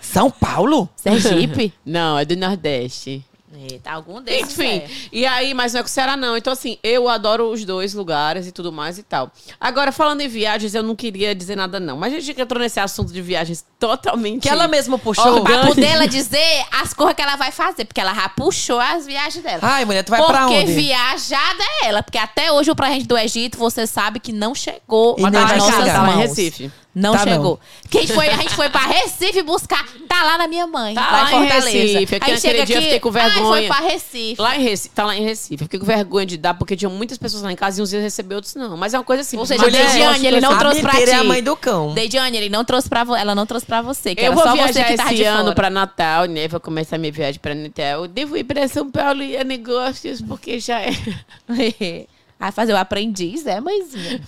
Speaker 1: São Paulo.
Speaker 2: Sergipe.
Speaker 3: Não, é do Nordeste.
Speaker 2: Eita, algum desses.
Speaker 3: Enfim,
Speaker 2: é.
Speaker 3: e aí, mas não é com o Ceará, não. Então, assim, eu adoro os dois lugares e tudo mais e tal. Agora, falando em viagens, eu não queria dizer nada, não. Mas a gente entrou nesse assunto de viagens totalmente.
Speaker 1: Que ela mesma puxou.
Speaker 3: Orgânico.
Speaker 2: Pra poder ela dizer as coisas que ela vai fazer, porque ela já puxou as viagens dela.
Speaker 1: Ai, mulher, tu vai
Speaker 2: porque
Speaker 1: pra onde?
Speaker 2: viajada é ela, porque até hoje o pra gente do Egito, você sabe que não chegou
Speaker 1: E
Speaker 2: nas
Speaker 1: nem vai
Speaker 2: nossas
Speaker 1: chegar.
Speaker 2: mãos.
Speaker 3: Tá em Recife.
Speaker 2: Não
Speaker 1: Tá
Speaker 2: chegou. Quem foi, a gente foi pra Recife buscar, tá lá na minha mãe,
Speaker 3: Tá
Speaker 2: lá,
Speaker 3: lá
Speaker 2: em
Speaker 3: em
Speaker 2: Fortaleza.
Speaker 3: Recife, aqui
Speaker 2: Aí
Speaker 3: naquele
Speaker 2: chega
Speaker 3: dia eu
Speaker 2: aqui,
Speaker 3: fiquei com
Speaker 2: Ai, foi
Speaker 3: vergonha."
Speaker 2: pra Recife.
Speaker 3: Lá em Recife, tá lá em Recife. Eu Fiquei com vergonha de dar, porque tinha muitas pessoas lá em casa e uns iam receber, outros não. Mas é assim. uma coisa assim.
Speaker 2: Ou seja,
Speaker 3: mas
Speaker 1: Mulher,
Speaker 2: Lidiane, ele não
Speaker 1: a
Speaker 2: trouxe pra
Speaker 1: menteira é a
Speaker 2: ti.
Speaker 1: mãe do cão.
Speaker 2: Deidiane, ele não trouxe pra, vo- ela não trouxe pra você, que
Speaker 3: eu
Speaker 2: era
Speaker 3: vou
Speaker 2: só você
Speaker 3: viajar
Speaker 2: que tava
Speaker 3: esse
Speaker 2: de
Speaker 3: ano
Speaker 2: fora.
Speaker 3: pra Natal, né? Vou começar minha viagem pra Natal. Devo ir pra São Paulo e a negócios, porque já é.
Speaker 2: Aí fazer o aprendiz, é, mãezinha.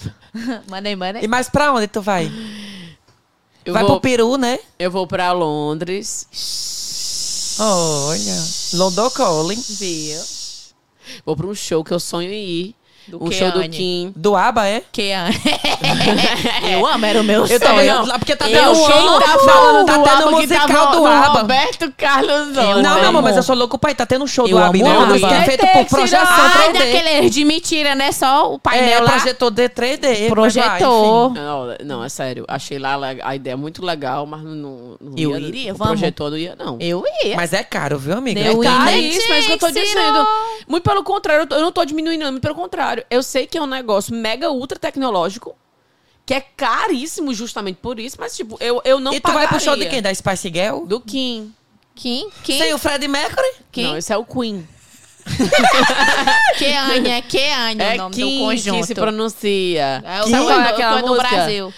Speaker 2: Money, money.
Speaker 1: E mais pra onde tu vai?
Speaker 3: Eu
Speaker 1: vai
Speaker 3: vou,
Speaker 1: pro Peru, né?
Speaker 3: eu vou pra Londres,
Speaker 1: Olha. London Calling.
Speaker 2: Viu?
Speaker 3: vou pra um show que eu sonho em ir.
Speaker 2: Do
Speaker 3: um show do
Speaker 2: Keane.
Speaker 3: Kim.
Speaker 1: Do Aba, é?
Speaker 2: Que a- eu amo, era o meu
Speaker 1: Eu
Speaker 2: sonho.
Speaker 1: também amo, porque tá
Speaker 2: Eu
Speaker 1: dando show,
Speaker 2: amo.
Speaker 1: tá falando,
Speaker 3: O
Speaker 1: tá tendo
Speaker 3: ABBA que
Speaker 1: musical
Speaker 3: tava
Speaker 1: do
Speaker 3: no
Speaker 1: Aba.
Speaker 3: Roberto Carlos
Speaker 1: Não,
Speaker 3: Ontem.
Speaker 1: não,
Speaker 2: amo.
Speaker 1: mas eu sou louco, pai, tá tendo um show
Speaker 2: né? Eu
Speaker 1: do Aba,
Speaker 2: amo
Speaker 1: né?
Speaker 2: o
Speaker 1: Mas
Speaker 2: ABBA.
Speaker 1: que é feito por projeção 3D.
Speaker 2: Ai, daquele de mentira, né? Só o
Speaker 1: É,
Speaker 2: painel
Speaker 1: ela
Speaker 2: lá.
Speaker 1: projetou de 3D.
Speaker 2: Projetou.
Speaker 3: Não, não, é sério. Achei lá le- a ideia muito legal, mas não, não, não
Speaker 2: Eu
Speaker 3: ia,
Speaker 2: iria,
Speaker 3: o
Speaker 2: vamos.
Speaker 3: projetor não ia, não.
Speaker 2: Eu ia.
Speaker 1: Mas é caro, viu, amiga?
Speaker 2: Deu
Speaker 1: é
Speaker 2: em-
Speaker 1: caro.
Speaker 3: Tá, é
Speaker 2: Gente,
Speaker 3: isso, mas é o que eu tô
Speaker 2: ensinou.
Speaker 3: dizendo. Muito pelo contrário, eu, tô- eu não tô diminuindo, não, muito pelo contrário. Eu sei que é um negócio mega ultra tecnológico, que é caríssimo justamente por isso, mas tipo, eu, eu não
Speaker 1: E tu vai pro show de
Speaker 3: pagaria.
Speaker 1: quem? Da Spice Girl?
Speaker 3: Do Kim.
Speaker 2: Kim,
Speaker 1: Sem
Speaker 2: Kim,
Speaker 1: o Fred Mercury?
Speaker 2: Kim,
Speaker 3: Não, esse é o Queen.
Speaker 2: Keane, Keane é
Speaker 3: é
Speaker 2: o nome
Speaker 3: Kim
Speaker 2: do
Speaker 3: que
Speaker 2: conjunto.
Speaker 3: se pronuncia.
Speaker 2: É o
Speaker 1: Kim?
Speaker 2: Sabe qual é
Speaker 3: Sabe aquela
Speaker 2: aquela do
Speaker 3: música?
Speaker 2: Brasil.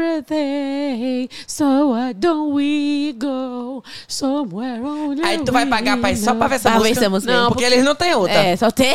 Speaker 3: Everything, so why don't we go somewhere only
Speaker 1: Aí tu vai pagar, pai, só pra ver essa
Speaker 2: Pra ver
Speaker 1: música.
Speaker 2: essa música.
Speaker 1: Não, porque eles não têm outra.
Speaker 2: É, só tem.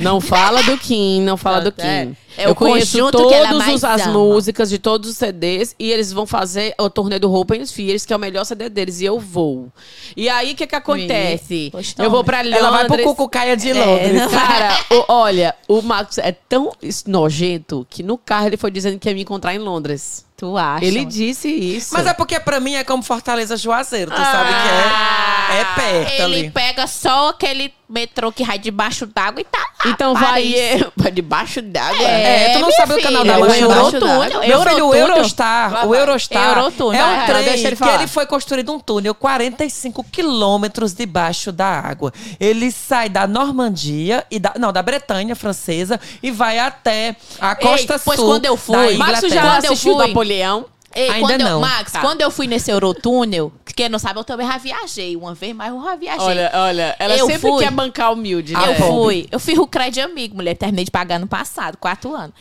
Speaker 3: Não fala do Kim, não fala do
Speaker 2: É.
Speaker 3: Kim.
Speaker 2: É
Speaker 3: eu
Speaker 2: o
Speaker 3: conheço
Speaker 2: conjunto
Speaker 3: todos
Speaker 2: que ela mais
Speaker 3: os, as
Speaker 2: ama.
Speaker 3: músicas de todos os CDs e eles vão fazer o torneio do Hope and Fears, que é o melhor CD deles, e eu vou. E aí, o que que acontece?
Speaker 2: Pois
Speaker 3: eu vou pra Londres. É,
Speaker 1: Ela vai pro Cucucaia de Londres.
Speaker 2: não.
Speaker 3: Cara, o- olha, o Marcos é tão nojento que no carro ele foi dizendo que ia me encontrar em Londres.
Speaker 2: Tu acha?
Speaker 3: Ele disse isso.
Speaker 1: Mas é porque pra mim é como Fortaleza Juazeiro, tu sabe que é, é perto
Speaker 2: Ah, ele
Speaker 1: ali.
Speaker 2: pega só aquele metrô que vai debaixo d'água e tá lá.
Speaker 3: Então vai
Speaker 2: Paris.
Speaker 3: eu- vai debaixo d'água.
Speaker 1: É, tu não
Speaker 2: minha
Speaker 1: sabe o canal
Speaker 2: filha,
Speaker 1: da
Speaker 2: é
Speaker 1: Manchã,
Speaker 2: o
Speaker 1: não?
Speaker 2: Eurotúnel.
Speaker 1: Meu filho, o
Speaker 2: Eurotúnel.
Speaker 1: Eurostar, o Eurostar
Speaker 2: Eurotúnel,
Speaker 1: é um
Speaker 2: vai,
Speaker 1: trem
Speaker 3: deixa
Speaker 1: que
Speaker 3: ele falar.
Speaker 1: ele foi construído um túnel 45 quilômetros debaixo da água. Ele sai da Normandia, e da, não, da Bretanha francesa, e vai até a costa
Speaker 2: pois
Speaker 1: sul
Speaker 2: quando eu fui-
Speaker 1: da
Speaker 2: Marcos
Speaker 3: Marcos
Speaker 1: Inglaterra.
Speaker 3: já
Speaker 2: Quando eu
Speaker 3: assistiu
Speaker 2: fui-
Speaker 3: Napoleão.
Speaker 2: Ei,
Speaker 1: Ainda
Speaker 2: quando eu-
Speaker 1: não.
Speaker 2: Max,
Speaker 3: Tá.
Speaker 2: quando eu fui nesse Eurotúnel, que quem não sabe, eu também já viajei uma vez, mas eu já viajei.
Speaker 3: Olha, olha, ela
Speaker 2: Assim, Eu
Speaker 3: sempre
Speaker 2: fui.
Speaker 3: quer bancar humilde, né?
Speaker 1: Ah,
Speaker 2: eu
Speaker 1: bom.
Speaker 2: fui. Eu fiz o crédito de amigo, mulher. Terminei de pagar no passado, quatro anos.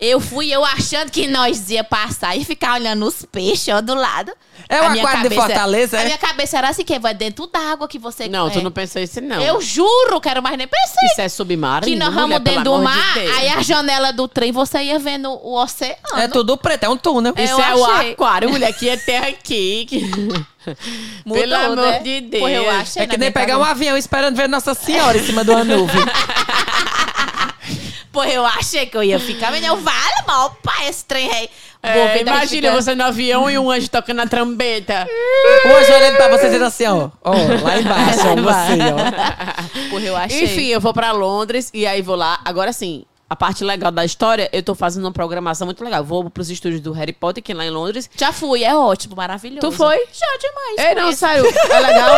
Speaker 2: Eu fui, eu achando que nós ia passar e ficar olhando os peixes, ó, do lado.
Speaker 1: É o
Speaker 2: A minha
Speaker 1: aquário de Fortaleza,
Speaker 2: A
Speaker 1: é?
Speaker 2: minha cabeça era assim, que vai dentro d'água que você...
Speaker 3: Não, tu
Speaker 2: é.
Speaker 3: não pensou isso, não.
Speaker 2: Eu juro, quero mais nem pensei.
Speaker 3: Isso é submarino,
Speaker 2: que nós vamos
Speaker 3: mulher, pelo
Speaker 2: dentro do
Speaker 3: amor de
Speaker 2: mar,
Speaker 3: Deus.
Speaker 2: aí a janela do trem você ia vendo o oceano.
Speaker 1: É tudo preto, é um túnel.
Speaker 2: É,
Speaker 3: Isso
Speaker 2: eu
Speaker 3: é o
Speaker 2: achei.
Speaker 3: aquário, mulher, que é terra aqui. que-
Speaker 2: Mudou,
Speaker 3: pelo amor
Speaker 2: né?
Speaker 3: de Deus.
Speaker 2: Porra, eu achei
Speaker 1: É que
Speaker 2: na
Speaker 1: nem
Speaker 2: minha
Speaker 1: pegar um
Speaker 2: cabeça.
Speaker 1: avião esperando ver Nossa Senhora em cima de uma nuvem.
Speaker 2: Porra, eu achei que eu ia ficar, mas eu vale mal, pai, esse trem aí.
Speaker 3: É,
Speaker 2: Bobeira, aí
Speaker 3: imagina
Speaker 2: fica-
Speaker 3: você no avião e um anjo tocando a trombeta.
Speaker 1: Hoje olhando pra você dizendo assim, ó. Ó, lá embaixo, ó, você, ó.
Speaker 2: Porra, eu achei.
Speaker 3: Enfim, eu vou pra Londres e aí vou lá. Agora sim, a parte legal da história, eu tô fazendo uma programação muito legal. Vou pros estúdios do Harry Potter, que é lá em Londres.
Speaker 2: Já fui, é ótimo, maravilhoso.
Speaker 3: Tu foi?
Speaker 2: Já demais.
Speaker 3: Ei, não,
Speaker 2: conheço.
Speaker 3: sério, é legal.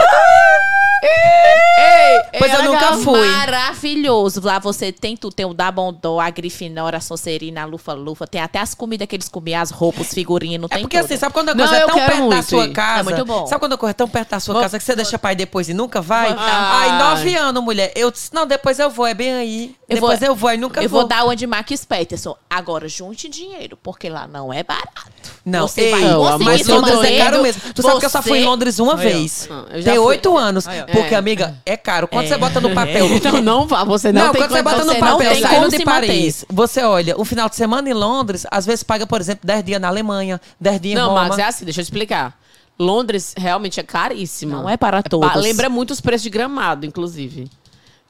Speaker 3: Ei,
Speaker 1: Pois
Speaker 3: ei,
Speaker 1: eu
Speaker 3: é
Speaker 1: nunca
Speaker 3: legal.
Speaker 1: Fui.
Speaker 2: Maravilhoso. Lá você tem tudo. Tem o Dabondó, a Grifinória, a Sonserina, a Lufa-Lufa. Tem até as comidas que eles comiam, as roupas, figurino,
Speaker 1: É
Speaker 2: tem
Speaker 1: porque
Speaker 2: tudo.
Speaker 1: assim, sabe quando a
Speaker 3: Não,
Speaker 1: coisa é
Speaker 3: eu
Speaker 1: tão
Speaker 3: quero
Speaker 1: perto da
Speaker 3: muito
Speaker 1: sua
Speaker 3: ir.
Speaker 1: casa?
Speaker 2: É muito bom.
Speaker 1: Sabe quando a coisa é tão perto da sua
Speaker 3: Vou-
Speaker 1: casa que você deixa pra ir depois e nunca vai?
Speaker 2: Vou dar.
Speaker 1: Ai, nove anos, mulher. Eu disse, não, depois eu vou, é bem aí.
Speaker 2: Eu
Speaker 1: depois
Speaker 2: vou-
Speaker 1: eu vou, aí nunca
Speaker 2: Eu vou dar uma de Max Peterson. Agora, junte dinheiro, porque lá não é barato.
Speaker 1: Não,
Speaker 2: você vai
Speaker 1: ei,
Speaker 2: conseguir
Speaker 1: mas
Speaker 2: se
Speaker 1: Londres é
Speaker 2: manter.
Speaker 1: caro mesmo. Tu sabe que eu só fui em
Speaker 2: Você-
Speaker 1: Londres uma
Speaker 4: Aí, ó.
Speaker 1: vez.
Speaker 3: Ah, eu já
Speaker 1: Tem
Speaker 3: fui.
Speaker 1: oito anos.
Speaker 4: Aí, ó.
Speaker 1: Porque,
Speaker 3: É.
Speaker 1: amiga, é caro. Quando
Speaker 4: É.
Speaker 1: você bota no papel.
Speaker 3: Então não vá, você não,
Speaker 1: não,
Speaker 3: tem
Speaker 1: quando você bota
Speaker 3: condição,
Speaker 1: no
Speaker 3: você não
Speaker 1: papel,
Speaker 3: tem
Speaker 1: saindo
Speaker 3: como
Speaker 1: de
Speaker 3: se
Speaker 1: Paris, você olha, um final de semana em Londres, às vezes paga, por exemplo, 10 dias na Alemanha, 10 dias em
Speaker 3: Não,
Speaker 1: Roma.
Speaker 3: Max, é assim, deixa eu explicar. Londres realmente é caríssima.
Speaker 2: Não é para
Speaker 3: ba-
Speaker 2: todos.
Speaker 3: Lembra muito os preços de gramado, inclusive.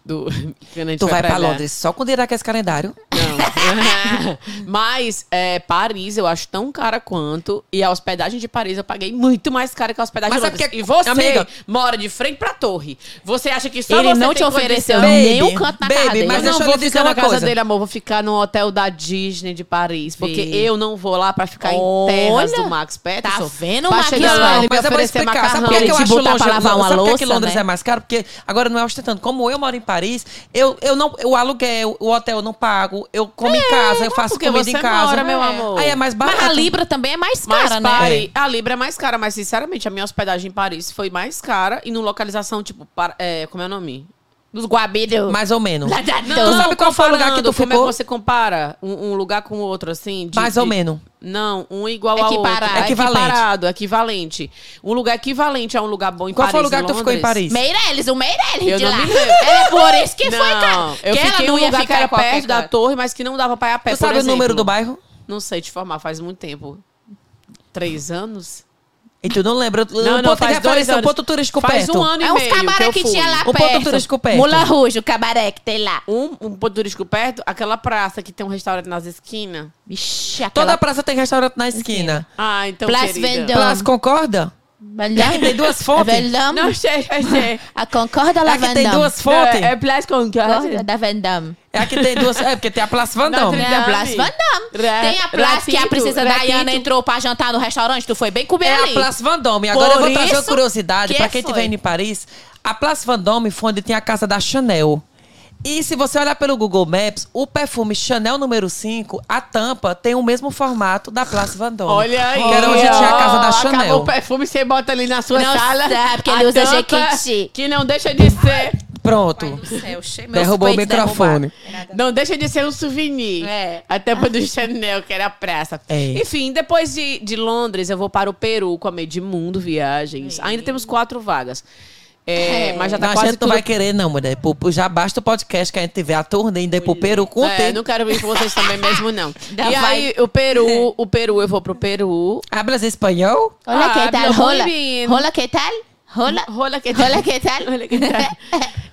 Speaker 3: Do, quando a gente
Speaker 1: Tu vai pra
Speaker 3: lá.
Speaker 1: Londres só com dinheiro daquele calendário.
Speaker 3: Não. Mas é, Paris eu acho tão cara quanto. E a hospedagem de Paris eu paguei muito mais cara que a hospedagem
Speaker 1: Mas
Speaker 3: de
Speaker 1: sabe
Speaker 3: Londres.
Speaker 1: que-
Speaker 3: E você
Speaker 1: amiga-
Speaker 3: mora de frente pra torre. Você acha que só
Speaker 2: Ele
Speaker 3: você
Speaker 2: não
Speaker 3: tem
Speaker 2: te
Speaker 3: condição?
Speaker 2: ofereceu nem
Speaker 1: Baby,
Speaker 2: um canto na
Speaker 1: baby,
Speaker 2: cara dele.
Speaker 1: mas
Speaker 3: Mas é
Speaker 1: deixa
Speaker 3: eu
Speaker 1: eu
Speaker 3: não
Speaker 1: lhe
Speaker 3: vou
Speaker 1: dizer
Speaker 3: ficar
Speaker 1: uma
Speaker 3: na casa
Speaker 1: coisa.
Speaker 3: dele, amor. Vou ficar no hotel da Disney de Paris. Porque
Speaker 2: Vê.
Speaker 3: eu não vou lá pra ficar
Speaker 2: Olha,
Speaker 3: em terras do Max Peterson.
Speaker 2: tá vendo,
Speaker 3: pra
Speaker 2: Max
Speaker 3: chegar lá,
Speaker 2: Peterson?
Speaker 3: ele me
Speaker 1: mas eu vou
Speaker 3: oferecer
Speaker 1: explicar. Sabe
Speaker 3: macarrão.
Speaker 1: por que que
Speaker 2: ele
Speaker 1: eu
Speaker 2: te
Speaker 1: acho
Speaker 2: botar
Speaker 1: longe?
Speaker 2: pra lavar
Speaker 1: Não,
Speaker 2: uma
Speaker 1: sabe por que que
Speaker 2: louça,
Speaker 1: Londres
Speaker 2: né?
Speaker 1: é mais caro? Porque agora não é ostentando. Como eu moro em Paris, eu, eu não, o aluguel, o hotel eu não pago, eu como em casa, eu faço
Speaker 3: porque
Speaker 1: comida
Speaker 3: você
Speaker 1: em casa.
Speaker 3: mora, meu amor.
Speaker 1: Aí é mais barato.
Speaker 2: Mas a Libra também é mais
Speaker 3: Mas
Speaker 2: cara, né?
Speaker 3: Paris- a Libra é mais cara, mas sinceramente, a minha hospedagem em Paris foi mais cara e numa localização, tipo, para- é, como é o nome?
Speaker 2: Dos guabiros.
Speaker 1: Mais ou menos.
Speaker 2: Lá da-
Speaker 1: tu
Speaker 2: Não,
Speaker 1: sabe qual foi o lugar que
Speaker 3: comparando,
Speaker 1: tu
Speaker 3: Como
Speaker 1: ficou?
Speaker 3: é que você compara um, um lugar com o outro, assim? de-
Speaker 1: Mais ou
Speaker 3: de-
Speaker 1: menos.
Speaker 3: Não, um igual ao outro.
Speaker 2: Equiparado.
Speaker 1: Equivalente.
Speaker 3: Equiparado, equivalente. Um lugar equivalente a um lugar bom em
Speaker 1: Qual
Speaker 3: Paris.
Speaker 1: foi o lugar que tu ficou em
Speaker 3: Londres.
Speaker 1: Paris?
Speaker 2: Meirelles, o Meirelles
Speaker 3: Eu
Speaker 2: de
Speaker 3: não
Speaker 2: lá.
Speaker 3: me lembro.
Speaker 2: É por isso que foi, cara.
Speaker 3: Eu
Speaker 2: que ela
Speaker 3: fiquei
Speaker 2: não
Speaker 3: num
Speaker 2: ia
Speaker 3: lugar que
Speaker 2: ficar
Speaker 3: era
Speaker 2: em qualquer
Speaker 3: perto da
Speaker 2: canto.
Speaker 3: torre, mas que não dava pra ir a pé,
Speaker 1: Tu
Speaker 3: por
Speaker 1: sabe o número
Speaker 3: exemplo.
Speaker 1: do bairro?
Speaker 3: Não sei te formar, faz muito tempo. Três anos?
Speaker 1: E tu não lembra?
Speaker 3: Não,
Speaker 1: o
Speaker 3: não,
Speaker 1: ponto
Speaker 3: faz
Speaker 1: que
Speaker 3: dois
Speaker 1: apareceu, o
Speaker 3: anos.
Speaker 1: ponto turístico
Speaker 3: Faz
Speaker 1: perto.
Speaker 3: um ano e
Speaker 2: É uns
Speaker 3: meio que
Speaker 2: cabaré
Speaker 3: eu
Speaker 2: que,
Speaker 3: fui.
Speaker 2: tinha lá
Speaker 1: O
Speaker 2: perto.
Speaker 1: ponto turístico perto.
Speaker 2: Mula Rujo, o cabaré que tem lá.
Speaker 3: Um, um ponto turístico perto, aquela praça que tem um restaurante nas esquinas.
Speaker 2: Vixe,
Speaker 1: Toda
Speaker 2: aquela...
Speaker 1: praça tem restaurante na esquina.
Speaker 3: Ah, então,
Speaker 2: Place
Speaker 3: querida.
Speaker 2: Vendôme.
Speaker 1: Plaza Concorda?
Speaker 2: Melhor.
Speaker 1: Tem duas fontes?
Speaker 2: Velhame,
Speaker 3: Não, sei, sei, sei.
Speaker 2: A Concorda
Speaker 1: É
Speaker 2: da
Speaker 1: a que
Speaker 2: Vendame.
Speaker 1: tem duas
Speaker 3: Não,
Speaker 1: fontes?
Speaker 3: É Place Concorde.
Speaker 2: Concorda da Vendame.
Speaker 1: É a que tem duas... É porque tem a Plaza Vandome.
Speaker 3: Vendôme.
Speaker 2: Tem a Place Vandame.
Speaker 3: Ra-
Speaker 2: Tem a Place que é a
Speaker 3: Ratito,
Speaker 2: princesa
Speaker 3: Ratito.
Speaker 2: Diana entrou pra jantar no restaurante. Tu foi bem comer
Speaker 1: É a
Speaker 2: ali.
Speaker 1: Place Vendôme. Agora
Speaker 2: Por
Speaker 1: eu vou trazer uma
Speaker 2: isso
Speaker 1: curiosidade
Speaker 2: que
Speaker 3: é
Speaker 1: pra quem estiver
Speaker 2: foi.
Speaker 1: indo em Paris. A Place Vendôme foi onde tem a casa da Chanel. E se você olhar pelo Google Maps, o perfume Chanel número 5, a tampa tem o mesmo formato da Place Vendôme.
Speaker 3: Olha aí.
Speaker 1: Que era onde tinha a casa da
Speaker 3: Acabou
Speaker 1: Chanel.
Speaker 3: o perfume, você bota ali na sua
Speaker 2: Não
Speaker 3: sala.
Speaker 2: sabe, porque
Speaker 3: a
Speaker 2: ele usa
Speaker 3: tampa,
Speaker 2: Jequiti.
Speaker 3: Que não deixa de ser...
Speaker 1: Pronto.
Speaker 2: Céu, cheio- meus
Speaker 1: Derrubou o
Speaker 2: peitos
Speaker 1: microfone.
Speaker 3: Não deixa de ser um souvenir.
Speaker 2: É.
Speaker 3: A tampa do Chanel, que era a praça.
Speaker 1: É.
Speaker 3: Enfim, depois de, de Londres, eu vou para o Peru com a Medimundo Viagens. Ainda temos quatro vagas. É,
Speaker 2: É.
Speaker 3: Mas já tá
Speaker 1: Não, a
Speaker 3: quase
Speaker 1: gente não
Speaker 3: tudo-
Speaker 1: vai querer, não, mulher. Pô, pô, Já basta o podcast que a gente tiver a turnê ainda ir pro Peru com o
Speaker 3: É,
Speaker 1: tempo.
Speaker 3: não quero vir com vocês também mesmo, não.
Speaker 2: Já
Speaker 3: e
Speaker 2: vai.
Speaker 3: aí, o Peru, o Peru, eu vou pro Peru.
Speaker 1: Hablas espanhol?
Speaker 2: Hola,
Speaker 3: Ah,
Speaker 2: que tal?
Speaker 3: meu
Speaker 2: Hola.
Speaker 3: bem.
Speaker 2: Hola, que tal? Hola.
Speaker 3: Rola que
Speaker 2: Hola, que tal?
Speaker 3: Olha que tá.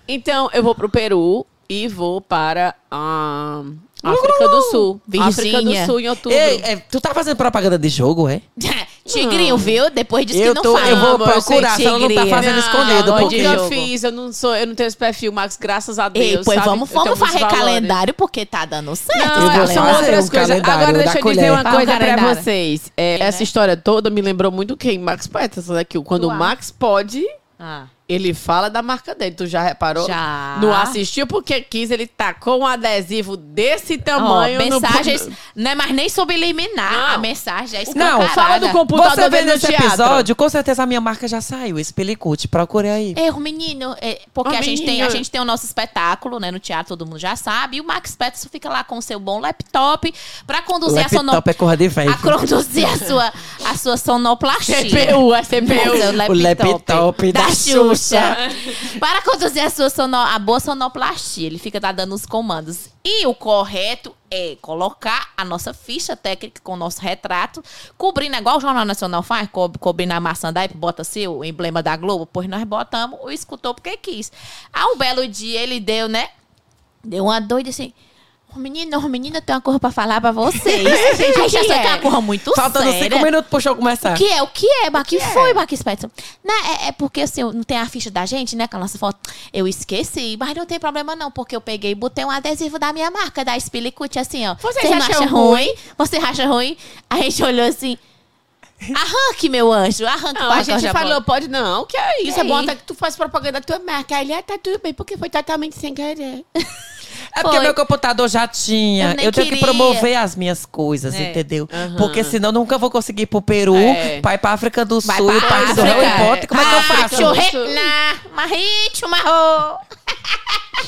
Speaker 3: Então, eu vou pro Peru e vou para a África do Sul.
Speaker 2: Virgínia.
Speaker 3: África do Sul em outubro.
Speaker 1: Ei, é, tu tá fazendo propaganda de jogo, é?
Speaker 2: Tigrinho, viu? Depois diz
Speaker 1: Hum. Eu
Speaker 2: que não
Speaker 1: tô-
Speaker 2: fala.
Speaker 1: eu vou
Speaker 2: Amor,
Speaker 1: procurar,
Speaker 2: sei
Speaker 1: se ela não tá
Speaker 2: tigrinho.
Speaker 1: fazendo escondido,
Speaker 3: onde
Speaker 1: porque-
Speaker 3: Ah, eu
Speaker 2: jogo.
Speaker 3: fiz, eu não sou, eu não tenho esse perfil, Max, graças a Deus.
Speaker 2: Ei, pois
Speaker 3: sabe?
Speaker 2: vamos,
Speaker 3: Eu tenho
Speaker 2: vamos
Speaker 3: alguns
Speaker 2: varrer
Speaker 3: valores.
Speaker 2: calendário, porque tá dando certo.
Speaker 1: Eu
Speaker 3: Não,
Speaker 1: vou
Speaker 2: esse
Speaker 1: fazer
Speaker 3: são
Speaker 2: calendário.
Speaker 3: outras
Speaker 1: um
Speaker 3: coisas.
Speaker 1: calendário
Speaker 3: Agora
Speaker 1: da
Speaker 3: deixa eu dizer
Speaker 1: colher.
Speaker 3: uma
Speaker 2: Fala um
Speaker 3: coisa pra
Speaker 2: calendário.
Speaker 3: vocês. É, Essa história toda me lembrou muito quem? Max Peterson, né? Que quando
Speaker 2: Tu
Speaker 3: o
Speaker 2: acha?
Speaker 3: Max pode,
Speaker 2: Ah,
Speaker 3: ele fala da marca dele. Tu já reparou?
Speaker 2: Já.
Speaker 3: Não assistiu porque quis, ele tacou um adesivo desse tamanho
Speaker 2: ó, mensagens,
Speaker 3: no...
Speaker 2: não é mais nem subliminar.
Speaker 3: Não.
Speaker 2: A mensagem é
Speaker 1: Não,
Speaker 3: fala do
Speaker 2: escancarada.
Speaker 3: computador
Speaker 1: Você vê
Speaker 3: dele no
Speaker 1: nesse
Speaker 3: teatro.
Speaker 1: episódio, com certeza a minha marca já saiu, Espelicute. Procure aí.
Speaker 2: É, o menino, é, porque
Speaker 3: Ô,
Speaker 2: a, gente tem,
Speaker 3: menino.
Speaker 2: a gente tem o nosso espetáculo, né? No teatro todo mundo já sabe. E o Max Peterson fica lá com o seu bom laptop pra conduzir a, sono...
Speaker 1: Laptop é corra de velho.
Speaker 2: a conduzir a sua, a sua sonoplastia.
Speaker 3: CPU, é CPU.
Speaker 2: Seu
Speaker 1: O laptop da Xuxa.
Speaker 2: Para conduzir a, sua sono, a boa sonoplastia, ele fica lá dando os comandos. E o correto é colocar a nossa ficha técnica com o nosso retrato, cobrindo, igual o Jornal Nacional faz, co- cobrindo a maçandaip, bota seu o emblema da Globo, pois nós botamos o escutou porque quis. Há um belo dia ele deu, né? Deu uma doida assim. Ô, menino, ô, menina, tem uma coisa pra falar pra vocês. Aí já
Speaker 3: que
Speaker 2: só
Speaker 3: é?
Speaker 2: tem uma coisa muito
Speaker 1: Faltando
Speaker 2: séria.
Speaker 1: cinco minutos pro show começar.
Speaker 2: O que é? O que é, Max? O que foi, Max Peterson? Não, é, é porque, assim, eu- não tem a ficha da gente, né? Com a nossa foto. Eu esqueci, mas não tem problema não, porque eu peguei e botei um adesivo da minha marca, da Spilicut, assim, ó.
Speaker 3: Vocês
Speaker 2: Cês não
Speaker 3: acham
Speaker 2: acham
Speaker 3: ruim?
Speaker 2: Você acha ruim? A gente olhou assim... Arranque, meu anjo. Arranque
Speaker 3: Não,
Speaker 2: o
Speaker 3: a
Speaker 2: arco
Speaker 3: gente
Speaker 2: já
Speaker 3: falou,
Speaker 2: bom.
Speaker 3: pode não, que é isso.
Speaker 2: Que
Speaker 3: é bom
Speaker 2: aí?
Speaker 3: até que tu faz propaganda da tua marca. Aí Ele, ah, tá tudo bem, porque foi totalmente sem querer.
Speaker 1: É porque
Speaker 2: Foi.
Speaker 1: meu computador já tinha.
Speaker 2: Eu
Speaker 1: Eu,
Speaker 2: nem
Speaker 1: tenho que
Speaker 2: queria.
Speaker 1: promover as minhas coisas,
Speaker 2: É.
Speaker 1: entendeu?
Speaker 3: Aham.
Speaker 1: Porque senão nunca vou conseguir ir pro Peru,
Speaker 3: É.
Speaker 1: pra ir pra África do
Speaker 2: Vai
Speaker 1: Sul,
Speaker 2: pra
Speaker 1: pra, país do
Speaker 2: África,
Speaker 1: Harry
Speaker 3: é.
Speaker 1: Potter. Como é que eu faço?
Speaker 3: África do Sul.
Speaker 2: Churretna, marrito, marro.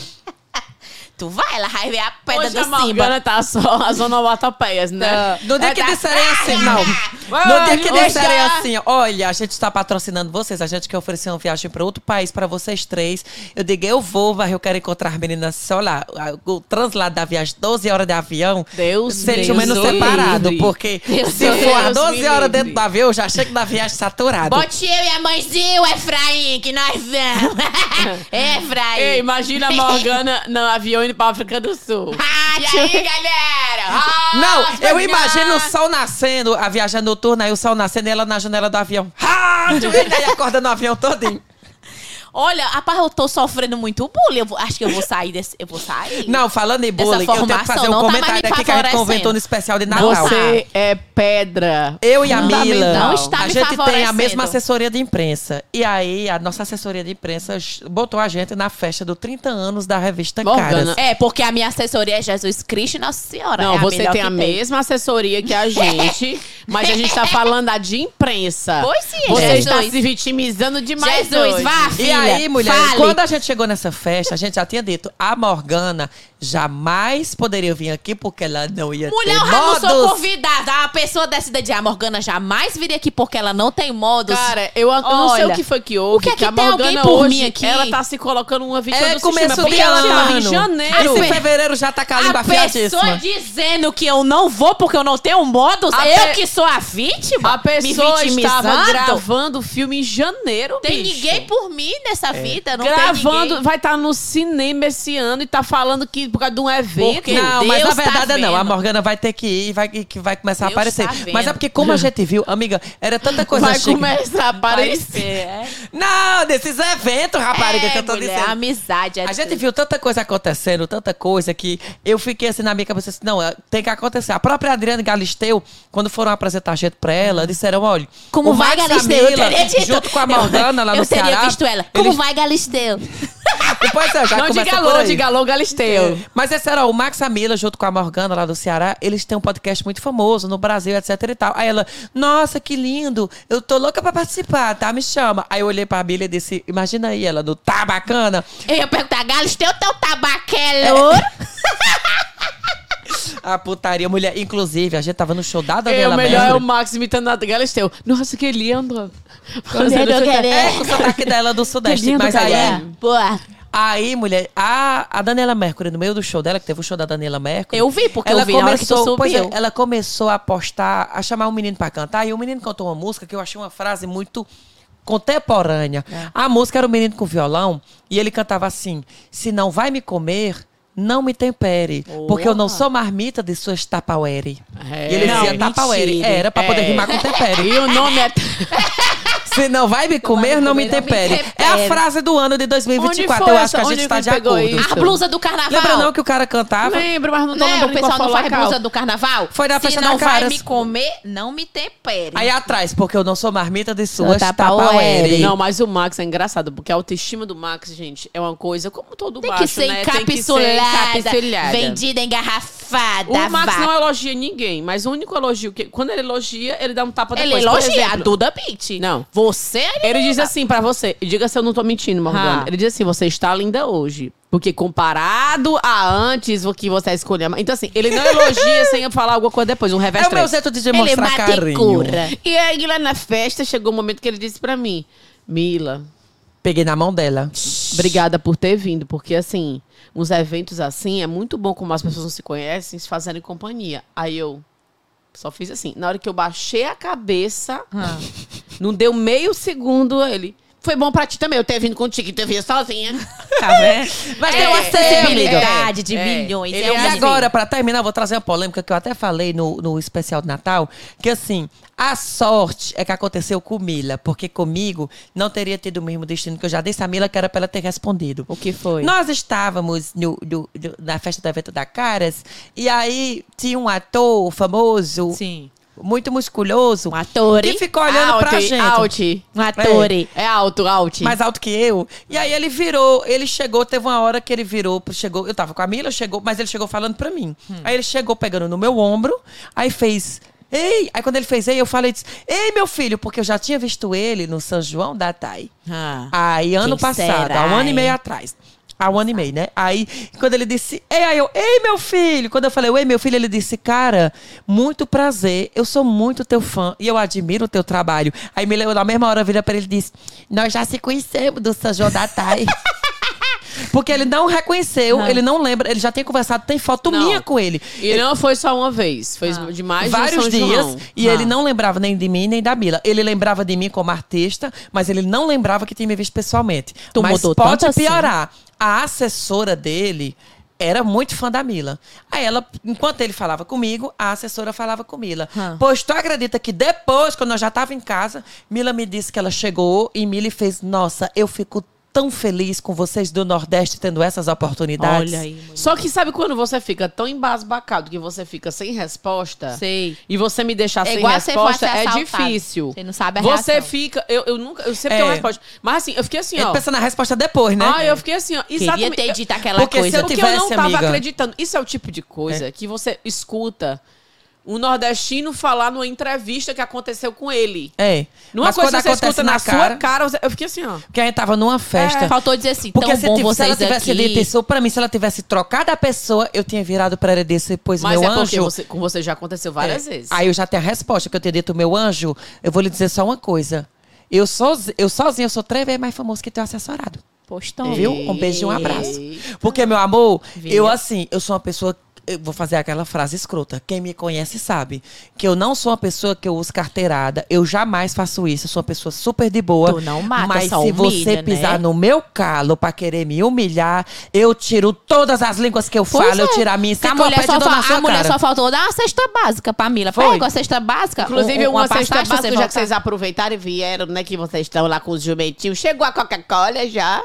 Speaker 2: Tu vai, ela vai ver a pedra
Speaker 3: Hoje a
Speaker 2: do Simba.
Speaker 3: Morgana tá só as onomatopeias, né?
Speaker 1: Ah, No dia que
Speaker 3: tá-
Speaker 1: disserem assim, não.
Speaker 3: Vai,
Speaker 1: No dia que
Speaker 3: hoje
Speaker 1: disserem
Speaker 3: tá-
Speaker 1: assim, olha, a gente está patrocinando vocês, a gente quer oferecer uma viagem para outro país para vocês três. Eu digo, eu vou, mas eu quero encontrar as meninas, sei lá, o translado da viagem, 12 horas de avião.
Speaker 3: Deus
Speaker 1: Seja
Speaker 3: Deus
Speaker 1: o menos
Speaker 3: me
Speaker 1: separado,
Speaker 3: livre.
Speaker 1: porque
Speaker 3: Deus
Speaker 1: se for
Speaker 3: me
Speaker 1: 12 horas
Speaker 3: livre.
Speaker 1: dentro do avião, eu já chego na viagem saturada.
Speaker 2: Bote eu e a mãezinha, o Efraim, que nós vamos. Efraim.
Speaker 3: Ei, imagina a Morgana no avião indo pra África do Sul.
Speaker 2: Ah, e aí, galera? Ah,
Speaker 1: Não,
Speaker 2: as
Speaker 1: eu
Speaker 2: meninas.
Speaker 1: imagino o sol nascendo, a viagem é noturna, aí o sol nascendo e ela na janela do avião. Ah, e aí acorda no avião todinho.
Speaker 2: Olha, rapaz, eu tô sofrendo muito bullying. Eu vou- acho que eu vou sair desse... Eu vou sair.
Speaker 1: Não, falando em bullying, eu tenho que
Speaker 2: formação
Speaker 1: fazer
Speaker 2: não
Speaker 1: um
Speaker 2: tá mais
Speaker 1: comentário
Speaker 2: me
Speaker 1: aqui que a gente
Speaker 2: favorecendo.
Speaker 1: conventou no especial de Natal.
Speaker 3: Você é pedra.
Speaker 1: Eu e a
Speaker 3: Fundamental.
Speaker 1: Mila,
Speaker 2: Não está
Speaker 1: a
Speaker 2: me
Speaker 1: gente tem a
Speaker 2: favorecendo.
Speaker 1: mesma assessoria de imprensa. E aí, a nossa assessoria de imprensa ch- botou a gente na festa do 30 anos da revista
Speaker 3: Morgana,
Speaker 1: Caras.
Speaker 2: É, porque a minha assessoria é Jesus Cristo e Nossa Senhora.
Speaker 3: Não,
Speaker 2: É
Speaker 3: você
Speaker 2: melhor
Speaker 3: tem
Speaker 2: que
Speaker 3: a mesma assessoria que a gente, mas a gente tá falando da de imprensa.
Speaker 2: Pois sim,
Speaker 3: Você
Speaker 2: Jesus.
Speaker 3: está se vitimizando demais
Speaker 2: Jesus,
Speaker 3: hoje.
Speaker 2: vá,
Speaker 1: E
Speaker 2: filha.
Speaker 1: aí, mulher,
Speaker 2: fale.
Speaker 1: quando a gente chegou nessa festa, a gente já tinha dito, a Morgana jamais poderia vir aqui porque ela não ia
Speaker 2: Mulher, eu
Speaker 1: ter
Speaker 2: já não sou
Speaker 1: modos.
Speaker 2: convidada. A pessoa dessa ideia de ah, Morgana jamais viria aqui porque ela não tem modos.
Speaker 3: Cara, eu, eu não sei
Speaker 2: Olha,
Speaker 3: o que foi que houve.
Speaker 2: o que é que
Speaker 3: a
Speaker 2: tem alguém
Speaker 3: Morgana
Speaker 2: por
Speaker 3: hoje,
Speaker 2: mim aqui?
Speaker 3: Ela tá se colocando uma vítima
Speaker 1: É
Speaker 3: do
Speaker 1: começo
Speaker 3: sistema.
Speaker 1: de
Speaker 3: Porque ela tava em
Speaker 1: ano.
Speaker 3: janeiro.
Speaker 1: Esse fevereiro já tá com a língua
Speaker 2: né? a pessoa
Speaker 1: afiadíssima.
Speaker 2: dizendo que eu não vou porque eu não tenho modos.
Speaker 3: A
Speaker 2: eu
Speaker 3: pe-
Speaker 2: que sou a vítima.
Speaker 3: A pessoa
Speaker 2: me
Speaker 3: estava
Speaker 2: vitimizando?
Speaker 3: gravando o filme em janeiro,
Speaker 2: Tem
Speaker 3: bicho.
Speaker 2: ninguém por mim nessa
Speaker 1: É.
Speaker 2: vida. Não tem
Speaker 3: Gravando,
Speaker 2: ninguém.
Speaker 3: vai estar no cinema esse ano e tá falando que por causa de um evento.
Speaker 2: Porque
Speaker 1: não, mas
Speaker 2: Deus
Speaker 1: na
Speaker 2: tá
Speaker 1: verdade é não. A
Speaker 2: vendo.
Speaker 1: Morgana vai ter que ir, vai, que vai começar
Speaker 2: Deus
Speaker 1: a aparecer.
Speaker 2: tá
Speaker 1: mas é
Speaker 2: vendo.
Speaker 1: porque, como a gente viu, amiga, era tanta coisa
Speaker 3: vai
Speaker 1: chique.
Speaker 3: começar a aparecer.
Speaker 2: É,
Speaker 1: Não, desses eventos, rapariga, que eu tô
Speaker 2: mulher,
Speaker 1: dizendo.
Speaker 2: amizade. é
Speaker 1: A gente
Speaker 2: tudo.
Speaker 1: viu tanta coisa acontecendo, tanta coisa, que eu fiquei assim na minha cabeça, assim, não, é, tem que acontecer. A própria Adriana Galisteu, quando foram apresentar a gente pra ela, disseram, olha,
Speaker 2: Como
Speaker 1: o
Speaker 2: vai,
Speaker 1: Max
Speaker 2: Galisteu? Eu
Speaker 1: Camila,
Speaker 2: teria dito.
Speaker 1: junto com a Morgana lá
Speaker 2: eu,
Speaker 1: no
Speaker 2: Eu teria
Speaker 1: Ceará,
Speaker 2: visto ela. Como
Speaker 1: eles-
Speaker 2: vai, Galisteu?
Speaker 1: Pois é, já
Speaker 3: Não
Speaker 1: começa
Speaker 3: diga
Speaker 1: por
Speaker 3: alô,
Speaker 1: aí.
Speaker 3: diga alô, Galisteu.
Speaker 1: Mas é sério, ó, o Max Amila, junto com a Morgana lá do Ceará, eles têm um podcast muito famoso no Brasil, etc e tal. Aí ela, nossa, que lindo, eu tô louca pra participar, tá? Me chama. Aí eu olhei pra Amila e disse, imagina aí, ela, do tá bacana.
Speaker 2: Eu ia perguntar, Galisteu, teu tabaco é louro?
Speaker 1: A putaria, mulher, inclusive, a gente tava no show da
Speaker 3: É,
Speaker 1: Daniela
Speaker 3: o melhor é o
Speaker 1: Mercury.
Speaker 3: Max imitando a Galisteu. Nossa, que lindo.
Speaker 2: Quero,
Speaker 3: Fazendo-
Speaker 2: quero.
Speaker 1: É, com o sotaque dela do Sudeste.
Speaker 3: Que é. lindo,
Speaker 1: Mas aí,
Speaker 3: cara.
Speaker 2: é. Boa.
Speaker 1: aí, mulher, a, a Daniela Mercury, no meio do show dela, que teve o show da Daniela Mercury.
Speaker 2: Eu vi, porque
Speaker 1: ela
Speaker 2: eu vi na hora que tu
Speaker 1: começou, pois é,
Speaker 2: subiu.
Speaker 1: ela começou a postar, a chamar o menino pra cantar, e o menino cantou uma música que eu achei uma frase muito contemporânea. A música era o menino com violão, e ele cantava assim: Se não vai me comer, não me tempere, porque eu não sou marmita de suas tapauere.
Speaker 3: É.
Speaker 1: E ele
Speaker 3: Não,
Speaker 1: dizia tapauere,
Speaker 3: mentira.
Speaker 1: era pra poder
Speaker 3: É.
Speaker 1: rimar com tempere.
Speaker 3: E o nome é...
Speaker 1: Se não vai me comer, não me
Speaker 2: comer, não me
Speaker 1: tempere. É a
Speaker 2: tempere.
Speaker 1: frase do ano de 2024,
Speaker 3: Onde foi
Speaker 1: eu acho que a
Speaker 3: essa?
Speaker 1: gente
Speaker 3: Onde
Speaker 1: está
Speaker 3: que
Speaker 1: de
Speaker 3: pegou
Speaker 1: acordo.
Speaker 3: isso?
Speaker 2: A blusa do carnaval.
Speaker 1: Lembra não que o cara cantava?
Speaker 3: Lembro, mas não tô
Speaker 2: Né, o
Speaker 3: lembrando qual
Speaker 2: pessoal não
Speaker 3: foi
Speaker 2: faz
Speaker 3: local.
Speaker 2: blusa do carnaval?
Speaker 1: Foi na
Speaker 2: Se
Speaker 1: festa
Speaker 2: não
Speaker 1: da
Speaker 2: vai
Speaker 1: Caras.
Speaker 2: me comer, não me tempere.
Speaker 1: Aí atrás, porque eu não sou marmita de suas
Speaker 2: tapauere.
Speaker 1: tapauere.
Speaker 3: Não, mas o Max é engraçado, porque a autoestima do Max, gente, é uma coisa como todo
Speaker 2: Tem
Speaker 3: baixo,
Speaker 2: que ser
Speaker 3: né?
Speaker 2: encapsulada,
Speaker 3: encapsulada.
Speaker 2: vendida, engarrafada,
Speaker 3: O Max
Speaker 2: vá.
Speaker 1: é
Speaker 3: não elogia ninguém, mas o único elogio que... Quando ele elogia, ele dá um tapa
Speaker 2: Ele
Speaker 3: depois. Por
Speaker 2: elogia a
Speaker 3: exemplo,
Speaker 2: Duda Beat.
Speaker 3: Não.
Speaker 2: Você
Speaker 3: Ele diz assim pra você, e diga se eu não tô mentindo, Morgana.
Speaker 2: Ah.
Speaker 3: Ele diz assim, você está linda hoje. Porque comparado a antes, o que você escolheu. Então, assim, ele não elogia sem falar alguma coisa depois, um revés
Speaker 1: É o meu
Speaker 3: três.
Speaker 1: jeito de
Speaker 2: Ele é
Speaker 1: demonstrar
Speaker 2: bate e
Speaker 1: carinho.
Speaker 2: cura.
Speaker 3: E aí, lá na festa, chegou o momento que ele disse pra mim, Mila,
Speaker 1: Peguei na mão dela.
Speaker 3: obrigada por ter vindo. Porque, assim, uns eventos assim, é muito bom como as pessoas não se conhecem, se fazerem companhia. Aí eu só fiz assim. Na hora que eu baixei a cabeça, não deu meio segundo, ele... Foi bom pra ti também, eu ter vindo contigo e ter vindo sozinha.
Speaker 2: Tá vendo? Mas
Speaker 1: É,
Speaker 2: tem uma
Speaker 1: é,
Speaker 2: acessibilidade de
Speaker 3: é.
Speaker 2: milhões.
Speaker 3: Ele
Speaker 2: é
Speaker 1: E
Speaker 2: um
Speaker 3: assim.
Speaker 1: agora, pra terminar, eu vou trazer uma polêmica que eu até falei no, no especial de Natal, que assim, a sorte é que aconteceu com Mila, porque comigo não teria tido o mesmo destino que eu já disse a Mila, que era pra ela ter respondido.
Speaker 3: O que foi?
Speaker 1: Nós estávamos no- no- no- na festa do evento da Caras, e aí tinha um ator famoso
Speaker 2: Sim.
Speaker 1: muito musculoso.
Speaker 2: Um ator.
Speaker 1: Que ficou olhando
Speaker 3: Out,
Speaker 1: pra gente.
Speaker 3: out.
Speaker 2: Um ator.
Speaker 3: É alto, out.
Speaker 1: mais alto que eu. E aí ele virou, ele chegou, teve uma hora que ele virou, chegou, eu tava com a Mila, chegou, mas ele chegou falando pra mim. Aí ele chegou pegando no meu ombro, aí fez Ei, aí quando ele fez ei, eu falei disse, Ei, meu filho, porque eu já tinha visto ele no São João da Tai.
Speaker 3: Ah.
Speaker 1: Aí ano
Speaker 2: Quem
Speaker 1: passado,
Speaker 2: será,
Speaker 1: há um ano e
Speaker 2: hein?
Speaker 1: meio atrás. Há um ano e meio, né? Aí, quando ele disse, ei, aí eu, ei, meu filho. Quando eu falei, ei, meu filho, ele disse, cara, muito prazer, eu sou muito teu fã e eu admiro o teu trabalho. Aí, me lembro, na mesma hora, vira pra ele e disse, nós já se conhecemos do São João da Tai. Porque ele não reconheceu, ele não lembra, ele já tem conversado, tem foto
Speaker 3: Não.
Speaker 1: minha com ele.
Speaker 3: E não foi só uma vez, foi de mais de um
Speaker 1: Vários
Speaker 3: São
Speaker 1: dias.
Speaker 3: João.
Speaker 1: E
Speaker 3: Ah.
Speaker 1: ele não lembrava nem de mim, nem da Mila. Ele lembrava de mim como artista, mas ele não lembrava que tinha me visto pessoalmente.
Speaker 2: Tu
Speaker 1: mas
Speaker 2: mudou
Speaker 1: pode
Speaker 2: tanto assim?
Speaker 1: piorar. A assessora dele era muito fã da Mila. Aí ela, enquanto ele falava comigo, a assessora falava com Mila.
Speaker 2: Hum.
Speaker 1: Pois tu acredita que depois, quando eu já tava em casa, Mila me disse que ela chegou e Mila fez, nossa, eu fico tão feliz com vocês do Nordeste tendo essas oportunidades.
Speaker 2: Olha aí, mãe.
Speaker 3: Só que sabe quando você fica tão embasbacado que você fica sem resposta?
Speaker 2: Sei.
Speaker 3: E você me deixar
Speaker 2: É
Speaker 3: sem
Speaker 2: igual você for
Speaker 3: resposta
Speaker 2: ser
Speaker 3: é
Speaker 2: assaltado.
Speaker 3: difícil.
Speaker 2: Você não sabe a
Speaker 3: Você
Speaker 2: reação.
Speaker 3: fica. Eu, eu nunca. Eu sempre
Speaker 1: É.
Speaker 3: tenho uma resposta. Mas assim, eu fiquei assim,
Speaker 1: Ele
Speaker 3: ó.
Speaker 1: pensa na resposta depois, né?
Speaker 3: Ah, eu fiquei assim, ó.
Speaker 2: Queria
Speaker 3: Exatamente.
Speaker 2: ter dito aquela
Speaker 1: Porque se
Speaker 2: coisa.
Speaker 1: eu
Speaker 3: Porque eu não
Speaker 1: tivesse,
Speaker 3: tava
Speaker 1: amiga.
Speaker 3: acreditando. Isso é o tipo de coisa que você escuta um nordestino falar numa entrevista que aconteceu com ele.
Speaker 1: É.
Speaker 3: Numa
Speaker 1: Mas
Speaker 3: coisa
Speaker 1: quando
Speaker 3: que você
Speaker 1: acontece
Speaker 3: escuta na, sua cara, você- eu fiquei assim, ó.
Speaker 1: Porque a gente tava numa festa.
Speaker 3: É.
Speaker 2: Faltou dizer assim,
Speaker 1: Porque
Speaker 2: tão
Speaker 1: se,
Speaker 2: bom
Speaker 1: tiv- se ela
Speaker 2: vocês
Speaker 1: tivesse
Speaker 2: aqui.
Speaker 1: dito isso, pra mim, se ela tivesse trocado a pessoa, eu tinha virado pra ela e disse, pois
Speaker 3: Mas
Speaker 1: meu
Speaker 3: é porque
Speaker 1: anjo.
Speaker 3: você- com você já aconteceu várias
Speaker 1: É.
Speaker 3: vezes.
Speaker 1: Aí eu já tenho a resposta que eu tenho dito, meu anjo, eu vou lhe dizer só uma coisa. Eu, soz... eu sozinho, eu sou três vezes mais famoso que teu assessorado.
Speaker 2: Postão.
Speaker 1: Viu? Um beijo e um abraço.
Speaker 3: Eita.
Speaker 1: Porque, meu amor,
Speaker 2: Viu?
Speaker 1: eu assim, eu sou uma pessoa. Eu vou fazer aquela frase escrota. Quem me conhece sabe que eu não sou uma pessoa que eu uso carteirada. Eu jamais faço isso. Eu sou uma pessoa super de boa.
Speaker 2: Tu não mata,
Speaker 1: mas
Speaker 2: só
Speaker 1: se
Speaker 2: humilha,
Speaker 1: você pisar
Speaker 2: né?
Speaker 1: no meu calo pra querer me humilhar, eu tiro todas as línguas que eu
Speaker 2: Pois
Speaker 1: falo. Eu
Speaker 2: é.
Speaker 1: tiro a minha
Speaker 2: Que a mulher,
Speaker 1: enciclopédia
Speaker 2: só,
Speaker 1: e dou na
Speaker 2: fa-
Speaker 1: sua
Speaker 2: a mulher
Speaker 1: cara.
Speaker 2: só faltou dar uma cesta básica pra Mila.
Speaker 1: Foi.
Speaker 2: Pega uma cesta básica.
Speaker 3: Inclusive,
Speaker 2: um- um-
Speaker 3: uma, cesta
Speaker 2: pastagem pra
Speaker 3: básica,
Speaker 2: você
Speaker 3: já que
Speaker 2: voltar.
Speaker 3: vocês aproveitaram e vieram, né? Que vocês estão lá com os jumentinhos. Chegou a Coca-Cola já.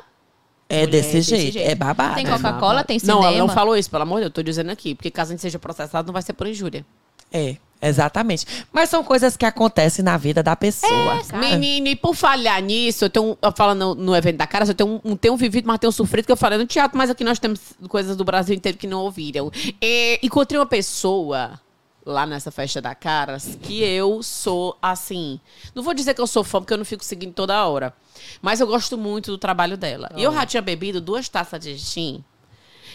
Speaker 1: É desse,
Speaker 2: desse
Speaker 1: jeito,
Speaker 2: jeito.
Speaker 1: É babado.
Speaker 2: Tem Coca-Cola, tem cinema.
Speaker 3: Não, ela não falou isso, pelo amor de Deus. Eu tô dizendo aqui. Porque caso a gente seja processado, não vai ser por injúria.
Speaker 1: É, exatamente. Mas são coisas que acontecem na vida da pessoa.
Speaker 2: É, Cara.
Speaker 3: Menino, e por falhar nisso, eu tenho. um- Eu falo no, no evento da cara, eu tenho um, um- tenho um vivido, mas tenho um sofrido que eu falei no teatro, mas aqui nós temos coisas do Brasil inteiro que não ouviram. É, encontrei uma pessoa lá nessa festa da Caras que eu sou assim. Não vou dizer que eu sou fã, porque eu não fico seguindo toda hora. Mas eu gosto muito do trabalho dela. E eu já tinha bebido duas taças de gin.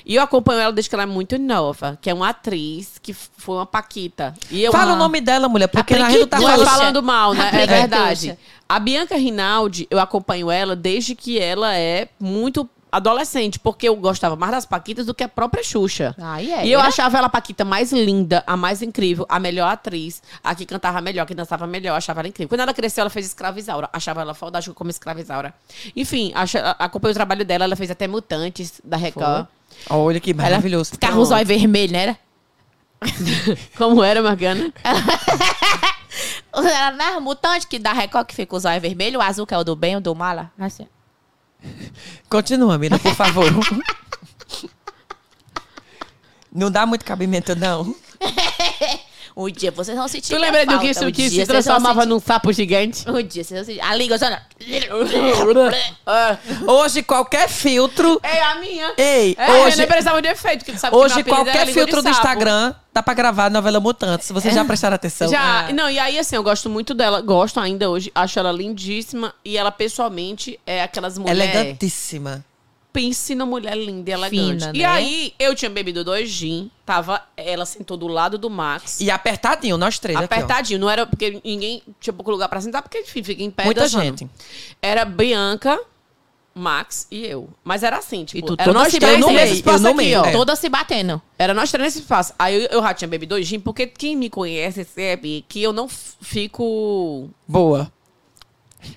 Speaker 3: E eu acompanho ela desde que ela é muito nova, que é uma atriz que f- foi uma Paquita. E eu
Speaker 1: Fala o nome dela, mulher, porque na rede tá
Speaker 3: não é
Speaker 2: Ducha.
Speaker 3: falando mal, né? É
Speaker 2: Aplica
Speaker 3: verdade.
Speaker 2: ducha.
Speaker 3: A Bianca Rinaldi, eu acompanho ela desde que ela é muito adolescente, porque eu gostava mais das Paquitas do que a própria Xuxa.
Speaker 2: Ai, é.
Speaker 3: E eu achava ela a Paquita mais linda, a mais incrível, a melhor atriz, a que cantava melhor, a que dançava melhor, eu achava ela incrível. Quando ela cresceu, ela fez escravizaura. Achava ela fodástica como escravizaura. Enfim, acha, acompanhei o trabalho dela, ela fez até Mutantes da Record.
Speaker 1: Olha que maravilhoso.
Speaker 2: Carro zóio vermelho, né? era?
Speaker 3: Como era, Morgana?
Speaker 2: É Era na né, mutante que dá Record que fica o zóio vermelho, o azul que é o do bem, o do mala. Assim.
Speaker 1: Continua, Mila, por favor. não dá muito cabimento, não.
Speaker 2: Um dia vocês vão sentir
Speaker 3: Tu
Speaker 2: minha
Speaker 3: lembra do
Speaker 2: falta,
Speaker 3: que
Speaker 2: um
Speaker 3: isso
Speaker 2: dia
Speaker 3: que se
Speaker 2: vocês vão
Speaker 3: transformava
Speaker 2: sentir-
Speaker 3: num sapo gigante?
Speaker 2: Um dia vocês vão sentir... A língua só... É.
Speaker 1: Hoje qualquer filtro.
Speaker 3: É a minha.
Speaker 1: Ei,
Speaker 3: É, eu
Speaker 1: hoje,
Speaker 3: nem precisava de efeito, que tu sabe que
Speaker 1: hoje
Speaker 3: meu apelido era
Speaker 1: qualquer
Speaker 3: língua de
Speaker 1: filtro do
Speaker 3: sapo. É.
Speaker 1: Instagram dá pra gravar a novela Mutantes. Vocês já prestaram atenção?
Speaker 3: Já,
Speaker 1: Ah.
Speaker 3: não, e aí assim, eu gosto muito dela, gosto ainda hoje, acho ela lindíssima e ela pessoalmente é aquelas mulheres.
Speaker 1: Elegantíssima.
Speaker 3: Pense na mulher linda e elegante.
Speaker 2: Fina,
Speaker 3: e
Speaker 2: né?
Speaker 3: aí, eu tinha bebido dois gin, tava, ela sentou do lado do Max.
Speaker 1: E apertadinho, nós três. aqui, ó.
Speaker 3: Apertadinho, não era porque ninguém tinha pouco lugar pra sentar, porque enfim, fica em pé
Speaker 1: Muita
Speaker 3: dançando.
Speaker 1: gente.
Speaker 3: Era Bianca, Max e eu. Mas era assim, tipo,
Speaker 2: E tu
Speaker 3: era
Speaker 2: toda
Speaker 3: nós
Speaker 2: se
Speaker 3: três
Speaker 1: né?
Speaker 2: batendo.
Speaker 3: nesse
Speaker 2: Eu
Speaker 3: espaço aqui,
Speaker 1: nomeio,
Speaker 3: ó.
Speaker 1: É.
Speaker 2: Todas se batendo.
Speaker 3: Era nós três nesse espaço. Aí eu, eu já tinha bebido dois gin, porque quem me conhece sabe que eu não f- fico
Speaker 1: Boa.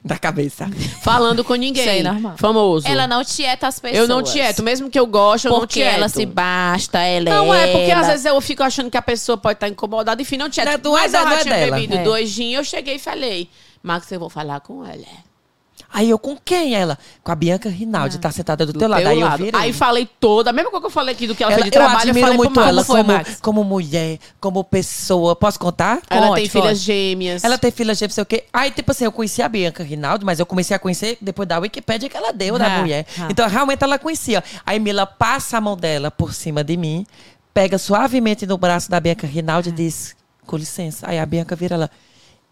Speaker 1: Da cabeça.
Speaker 3: falando com ninguém.
Speaker 1: é
Speaker 2: Isso aí, normal.
Speaker 3: Famoso.
Speaker 2: Ela não tieta as pessoas.
Speaker 3: eu não tieto. Mesmo que eu goste, eu não
Speaker 2: Porque
Speaker 3: tieto.
Speaker 2: ela se basta, ela
Speaker 3: Não é, porque
Speaker 2: ela.
Speaker 3: às vezes eu fico achando que a pessoa pode estar incomodada. Enfim, não tieto.
Speaker 1: Não é do-
Speaker 3: Mas
Speaker 1: não
Speaker 3: ela
Speaker 1: é
Speaker 3: tinha
Speaker 1: dela.
Speaker 3: bebido
Speaker 2: É.
Speaker 3: dois gin, eu cheguei e falei, Max, eu vou falar com ela.
Speaker 1: Aí eu, com quem ela? Com a Bianca Rinaldi, tá sentada do, teu lado.
Speaker 3: Ah, Teu
Speaker 1: aí eu
Speaker 3: lado.
Speaker 1: virei.
Speaker 3: Aí falei toda, a mesma coisa que eu falei aqui do que ela,
Speaker 1: Ela-
Speaker 3: fez de
Speaker 1: eu
Speaker 3: trabalho, eu,
Speaker 1: admiro
Speaker 3: falei pro
Speaker 1: muito
Speaker 3: Max.
Speaker 1: ela
Speaker 2: Como foi,
Speaker 1: como,
Speaker 2: Max?
Speaker 1: como mulher, como pessoa. Posso contar?
Speaker 3: Ela
Speaker 1: Conte,
Speaker 3: tem filhas
Speaker 1: conte.
Speaker 3: gêmeas.
Speaker 1: Ela tem filha gêmea, sei o quê. Aí, tipo assim, eu conheci a Bianca Rinaldi, mas eu comecei a conhecer depois da Wikipédia que ela deu da
Speaker 2: Ah,
Speaker 1: mulher.
Speaker 2: ah.
Speaker 1: Então, realmente, ela conhecia. Aí, Mila passa a mão dela por cima de mim, pega suavemente no braço da Bianca Rinaldi e diz, com licença. Aí, a Bianca vira ela,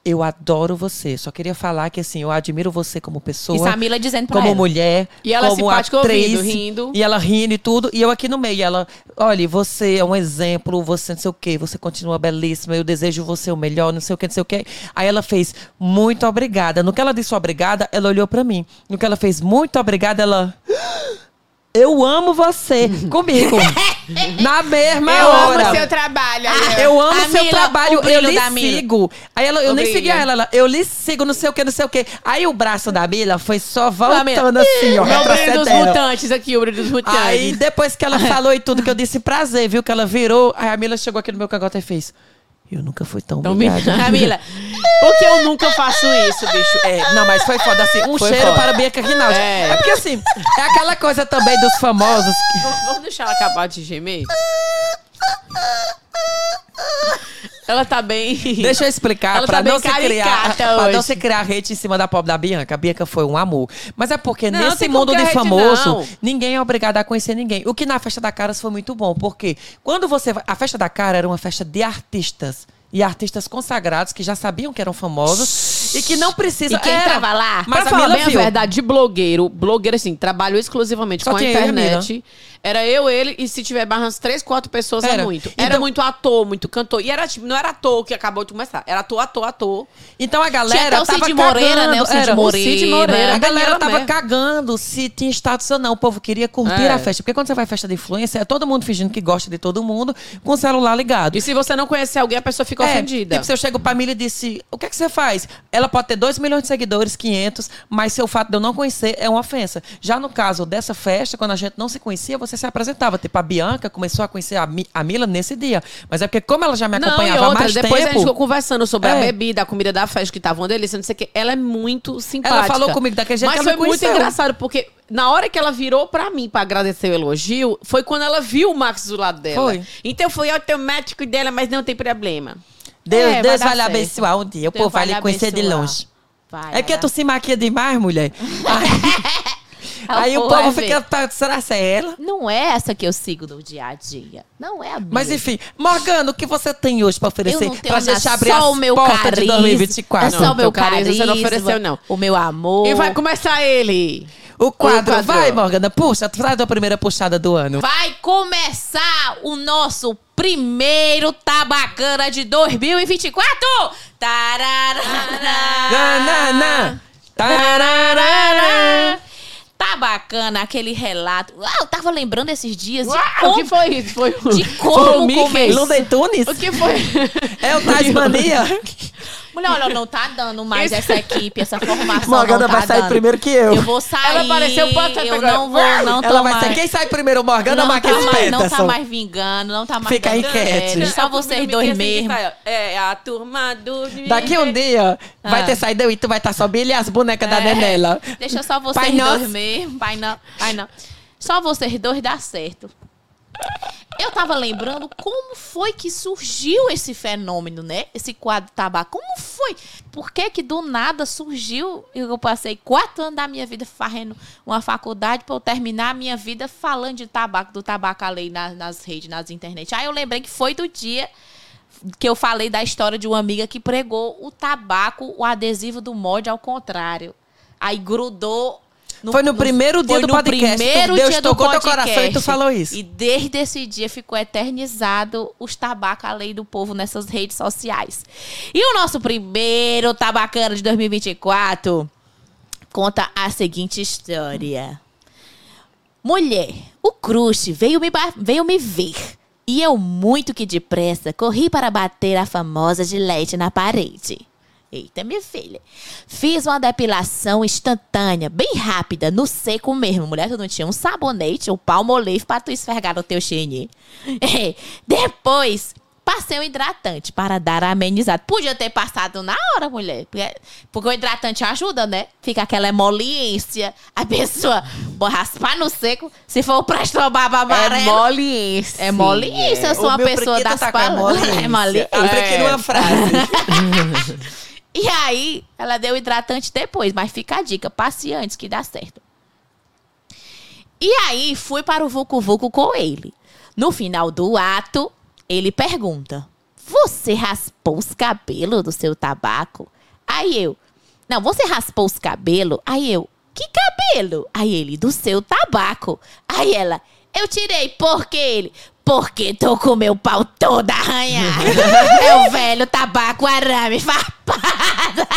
Speaker 1: eu adoro você. Só queria falar que, assim, eu admiro você como pessoa.
Speaker 2: E Samila dizendo pra
Speaker 1: Como
Speaker 2: ela.
Speaker 1: mulher,
Speaker 3: E ela
Speaker 1: como
Speaker 3: simpática
Speaker 1: atriz,
Speaker 3: ouvindo, rindo.
Speaker 1: E ela rindo e tudo. E eu aqui no meio. E ela, olha, você é um exemplo, você não sei o quê, você continua belíssima, eu desejo você o melhor, não sei o quê, não sei o quê. Aí ela fez, muito obrigada. No que ela disse obrigada, ela olhou pra mim. No que ela fez, muito obrigada, ela. Eu amo você comigo. Na mesma
Speaker 3: Eu
Speaker 1: hora.
Speaker 3: amo seu
Speaker 1: Ah.
Speaker 3: trabalho. Ariel.
Speaker 1: Eu amo
Speaker 2: A
Speaker 1: seu
Speaker 2: Mila,
Speaker 1: trabalho,
Speaker 2: o
Speaker 1: eu
Speaker 2: brilho
Speaker 1: lhe
Speaker 2: da Mila.
Speaker 1: sigo. Aí ela, eu
Speaker 3: O
Speaker 1: nem
Speaker 3: brilho.
Speaker 1: segui ela, ela, eu lhe sigo, não sei o que, não sei o que. Aí o braço da Mila foi só voltando
Speaker 3: Mila.
Speaker 1: assim, ó.
Speaker 3: É o brilho dos
Speaker 1: retrocedendo.
Speaker 3: mutantes aqui, o brilho dos mutantes.
Speaker 1: Aí depois que ela falou e tudo, que eu disse prazer, viu? Que ela virou, aí a Mila chegou aqui no meu cangote e fez. Eu nunca fui tão
Speaker 3: Então, me-
Speaker 1: humilhada.
Speaker 3: Camila, porque eu nunca faço isso, bicho.
Speaker 1: É, não, mas foi foda assim. Um
Speaker 3: Foi
Speaker 1: cheiro
Speaker 3: foda.
Speaker 1: para Bianca Rinaldi.
Speaker 3: É.
Speaker 1: É. porque assim, é aquela coisa também dos famosos. que-
Speaker 3: Vamos- Vamos deixar ela acabar de gemer? Ela tá bem.
Speaker 1: Deixa eu explicar
Speaker 3: Ela
Speaker 1: pra,
Speaker 3: tá bem
Speaker 1: não se criar,
Speaker 3: caricata
Speaker 1: pra não
Speaker 3: hoje.
Speaker 1: se criar hate em cima da pobre da Bianca. A Bianca foi um amor. Mas é porque
Speaker 3: Não,
Speaker 1: nesse
Speaker 3: tem
Speaker 1: mundo
Speaker 3: qualquer
Speaker 1: de
Speaker 3: hate,
Speaker 1: famoso,
Speaker 3: não.
Speaker 1: ninguém é obrigado a conhecer ninguém. O que na festa da Caras foi muito bom, porque quando você vai- a festa da Cara era uma festa de artistas. E artistas consagrados que já sabiam que eram famosos e que não precisam.
Speaker 2: E quem
Speaker 1: era,
Speaker 2: tava lá?
Speaker 1: Mas
Speaker 3: pra
Speaker 1: a
Speaker 3: falar
Speaker 1: Mila
Speaker 3: bem
Speaker 1: viu.
Speaker 3: a verdade, de blogueiro, blogueiro assim, trabalho exclusivamente
Speaker 1: Só
Speaker 3: com a
Speaker 1: tinha eu e a
Speaker 3: internet. Era eu, ele, e se tiver barra umas três, quatro pessoas é
Speaker 1: Era.
Speaker 3: muito.
Speaker 1: Então-
Speaker 3: Era muito ator, muito cantor. E era tipo, não era ator que acabou de começar. Era ator, ator, ator.
Speaker 1: Então a
Speaker 2: Tinha até
Speaker 1: galera
Speaker 2: o Cid
Speaker 1: tava
Speaker 2: Moreira,
Speaker 1: cagando,
Speaker 2: né? O Cid
Speaker 1: era,
Speaker 2: Moreira.
Speaker 1: A
Speaker 3: A
Speaker 1: galera
Speaker 3: Daniela
Speaker 1: tava
Speaker 3: Mercury.
Speaker 1: cagando se tinha status ou não. O povo queria curtir
Speaker 3: É.
Speaker 1: a festa. Porque quando você vai à festa de influência, é todo mundo fingindo que gosta de todo mundo, com o celular ligado.
Speaker 3: E se você não conhecer alguém, a pessoa fica ofendida.
Speaker 1: Tipo, se eu chego pra Mila e disse, o que é que você faz? Ela pode ter 2 milhões de seguidores, 500, mas se o fato de eu não conhecer é uma ofensa. Já no caso dessa festa, quando a gente não se conhecia, você se apresentava. Tipo, a Bianca começou a conhecer a, Mi- a Mila nesse dia. Mas é porque como ela já me
Speaker 3: Não, e
Speaker 1: acompanhava há
Speaker 3: outra,
Speaker 1: mais
Speaker 3: depois a
Speaker 1: tempo...
Speaker 3: gente ficou conversando sobre a
Speaker 1: É.
Speaker 3: bebida, a comida da festa, que tava uma delícia, não sei o quê. Ela é muito simpática.
Speaker 1: falou comigo daquele jeito
Speaker 3: Mas
Speaker 1: que ela me
Speaker 3: foi muito
Speaker 1: conheceu.
Speaker 3: engraçado, porque na hora que ela virou pra mim pra agradecer o elogio, foi quando ela viu o Max do lado dela.
Speaker 1: Foi.
Speaker 3: Então foi automático dela, mas não tem problema.
Speaker 1: Deus,
Speaker 2: É, vai
Speaker 1: Deus
Speaker 2: dar
Speaker 1: vai lhe
Speaker 2: certo.
Speaker 1: abençoar um dia. O
Speaker 2: Deus
Speaker 1: povo vai
Speaker 2: vai
Speaker 1: lhe
Speaker 2: lhe
Speaker 1: conhecer de
Speaker 2: abençoar.
Speaker 1: longe.
Speaker 2: Vai,
Speaker 1: É
Speaker 2: vai,
Speaker 1: porque
Speaker 2: vai.
Speaker 1: tu se maquia demais, mulher. Aí, aí o
Speaker 2: vai
Speaker 1: povo
Speaker 2: é ver.
Speaker 1: fica, tá, será que é ela?
Speaker 2: Não é essa que eu sigo no dia a dia. Não é a Bia.
Speaker 1: Mas enfim, Morgana, o que você tem hoje pra
Speaker 2: eu
Speaker 1: oferecer
Speaker 2: não tenho
Speaker 1: pra
Speaker 2: nada,
Speaker 1: gente abrir
Speaker 2: só
Speaker 1: as
Speaker 2: o meu
Speaker 1: portas
Speaker 2: carisma.
Speaker 1: de 2024?
Speaker 2: É só
Speaker 3: Não,
Speaker 2: o
Speaker 3: teu
Speaker 2: meu
Speaker 3: carisma
Speaker 2: carisma.
Speaker 3: você não ofereceu, não.
Speaker 2: O meu amor.
Speaker 3: E vai começar ele.
Speaker 1: O quadro.
Speaker 3: O quadro.
Speaker 1: Vai, Morgana, puxa, traz a primeira puxada do ano.
Speaker 2: Vai começar o nosso primeiro Tabacana de 2024! Tararara!
Speaker 1: Nananã. Tararara.
Speaker 2: Tabacana, Tá aquele relato. Ah, eu tava lembrando esses dias de
Speaker 3: Uau, o que
Speaker 2: como...
Speaker 3: foi isso? Foi o-
Speaker 2: De como
Speaker 3: foi o Mickey?
Speaker 2: começou.
Speaker 1: Lunden Tunis?
Speaker 3: O que foi?
Speaker 1: É o Tasmania?
Speaker 2: Mulher, olha, não tá dando mais essa equipe, essa formação
Speaker 1: Morgana
Speaker 2: não tá
Speaker 1: vai sair
Speaker 2: dando.
Speaker 1: primeiro que eu.
Speaker 2: Eu vou sair.
Speaker 3: Ela pareceu pateta
Speaker 2: Eu
Speaker 3: agora.
Speaker 2: não vou, não tô
Speaker 1: Ela vai
Speaker 2: mais.
Speaker 1: ser quem sai primeiro, Morgana ou
Speaker 2: não,
Speaker 1: Max
Speaker 2: tá mais, não tá
Speaker 1: Peterson?
Speaker 2: mais vingando, não tá mais
Speaker 1: Fica a
Speaker 2: dando
Speaker 1: enquete.
Speaker 2: crédito. Só vocês dois mesmo.
Speaker 3: É, a turma do...
Speaker 1: Daqui um dia vai ter saída e tu vai estar tá subindo e as bonecas da
Speaker 2: Ah. É.
Speaker 1: Nenela.
Speaker 2: Deixa só vocês
Speaker 1: Pai
Speaker 2: dois
Speaker 1: nosso.
Speaker 2: mesmo. Pai não, pai não. Só vocês dois dá certo. Eu tava lembrando como foi que surgiu esse fenômeno, né? Esse quadro tabaco. Como foi? Por que que do nada surgiu? Eu passei quatro anos da minha vida fazendo uma faculdade pra eu terminar a minha vida falando de tabaco, do tabaco além na- nas redes, nas internet. Aí eu lembrei que foi do dia que eu falei da história de uma amiga que pregou o tabaco, o adesivo do mod ao contrário. Aí grudou.
Speaker 1: Foi no primeiro dia
Speaker 2: foi
Speaker 1: do
Speaker 2: no
Speaker 1: podcast.
Speaker 2: Primeiro
Speaker 1: Deus
Speaker 2: dia
Speaker 1: tocou
Speaker 2: do
Speaker 1: teu
Speaker 2: podcast.
Speaker 1: coração e tu falou isso.
Speaker 2: E desde esse dia ficou eternizado os tabacos a lei do povo nessas redes sociais. E o nosso primeiro tabacana de 2024 conta a seguinte história. Mulher, o crush veio me, ba- veio me ver. E eu, muito que depressa, corri para bater a famosa gilete na parede. Eita, minha filha. Fiz uma depilação instantânea, bem rápida, no seco mesmo. Mulher, tu não tinha um sabonete, um palmolive pra tu esfregar no teu chenê. É, Depois, Passei um hidratante para dar amenizado. Podia ter passado na hora, mulher. Porque, porque o hidratante ajuda, né? Fica aquela emoliência. A pessoa bom, raspar no seco. Se for o prestobarba
Speaker 3: É
Speaker 2: amarelo.
Speaker 3: moliência.
Speaker 2: É moliência. Eu sou
Speaker 1: O
Speaker 2: uma
Speaker 1: meu
Speaker 2: pessoa
Speaker 1: prequito
Speaker 2: das
Speaker 1: tá com a
Speaker 2: palavras.
Speaker 1: emoliência.
Speaker 2: É moliência.
Speaker 1: Eu prequei numa frase.
Speaker 2: E aí, ela deu hidratante depois, mas fica a dica, passe antes que dá certo. E aí, fui para o Vucu Vucu com ele. No final do ato, ele pergunta: Você raspou os cabelos do seu tabaco? Aí eu: Não, você raspou os cabelos? Aí eu: Que cabelo? Aí ele: Do seu tabaco. Aí ela: Eu tirei, porque ele? Porque tô com meu pau todo arranhado. meu velho tabaco arame farpado.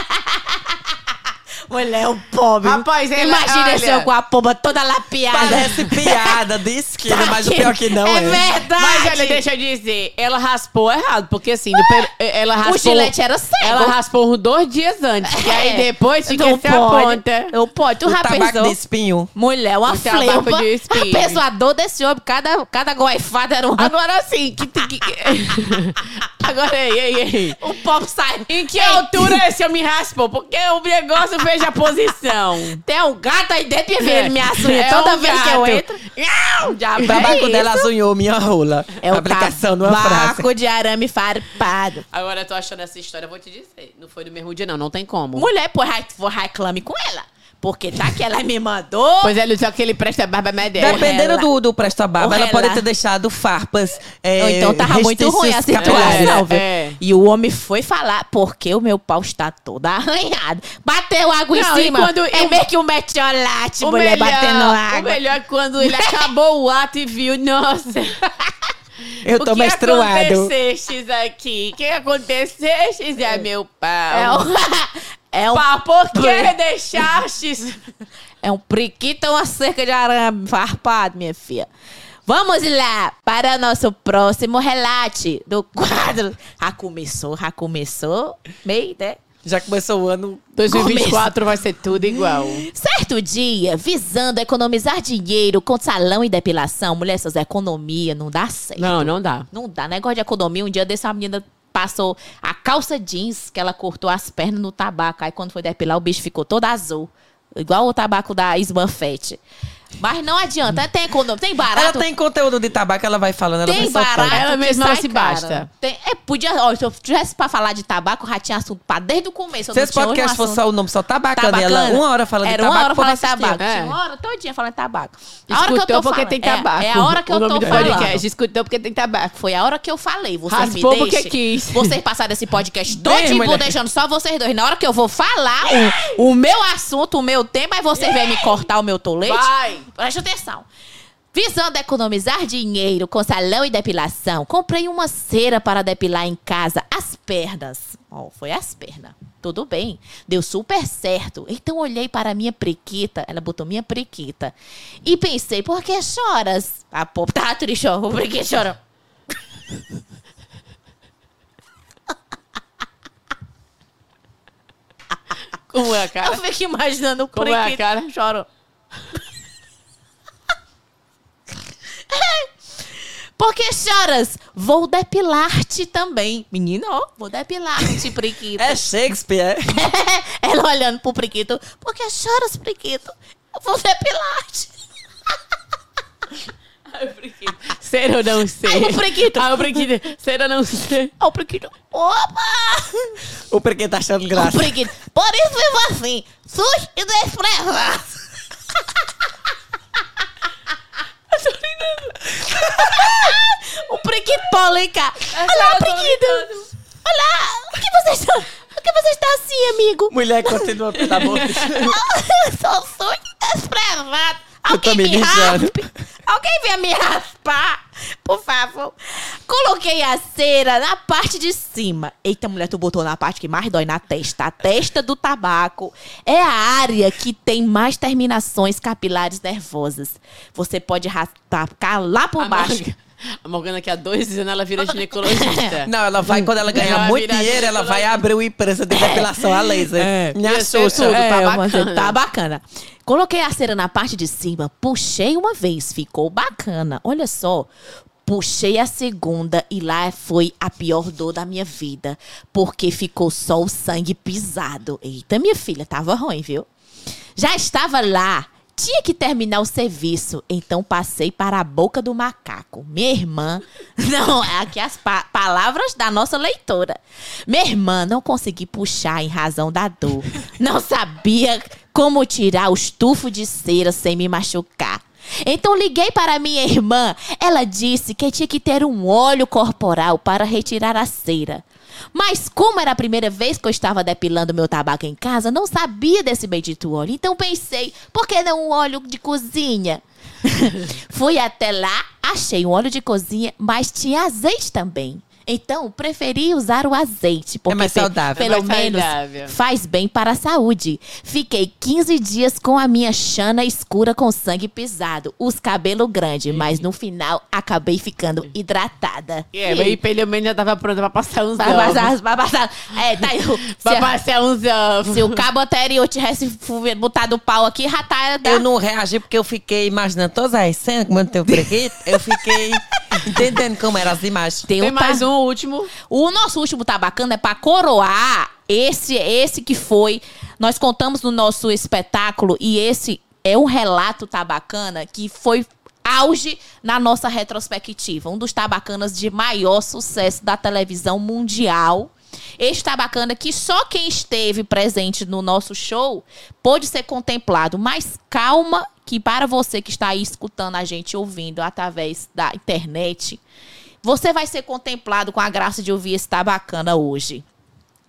Speaker 2: Mulher, o pobre.
Speaker 3: Rapaz, ela-
Speaker 2: Imagina
Speaker 3: olha.
Speaker 2: se eu com a pomba toda lapiada.
Speaker 3: é
Speaker 1: Parece piada de esquina, mas o
Speaker 2: Aqui-
Speaker 1: pior que não
Speaker 2: é
Speaker 1: é.
Speaker 2: verdade.
Speaker 3: Mas olha, deixa eu dizer, ela raspou errado, porque assim, no per- ela raspou.
Speaker 2: O gilete era cego.
Speaker 3: Ela raspou uns dois dias antes. E aí
Speaker 2: É.
Speaker 3: depois fica
Speaker 2: Não
Speaker 3: sem a ponta.
Speaker 2: Não pode. um Tu
Speaker 1: O
Speaker 2: já
Speaker 1: tabaco
Speaker 2: pensou?
Speaker 1: de espinho.
Speaker 2: Mulher, uma
Speaker 3: O tabaco
Speaker 2: flepa.
Speaker 3: de espinho. Ah.
Speaker 2: A pesador desse homem, cada, cada goifada era um...
Speaker 3: Agora sim, que, que, que- Agora ei, ei, ei.
Speaker 2: O povo sai...
Speaker 3: Em que
Speaker 2: Ei,
Speaker 3: altura é esse eu me raspo? Porque o negócio veja a posição.
Speaker 2: Tem um gato aí dentro e vê ele me assusta
Speaker 3: É
Speaker 2: toda
Speaker 3: um
Speaker 2: vez que eu
Speaker 3: gato.
Speaker 2: entro. Não, já
Speaker 1: O
Speaker 2: é
Speaker 1: tabaco
Speaker 2: isso.
Speaker 1: dela azunhou minha rola.
Speaker 2: É o
Speaker 1: Aplicação numa frase.
Speaker 2: tabaco de arame farpado.
Speaker 3: Agora eu tô achando essa história, eu vou te dizer. Não foi no mesmo dia, não, não tem como.
Speaker 2: Mulher, pô, ra- vou reclame com ela. Porque tá que ela me mandou...
Speaker 3: Pois é, ele só que ele presta barba média.
Speaker 1: Dependendo
Speaker 2: Ela.
Speaker 1: do, do presta barba, ela
Speaker 2: Ela.
Speaker 1: pode ter deixado farpas. é,
Speaker 2: Ou então tava muito ruim a
Speaker 1: restrições capilares.
Speaker 3: É,
Speaker 2: situação, viu?
Speaker 3: é.
Speaker 2: E o homem foi falar, porque o meu pau está todo arranhado. Bateu água
Speaker 3: Não,
Speaker 2: em
Speaker 3: e
Speaker 2: cima.
Speaker 3: quando-
Speaker 2: é
Speaker 3: e o-
Speaker 2: meio que um meteorite, mulher, batendo
Speaker 3: O
Speaker 2: água.
Speaker 3: melhor é quando ele acabou o ato e viu, nossa.
Speaker 1: Eu tô
Speaker 3: o que
Speaker 1: menstruado.
Speaker 3: acontecestes aqui? O que acontecestes é meu
Speaker 2: É
Speaker 3: pau.
Speaker 2: um, é, um,
Speaker 3: Pau, por que deixastes?
Speaker 2: é um priquito ou uma cerca de arame farpado, minha filha. Vamos lá para nosso próximo relate do quadro. Já começou, já começou. Meio, né?
Speaker 1: Já começou o ano.
Speaker 3: 2024 vai ser tudo igual.
Speaker 2: Certo dia, visando economizar dinheiro com salão e depilação, mulher, essas economia não dá certo.
Speaker 3: Não, não dá.
Speaker 2: Não dá. Negócio de economia. Um dia desse, a menina passou a calça jeans que ela cortou as pernas no tabaco. Aí quando foi depilar, o bicho ficou todo azul. Igual o tabaco da Smanfete. Mas não adianta. é, Tem economia. Tem
Speaker 1: Ela
Speaker 2: barato.
Speaker 1: tem conteúdo de tabaco, ela vai falando. Ela
Speaker 2: Tem
Speaker 1: vai soltando.
Speaker 2: barato.
Speaker 3: Ela
Speaker 2: que
Speaker 3: mesma
Speaker 2: sai
Speaker 3: se
Speaker 2: caro.
Speaker 3: basta.
Speaker 2: Tem- é, podia. Ó, se eu tivesse pra falar de tabaco, eu já tinha assunto pra desde o começo. eu
Speaker 1: Se
Speaker 2: não
Speaker 1: esse
Speaker 2: tinha hoje um
Speaker 1: podcast fosse
Speaker 2: assunto.
Speaker 1: só o nome, só tabaca
Speaker 2: Tabacana.
Speaker 1: dela, uma hora falando de
Speaker 2: Tá Era
Speaker 1: tabaco,
Speaker 2: uma hora
Speaker 1: o povo
Speaker 2: falando de
Speaker 1: assistia.
Speaker 2: tabaco.
Speaker 3: É.
Speaker 2: Tinha uma hora todinha falando de tabaco. A
Speaker 3: Escutou
Speaker 2: hora que eu tô
Speaker 3: porque
Speaker 2: falando.
Speaker 3: tem tabaco.
Speaker 2: É, é a hora que
Speaker 3: O
Speaker 2: eu
Speaker 3: nome
Speaker 2: tô
Speaker 3: do
Speaker 2: falando.
Speaker 3: podcast. Escutou porque tem tabaco.
Speaker 2: Foi a hora que eu falei. Vocês
Speaker 3: Raspou
Speaker 2: me
Speaker 3: porque
Speaker 2: deixem.
Speaker 3: quis.
Speaker 2: Vocês passaram esse podcast
Speaker 1: Bem,
Speaker 2: todinho, vou
Speaker 1: mulher.
Speaker 2: deixando só vocês dois. Na hora que eu vou falar o, o meu assunto, o meu tema, aí vocês vêm me cortar o meu tolete.
Speaker 3: Vai.
Speaker 2: Presta atenção. Visando economizar dinheiro com salão e depilação, comprei uma cera para depilar em casa as pernas. Ó, foi as pernas. Tudo bem, deu super certo. Então olhei para minha prequita, ela botou minha prequita, e pensei, por que choras? A pobre tá triste, ó, o prequito chorou.
Speaker 3: Como é,
Speaker 2: Eu
Speaker 3: cara?
Speaker 2: fico imaginando o
Speaker 3: Como é a
Speaker 2: prequito.
Speaker 3: cara?
Speaker 2: Choro. Por que choras? Vou depilar-te também. Menina, ó, vou depilar-te, prequito.
Speaker 1: É Shakespeare, é?
Speaker 2: Ela olhando pro prequito. Por que choras, prequito? Eu vou depilar-te.
Speaker 3: Ser ou não
Speaker 2: Ai,
Speaker 3: ser?
Speaker 2: o prequito.
Speaker 3: Ah, o prequito. Ser ou não ser?
Speaker 2: Ó, o prequito. Opa!
Speaker 1: O porquê tá achando
Speaker 2: O
Speaker 1: graça.
Speaker 2: preguiça. Por isso vivo assim, sus e desprezado. o preguiça polêmica. Olá,
Speaker 3: eu tô
Speaker 2: preguiça. Olá, o que você está... O que você está assim, amigo?
Speaker 1: Mulher continua, pelo amor de Deus.
Speaker 2: Sou sus e desprezado.
Speaker 1: tô
Speaker 2: Alguém
Speaker 1: me
Speaker 2: me
Speaker 1: mijando.
Speaker 2: raspe. Alguém venha me raspar, por favor. Coloquei a cera na parte de cima. Eita, mulher, tu botou na parte que mais dói, na testa. A testa do tabaco é a área que tem mais terminações capilares nervosas. Você pode raspar lá por baixo.
Speaker 3: Morgan- A Morgana, aqui há dois anos, ela vira ginecologista.
Speaker 1: Não, ela vai, quando ela ganhar
Speaker 3: Ela vai
Speaker 1: muito
Speaker 3: virar
Speaker 1: dinheiro, ela vai abrir uma empresa de depilação a laser.
Speaker 3: É.
Speaker 1: Me
Speaker 3: Ia ser
Speaker 1: assusta.
Speaker 3: tudo,
Speaker 2: É,
Speaker 3: tá
Speaker 2: eu mandei,
Speaker 3: bacana.
Speaker 2: tá bacana. Coloquei a cera na parte de cima, puxei uma vez, ficou bacana. Olha só. Puxei a segunda e lá foi a pior dor da minha vida, porque ficou só o sangue pisado. Eita, minha filha, tava ruim, viu? Já estava lá. Tinha que terminar o serviço, então passei para a boca do macaco. Minha irmã. Não, é aqui as pa- palavras da nossa leitora. Minha irmã não consegui puxar em razão da dor. Não sabia como tirar o estufo de cera sem me machucar. Então liguei para minha irmã. Ela disse que tinha que ter um óleo corporal para retirar a cera. Mas como era a primeira vez que eu estava depilando meu tabaco em casa, não sabia desse bendito óleo. Então pensei, por que não um óleo de cozinha? Fui até lá, achei um óleo de cozinha, mas tinha azeite também. Então, preferi usar o azeite, porque
Speaker 1: mais
Speaker 2: pe-
Speaker 1: saudável.
Speaker 2: pelo
Speaker 3: É mais
Speaker 2: menos
Speaker 3: saudável.
Speaker 2: faz bem para a saúde. Fiquei 15 dias com a minha chana escura com sangue pisado, os cabelos grandes, mas no final acabei ficando hidratada.
Speaker 3: É, e pelo menos já tava pronta pra passar uns
Speaker 2: Vai
Speaker 3: ovos.
Speaker 2: passar, vai passar. É, tá aí.
Speaker 3: Pra
Speaker 2: Se,
Speaker 3: passar uns ovos.
Speaker 2: se o cabo anterior tivesse botado o pau aqui, já tá. tá-
Speaker 1: Eu não reagi porque eu fiquei imaginando todas as cenas que manteve por aqui. Eu fiquei entendendo como eram as imagens.
Speaker 2: Tem
Speaker 3: Tem
Speaker 2: um
Speaker 3: mais um, o último.
Speaker 2: O nosso último tá bacana é pra coroar esse esse que foi. Nós contamos no nosso espetáculo e esse é um relato tabacana que foi auge na nossa retrospectiva. Um dos tabacanas de maior sucesso da televisão mundial. Este tabacana que só quem esteve presente no nosso show pôde ser contemplado. Mas calma que para você que está aí escutando a gente ouvindo através da internet, você vai ser contemplado com a graça de ouvir esse tabacana hoje.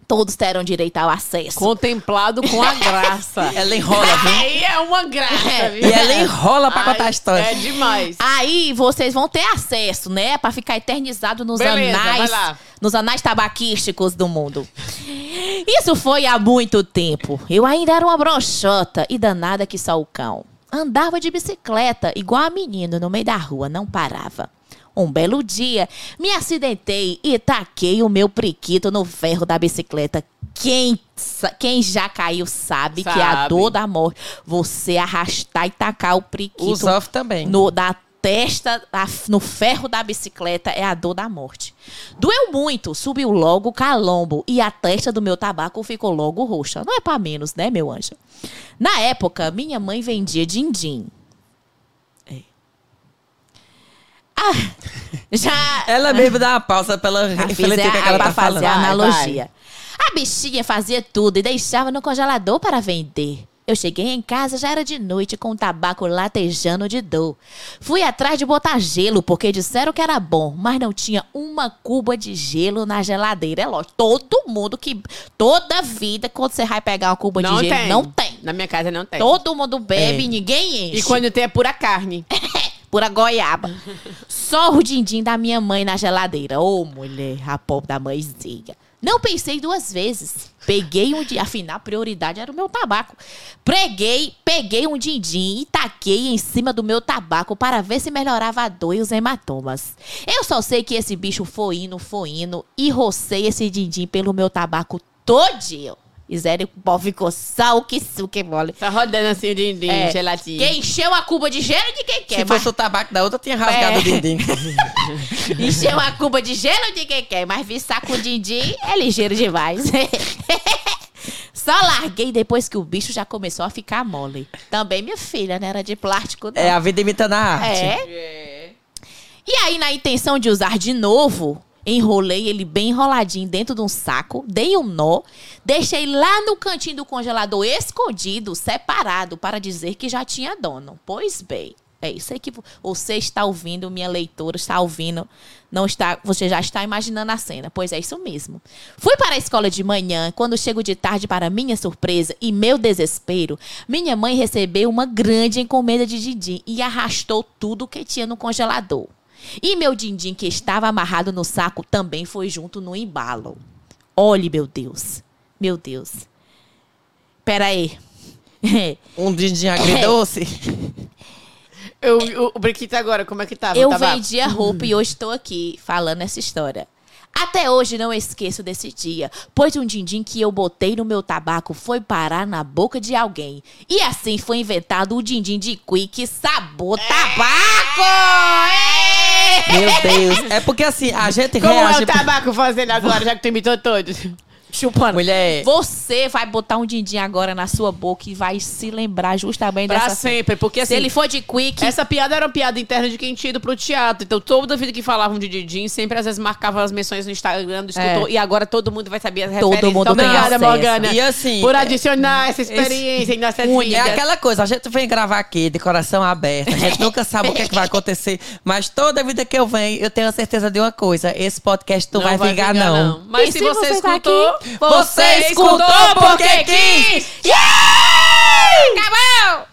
Speaker 2: Todos terão direito ao acesso.
Speaker 3: Contemplado com a graça.
Speaker 1: Ela enrola, viu?
Speaker 3: Aí é uma graça, viu?
Speaker 1: E ela enrola pra
Speaker 3: Ai,
Speaker 1: contar a história.
Speaker 3: É demais.
Speaker 2: Ah, Aí vocês vão ter acesso, né? Pra ficar eternizado nos
Speaker 3: Beleza, vai
Speaker 2: anais.
Speaker 3: lá.
Speaker 2: Nos anais tabaquísticos do mundo. Isso foi há muito tempo. Eu ainda era uma broxota e danada que só o cão. Andava de bicicleta, igual a menino, no meio da rua, não parava. Um belo dia, me acidentei e taquei o meu priquito no ferro da bicicleta. Quem, sa- quem já caiu sabe, que é a
Speaker 3: Sabe.
Speaker 2: dor da morte, você arrastar e tacar o priquito
Speaker 1: Os off também.
Speaker 2: no, da testa, da- no ferro da bicicleta, é a dor da morte. Doeu muito, subiu logo o calombo e a testa do meu tabaco ficou logo roxa. Não é pra menos, né, meu anjo? Na época, minha mãe vendia din-din. É. Ah, já
Speaker 1: Ela mesmo dá uma pausa pela
Speaker 2: fazer
Speaker 1: refletir
Speaker 2: é a,
Speaker 1: que ela
Speaker 2: pra
Speaker 1: tá
Speaker 2: fazer
Speaker 1: falando.
Speaker 2: a
Speaker 3: Vai,
Speaker 2: analogia. A bichinha fazia tudo e deixava no congelador para vender. Eu cheguei em casa, já era de noite, com o tabaco latejando de dor. Fui atrás de botar gelo, porque disseram que era bom, mas não tinha uma cuba de gelo na geladeira. É lógico, todo mundo que. Toda vida, quando você vai pegar uma cuba de gelo, não tem.
Speaker 3: Na minha casa não tem.
Speaker 2: Todo mundo bebe,
Speaker 1: É.
Speaker 2: ninguém enche
Speaker 3: E quando tem é pura carne.
Speaker 2: pura goiaba. Só o din-din da minha mãe na geladeira. Ô, mulher, a pobre da mãezinha. Não pensei duas vezes. Peguei um dia, afinal, a prioridade era o meu tabaco. Preguei, peguei um din-din e taquei em cima do meu tabaco para ver se melhorava a dor e os hematomas. Eu só sei que esse bicho foi indo, foi indo e rocei esse din-din pelo meu tabaco todinho. E Zé, o pau ficou sal que suque mole.
Speaker 3: Tá rodando assim o din-din,
Speaker 2: É,
Speaker 3: gelatina.
Speaker 2: Quem encheu a cuba de gelo de quem quer,
Speaker 1: Se
Speaker 2: mas-
Speaker 1: fosse é o tabaco da outra, tinha rasgado
Speaker 2: Tipo, É.
Speaker 1: o dindim.
Speaker 2: Encheu a cuba é de gelo de quem quer, mas vi saco din-din é ligeiro demais. Só larguei depois que o bicho já começou a ficar mole. Também minha filha, não era de plástico, não.
Speaker 1: É a vida imitando a arte.
Speaker 2: É. E aí, na intenção de usar de novo, enrolei ele bem enroladinho dentro de um saco, dei um nó, deixei lá no cantinho do congelador escondido, separado, para dizer que já tinha dono. Pois bem. É isso aí que vo- você está ouvindo, minha leitora está ouvindo, não está, você já está imaginando a cena. Pois é isso mesmo. Fui para a escola de manhã, quando chego de tarde para minha surpresa e meu desespero, minha mãe recebeu uma grande encomenda de Didi e arrastou tudo que tinha no congelador. E meu dindim, que estava amarrado no saco, também foi junto no embalo. Olhe, meu Deus. Meu Deus. Pera aí.
Speaker 1: Um dindim agridoce.
Speaker 3: Eu, o, o Briquita agora, como é que tava?
Speaker 2: Eu
Speaker 3: Tava-
Speaker 2: vendi a roupa e hoje estou aqui falando essa história. Até hoje não esqueço desse dia, pois um din-din que eu botei no meu tabaco foi parar na boca de alguém. E assim foi inventado o din-din de Cui que sabor tabaco! É!
Speaker 1: Meu Deus. É porque assim, a gente
Speaker 3: Como é
Speaker 1: reage.
Speaker 3: o tabaco fazendo agora, já que tu imitou todos? Chupando.
Speaker 1: Mulher.
Speaker 2: Você vai botar um din-din agora na sua boca e vai se lembrar justamente
Speaker 3: Pra
Speaker 2: dessa...
Speaker 3: sempre, porque assim...
Speaker 2: Se ele for de quick,
Speaker 3: Essa piada era uma piada interna de quem tinha ido pro teatro. Então, toda vida que falavam de Didin, sempre às vezes marcavam as menções no Instagram do escritor. E agora todo mundo vai saber as referências.
Speaker 2: É. mundo
Speaker 3: Então,
Speaker 2: tem
Speaker 3: Obrigada,
Speaker 2: acesso.
Speaker 3: Morgana.
Speaker 1: E assim,
Speaker 3: Por
Speaker 1: é-
Speaker 3: adicionar essa experiência em nossa vida.
Speaker 1: É aquela coisa, a gente vem gravar aqui de coração aberto, a gente nunca sabe o que, é que vai acontecer, mas toda vida que eu venho, eu tenho a certeza de uma coisa: esse podcast não, vai, vingar, não.
Speaker 3: Mas
Speaker 2: E
Speaker 3: se,
Speaker 2: se
Speaker 3: você,
Speaker 2: você tá
Speaker 3: escutou,
Speaker 2: aqui,
Speaker 1: Você escutou porque quis!
Speaker 2: acabou!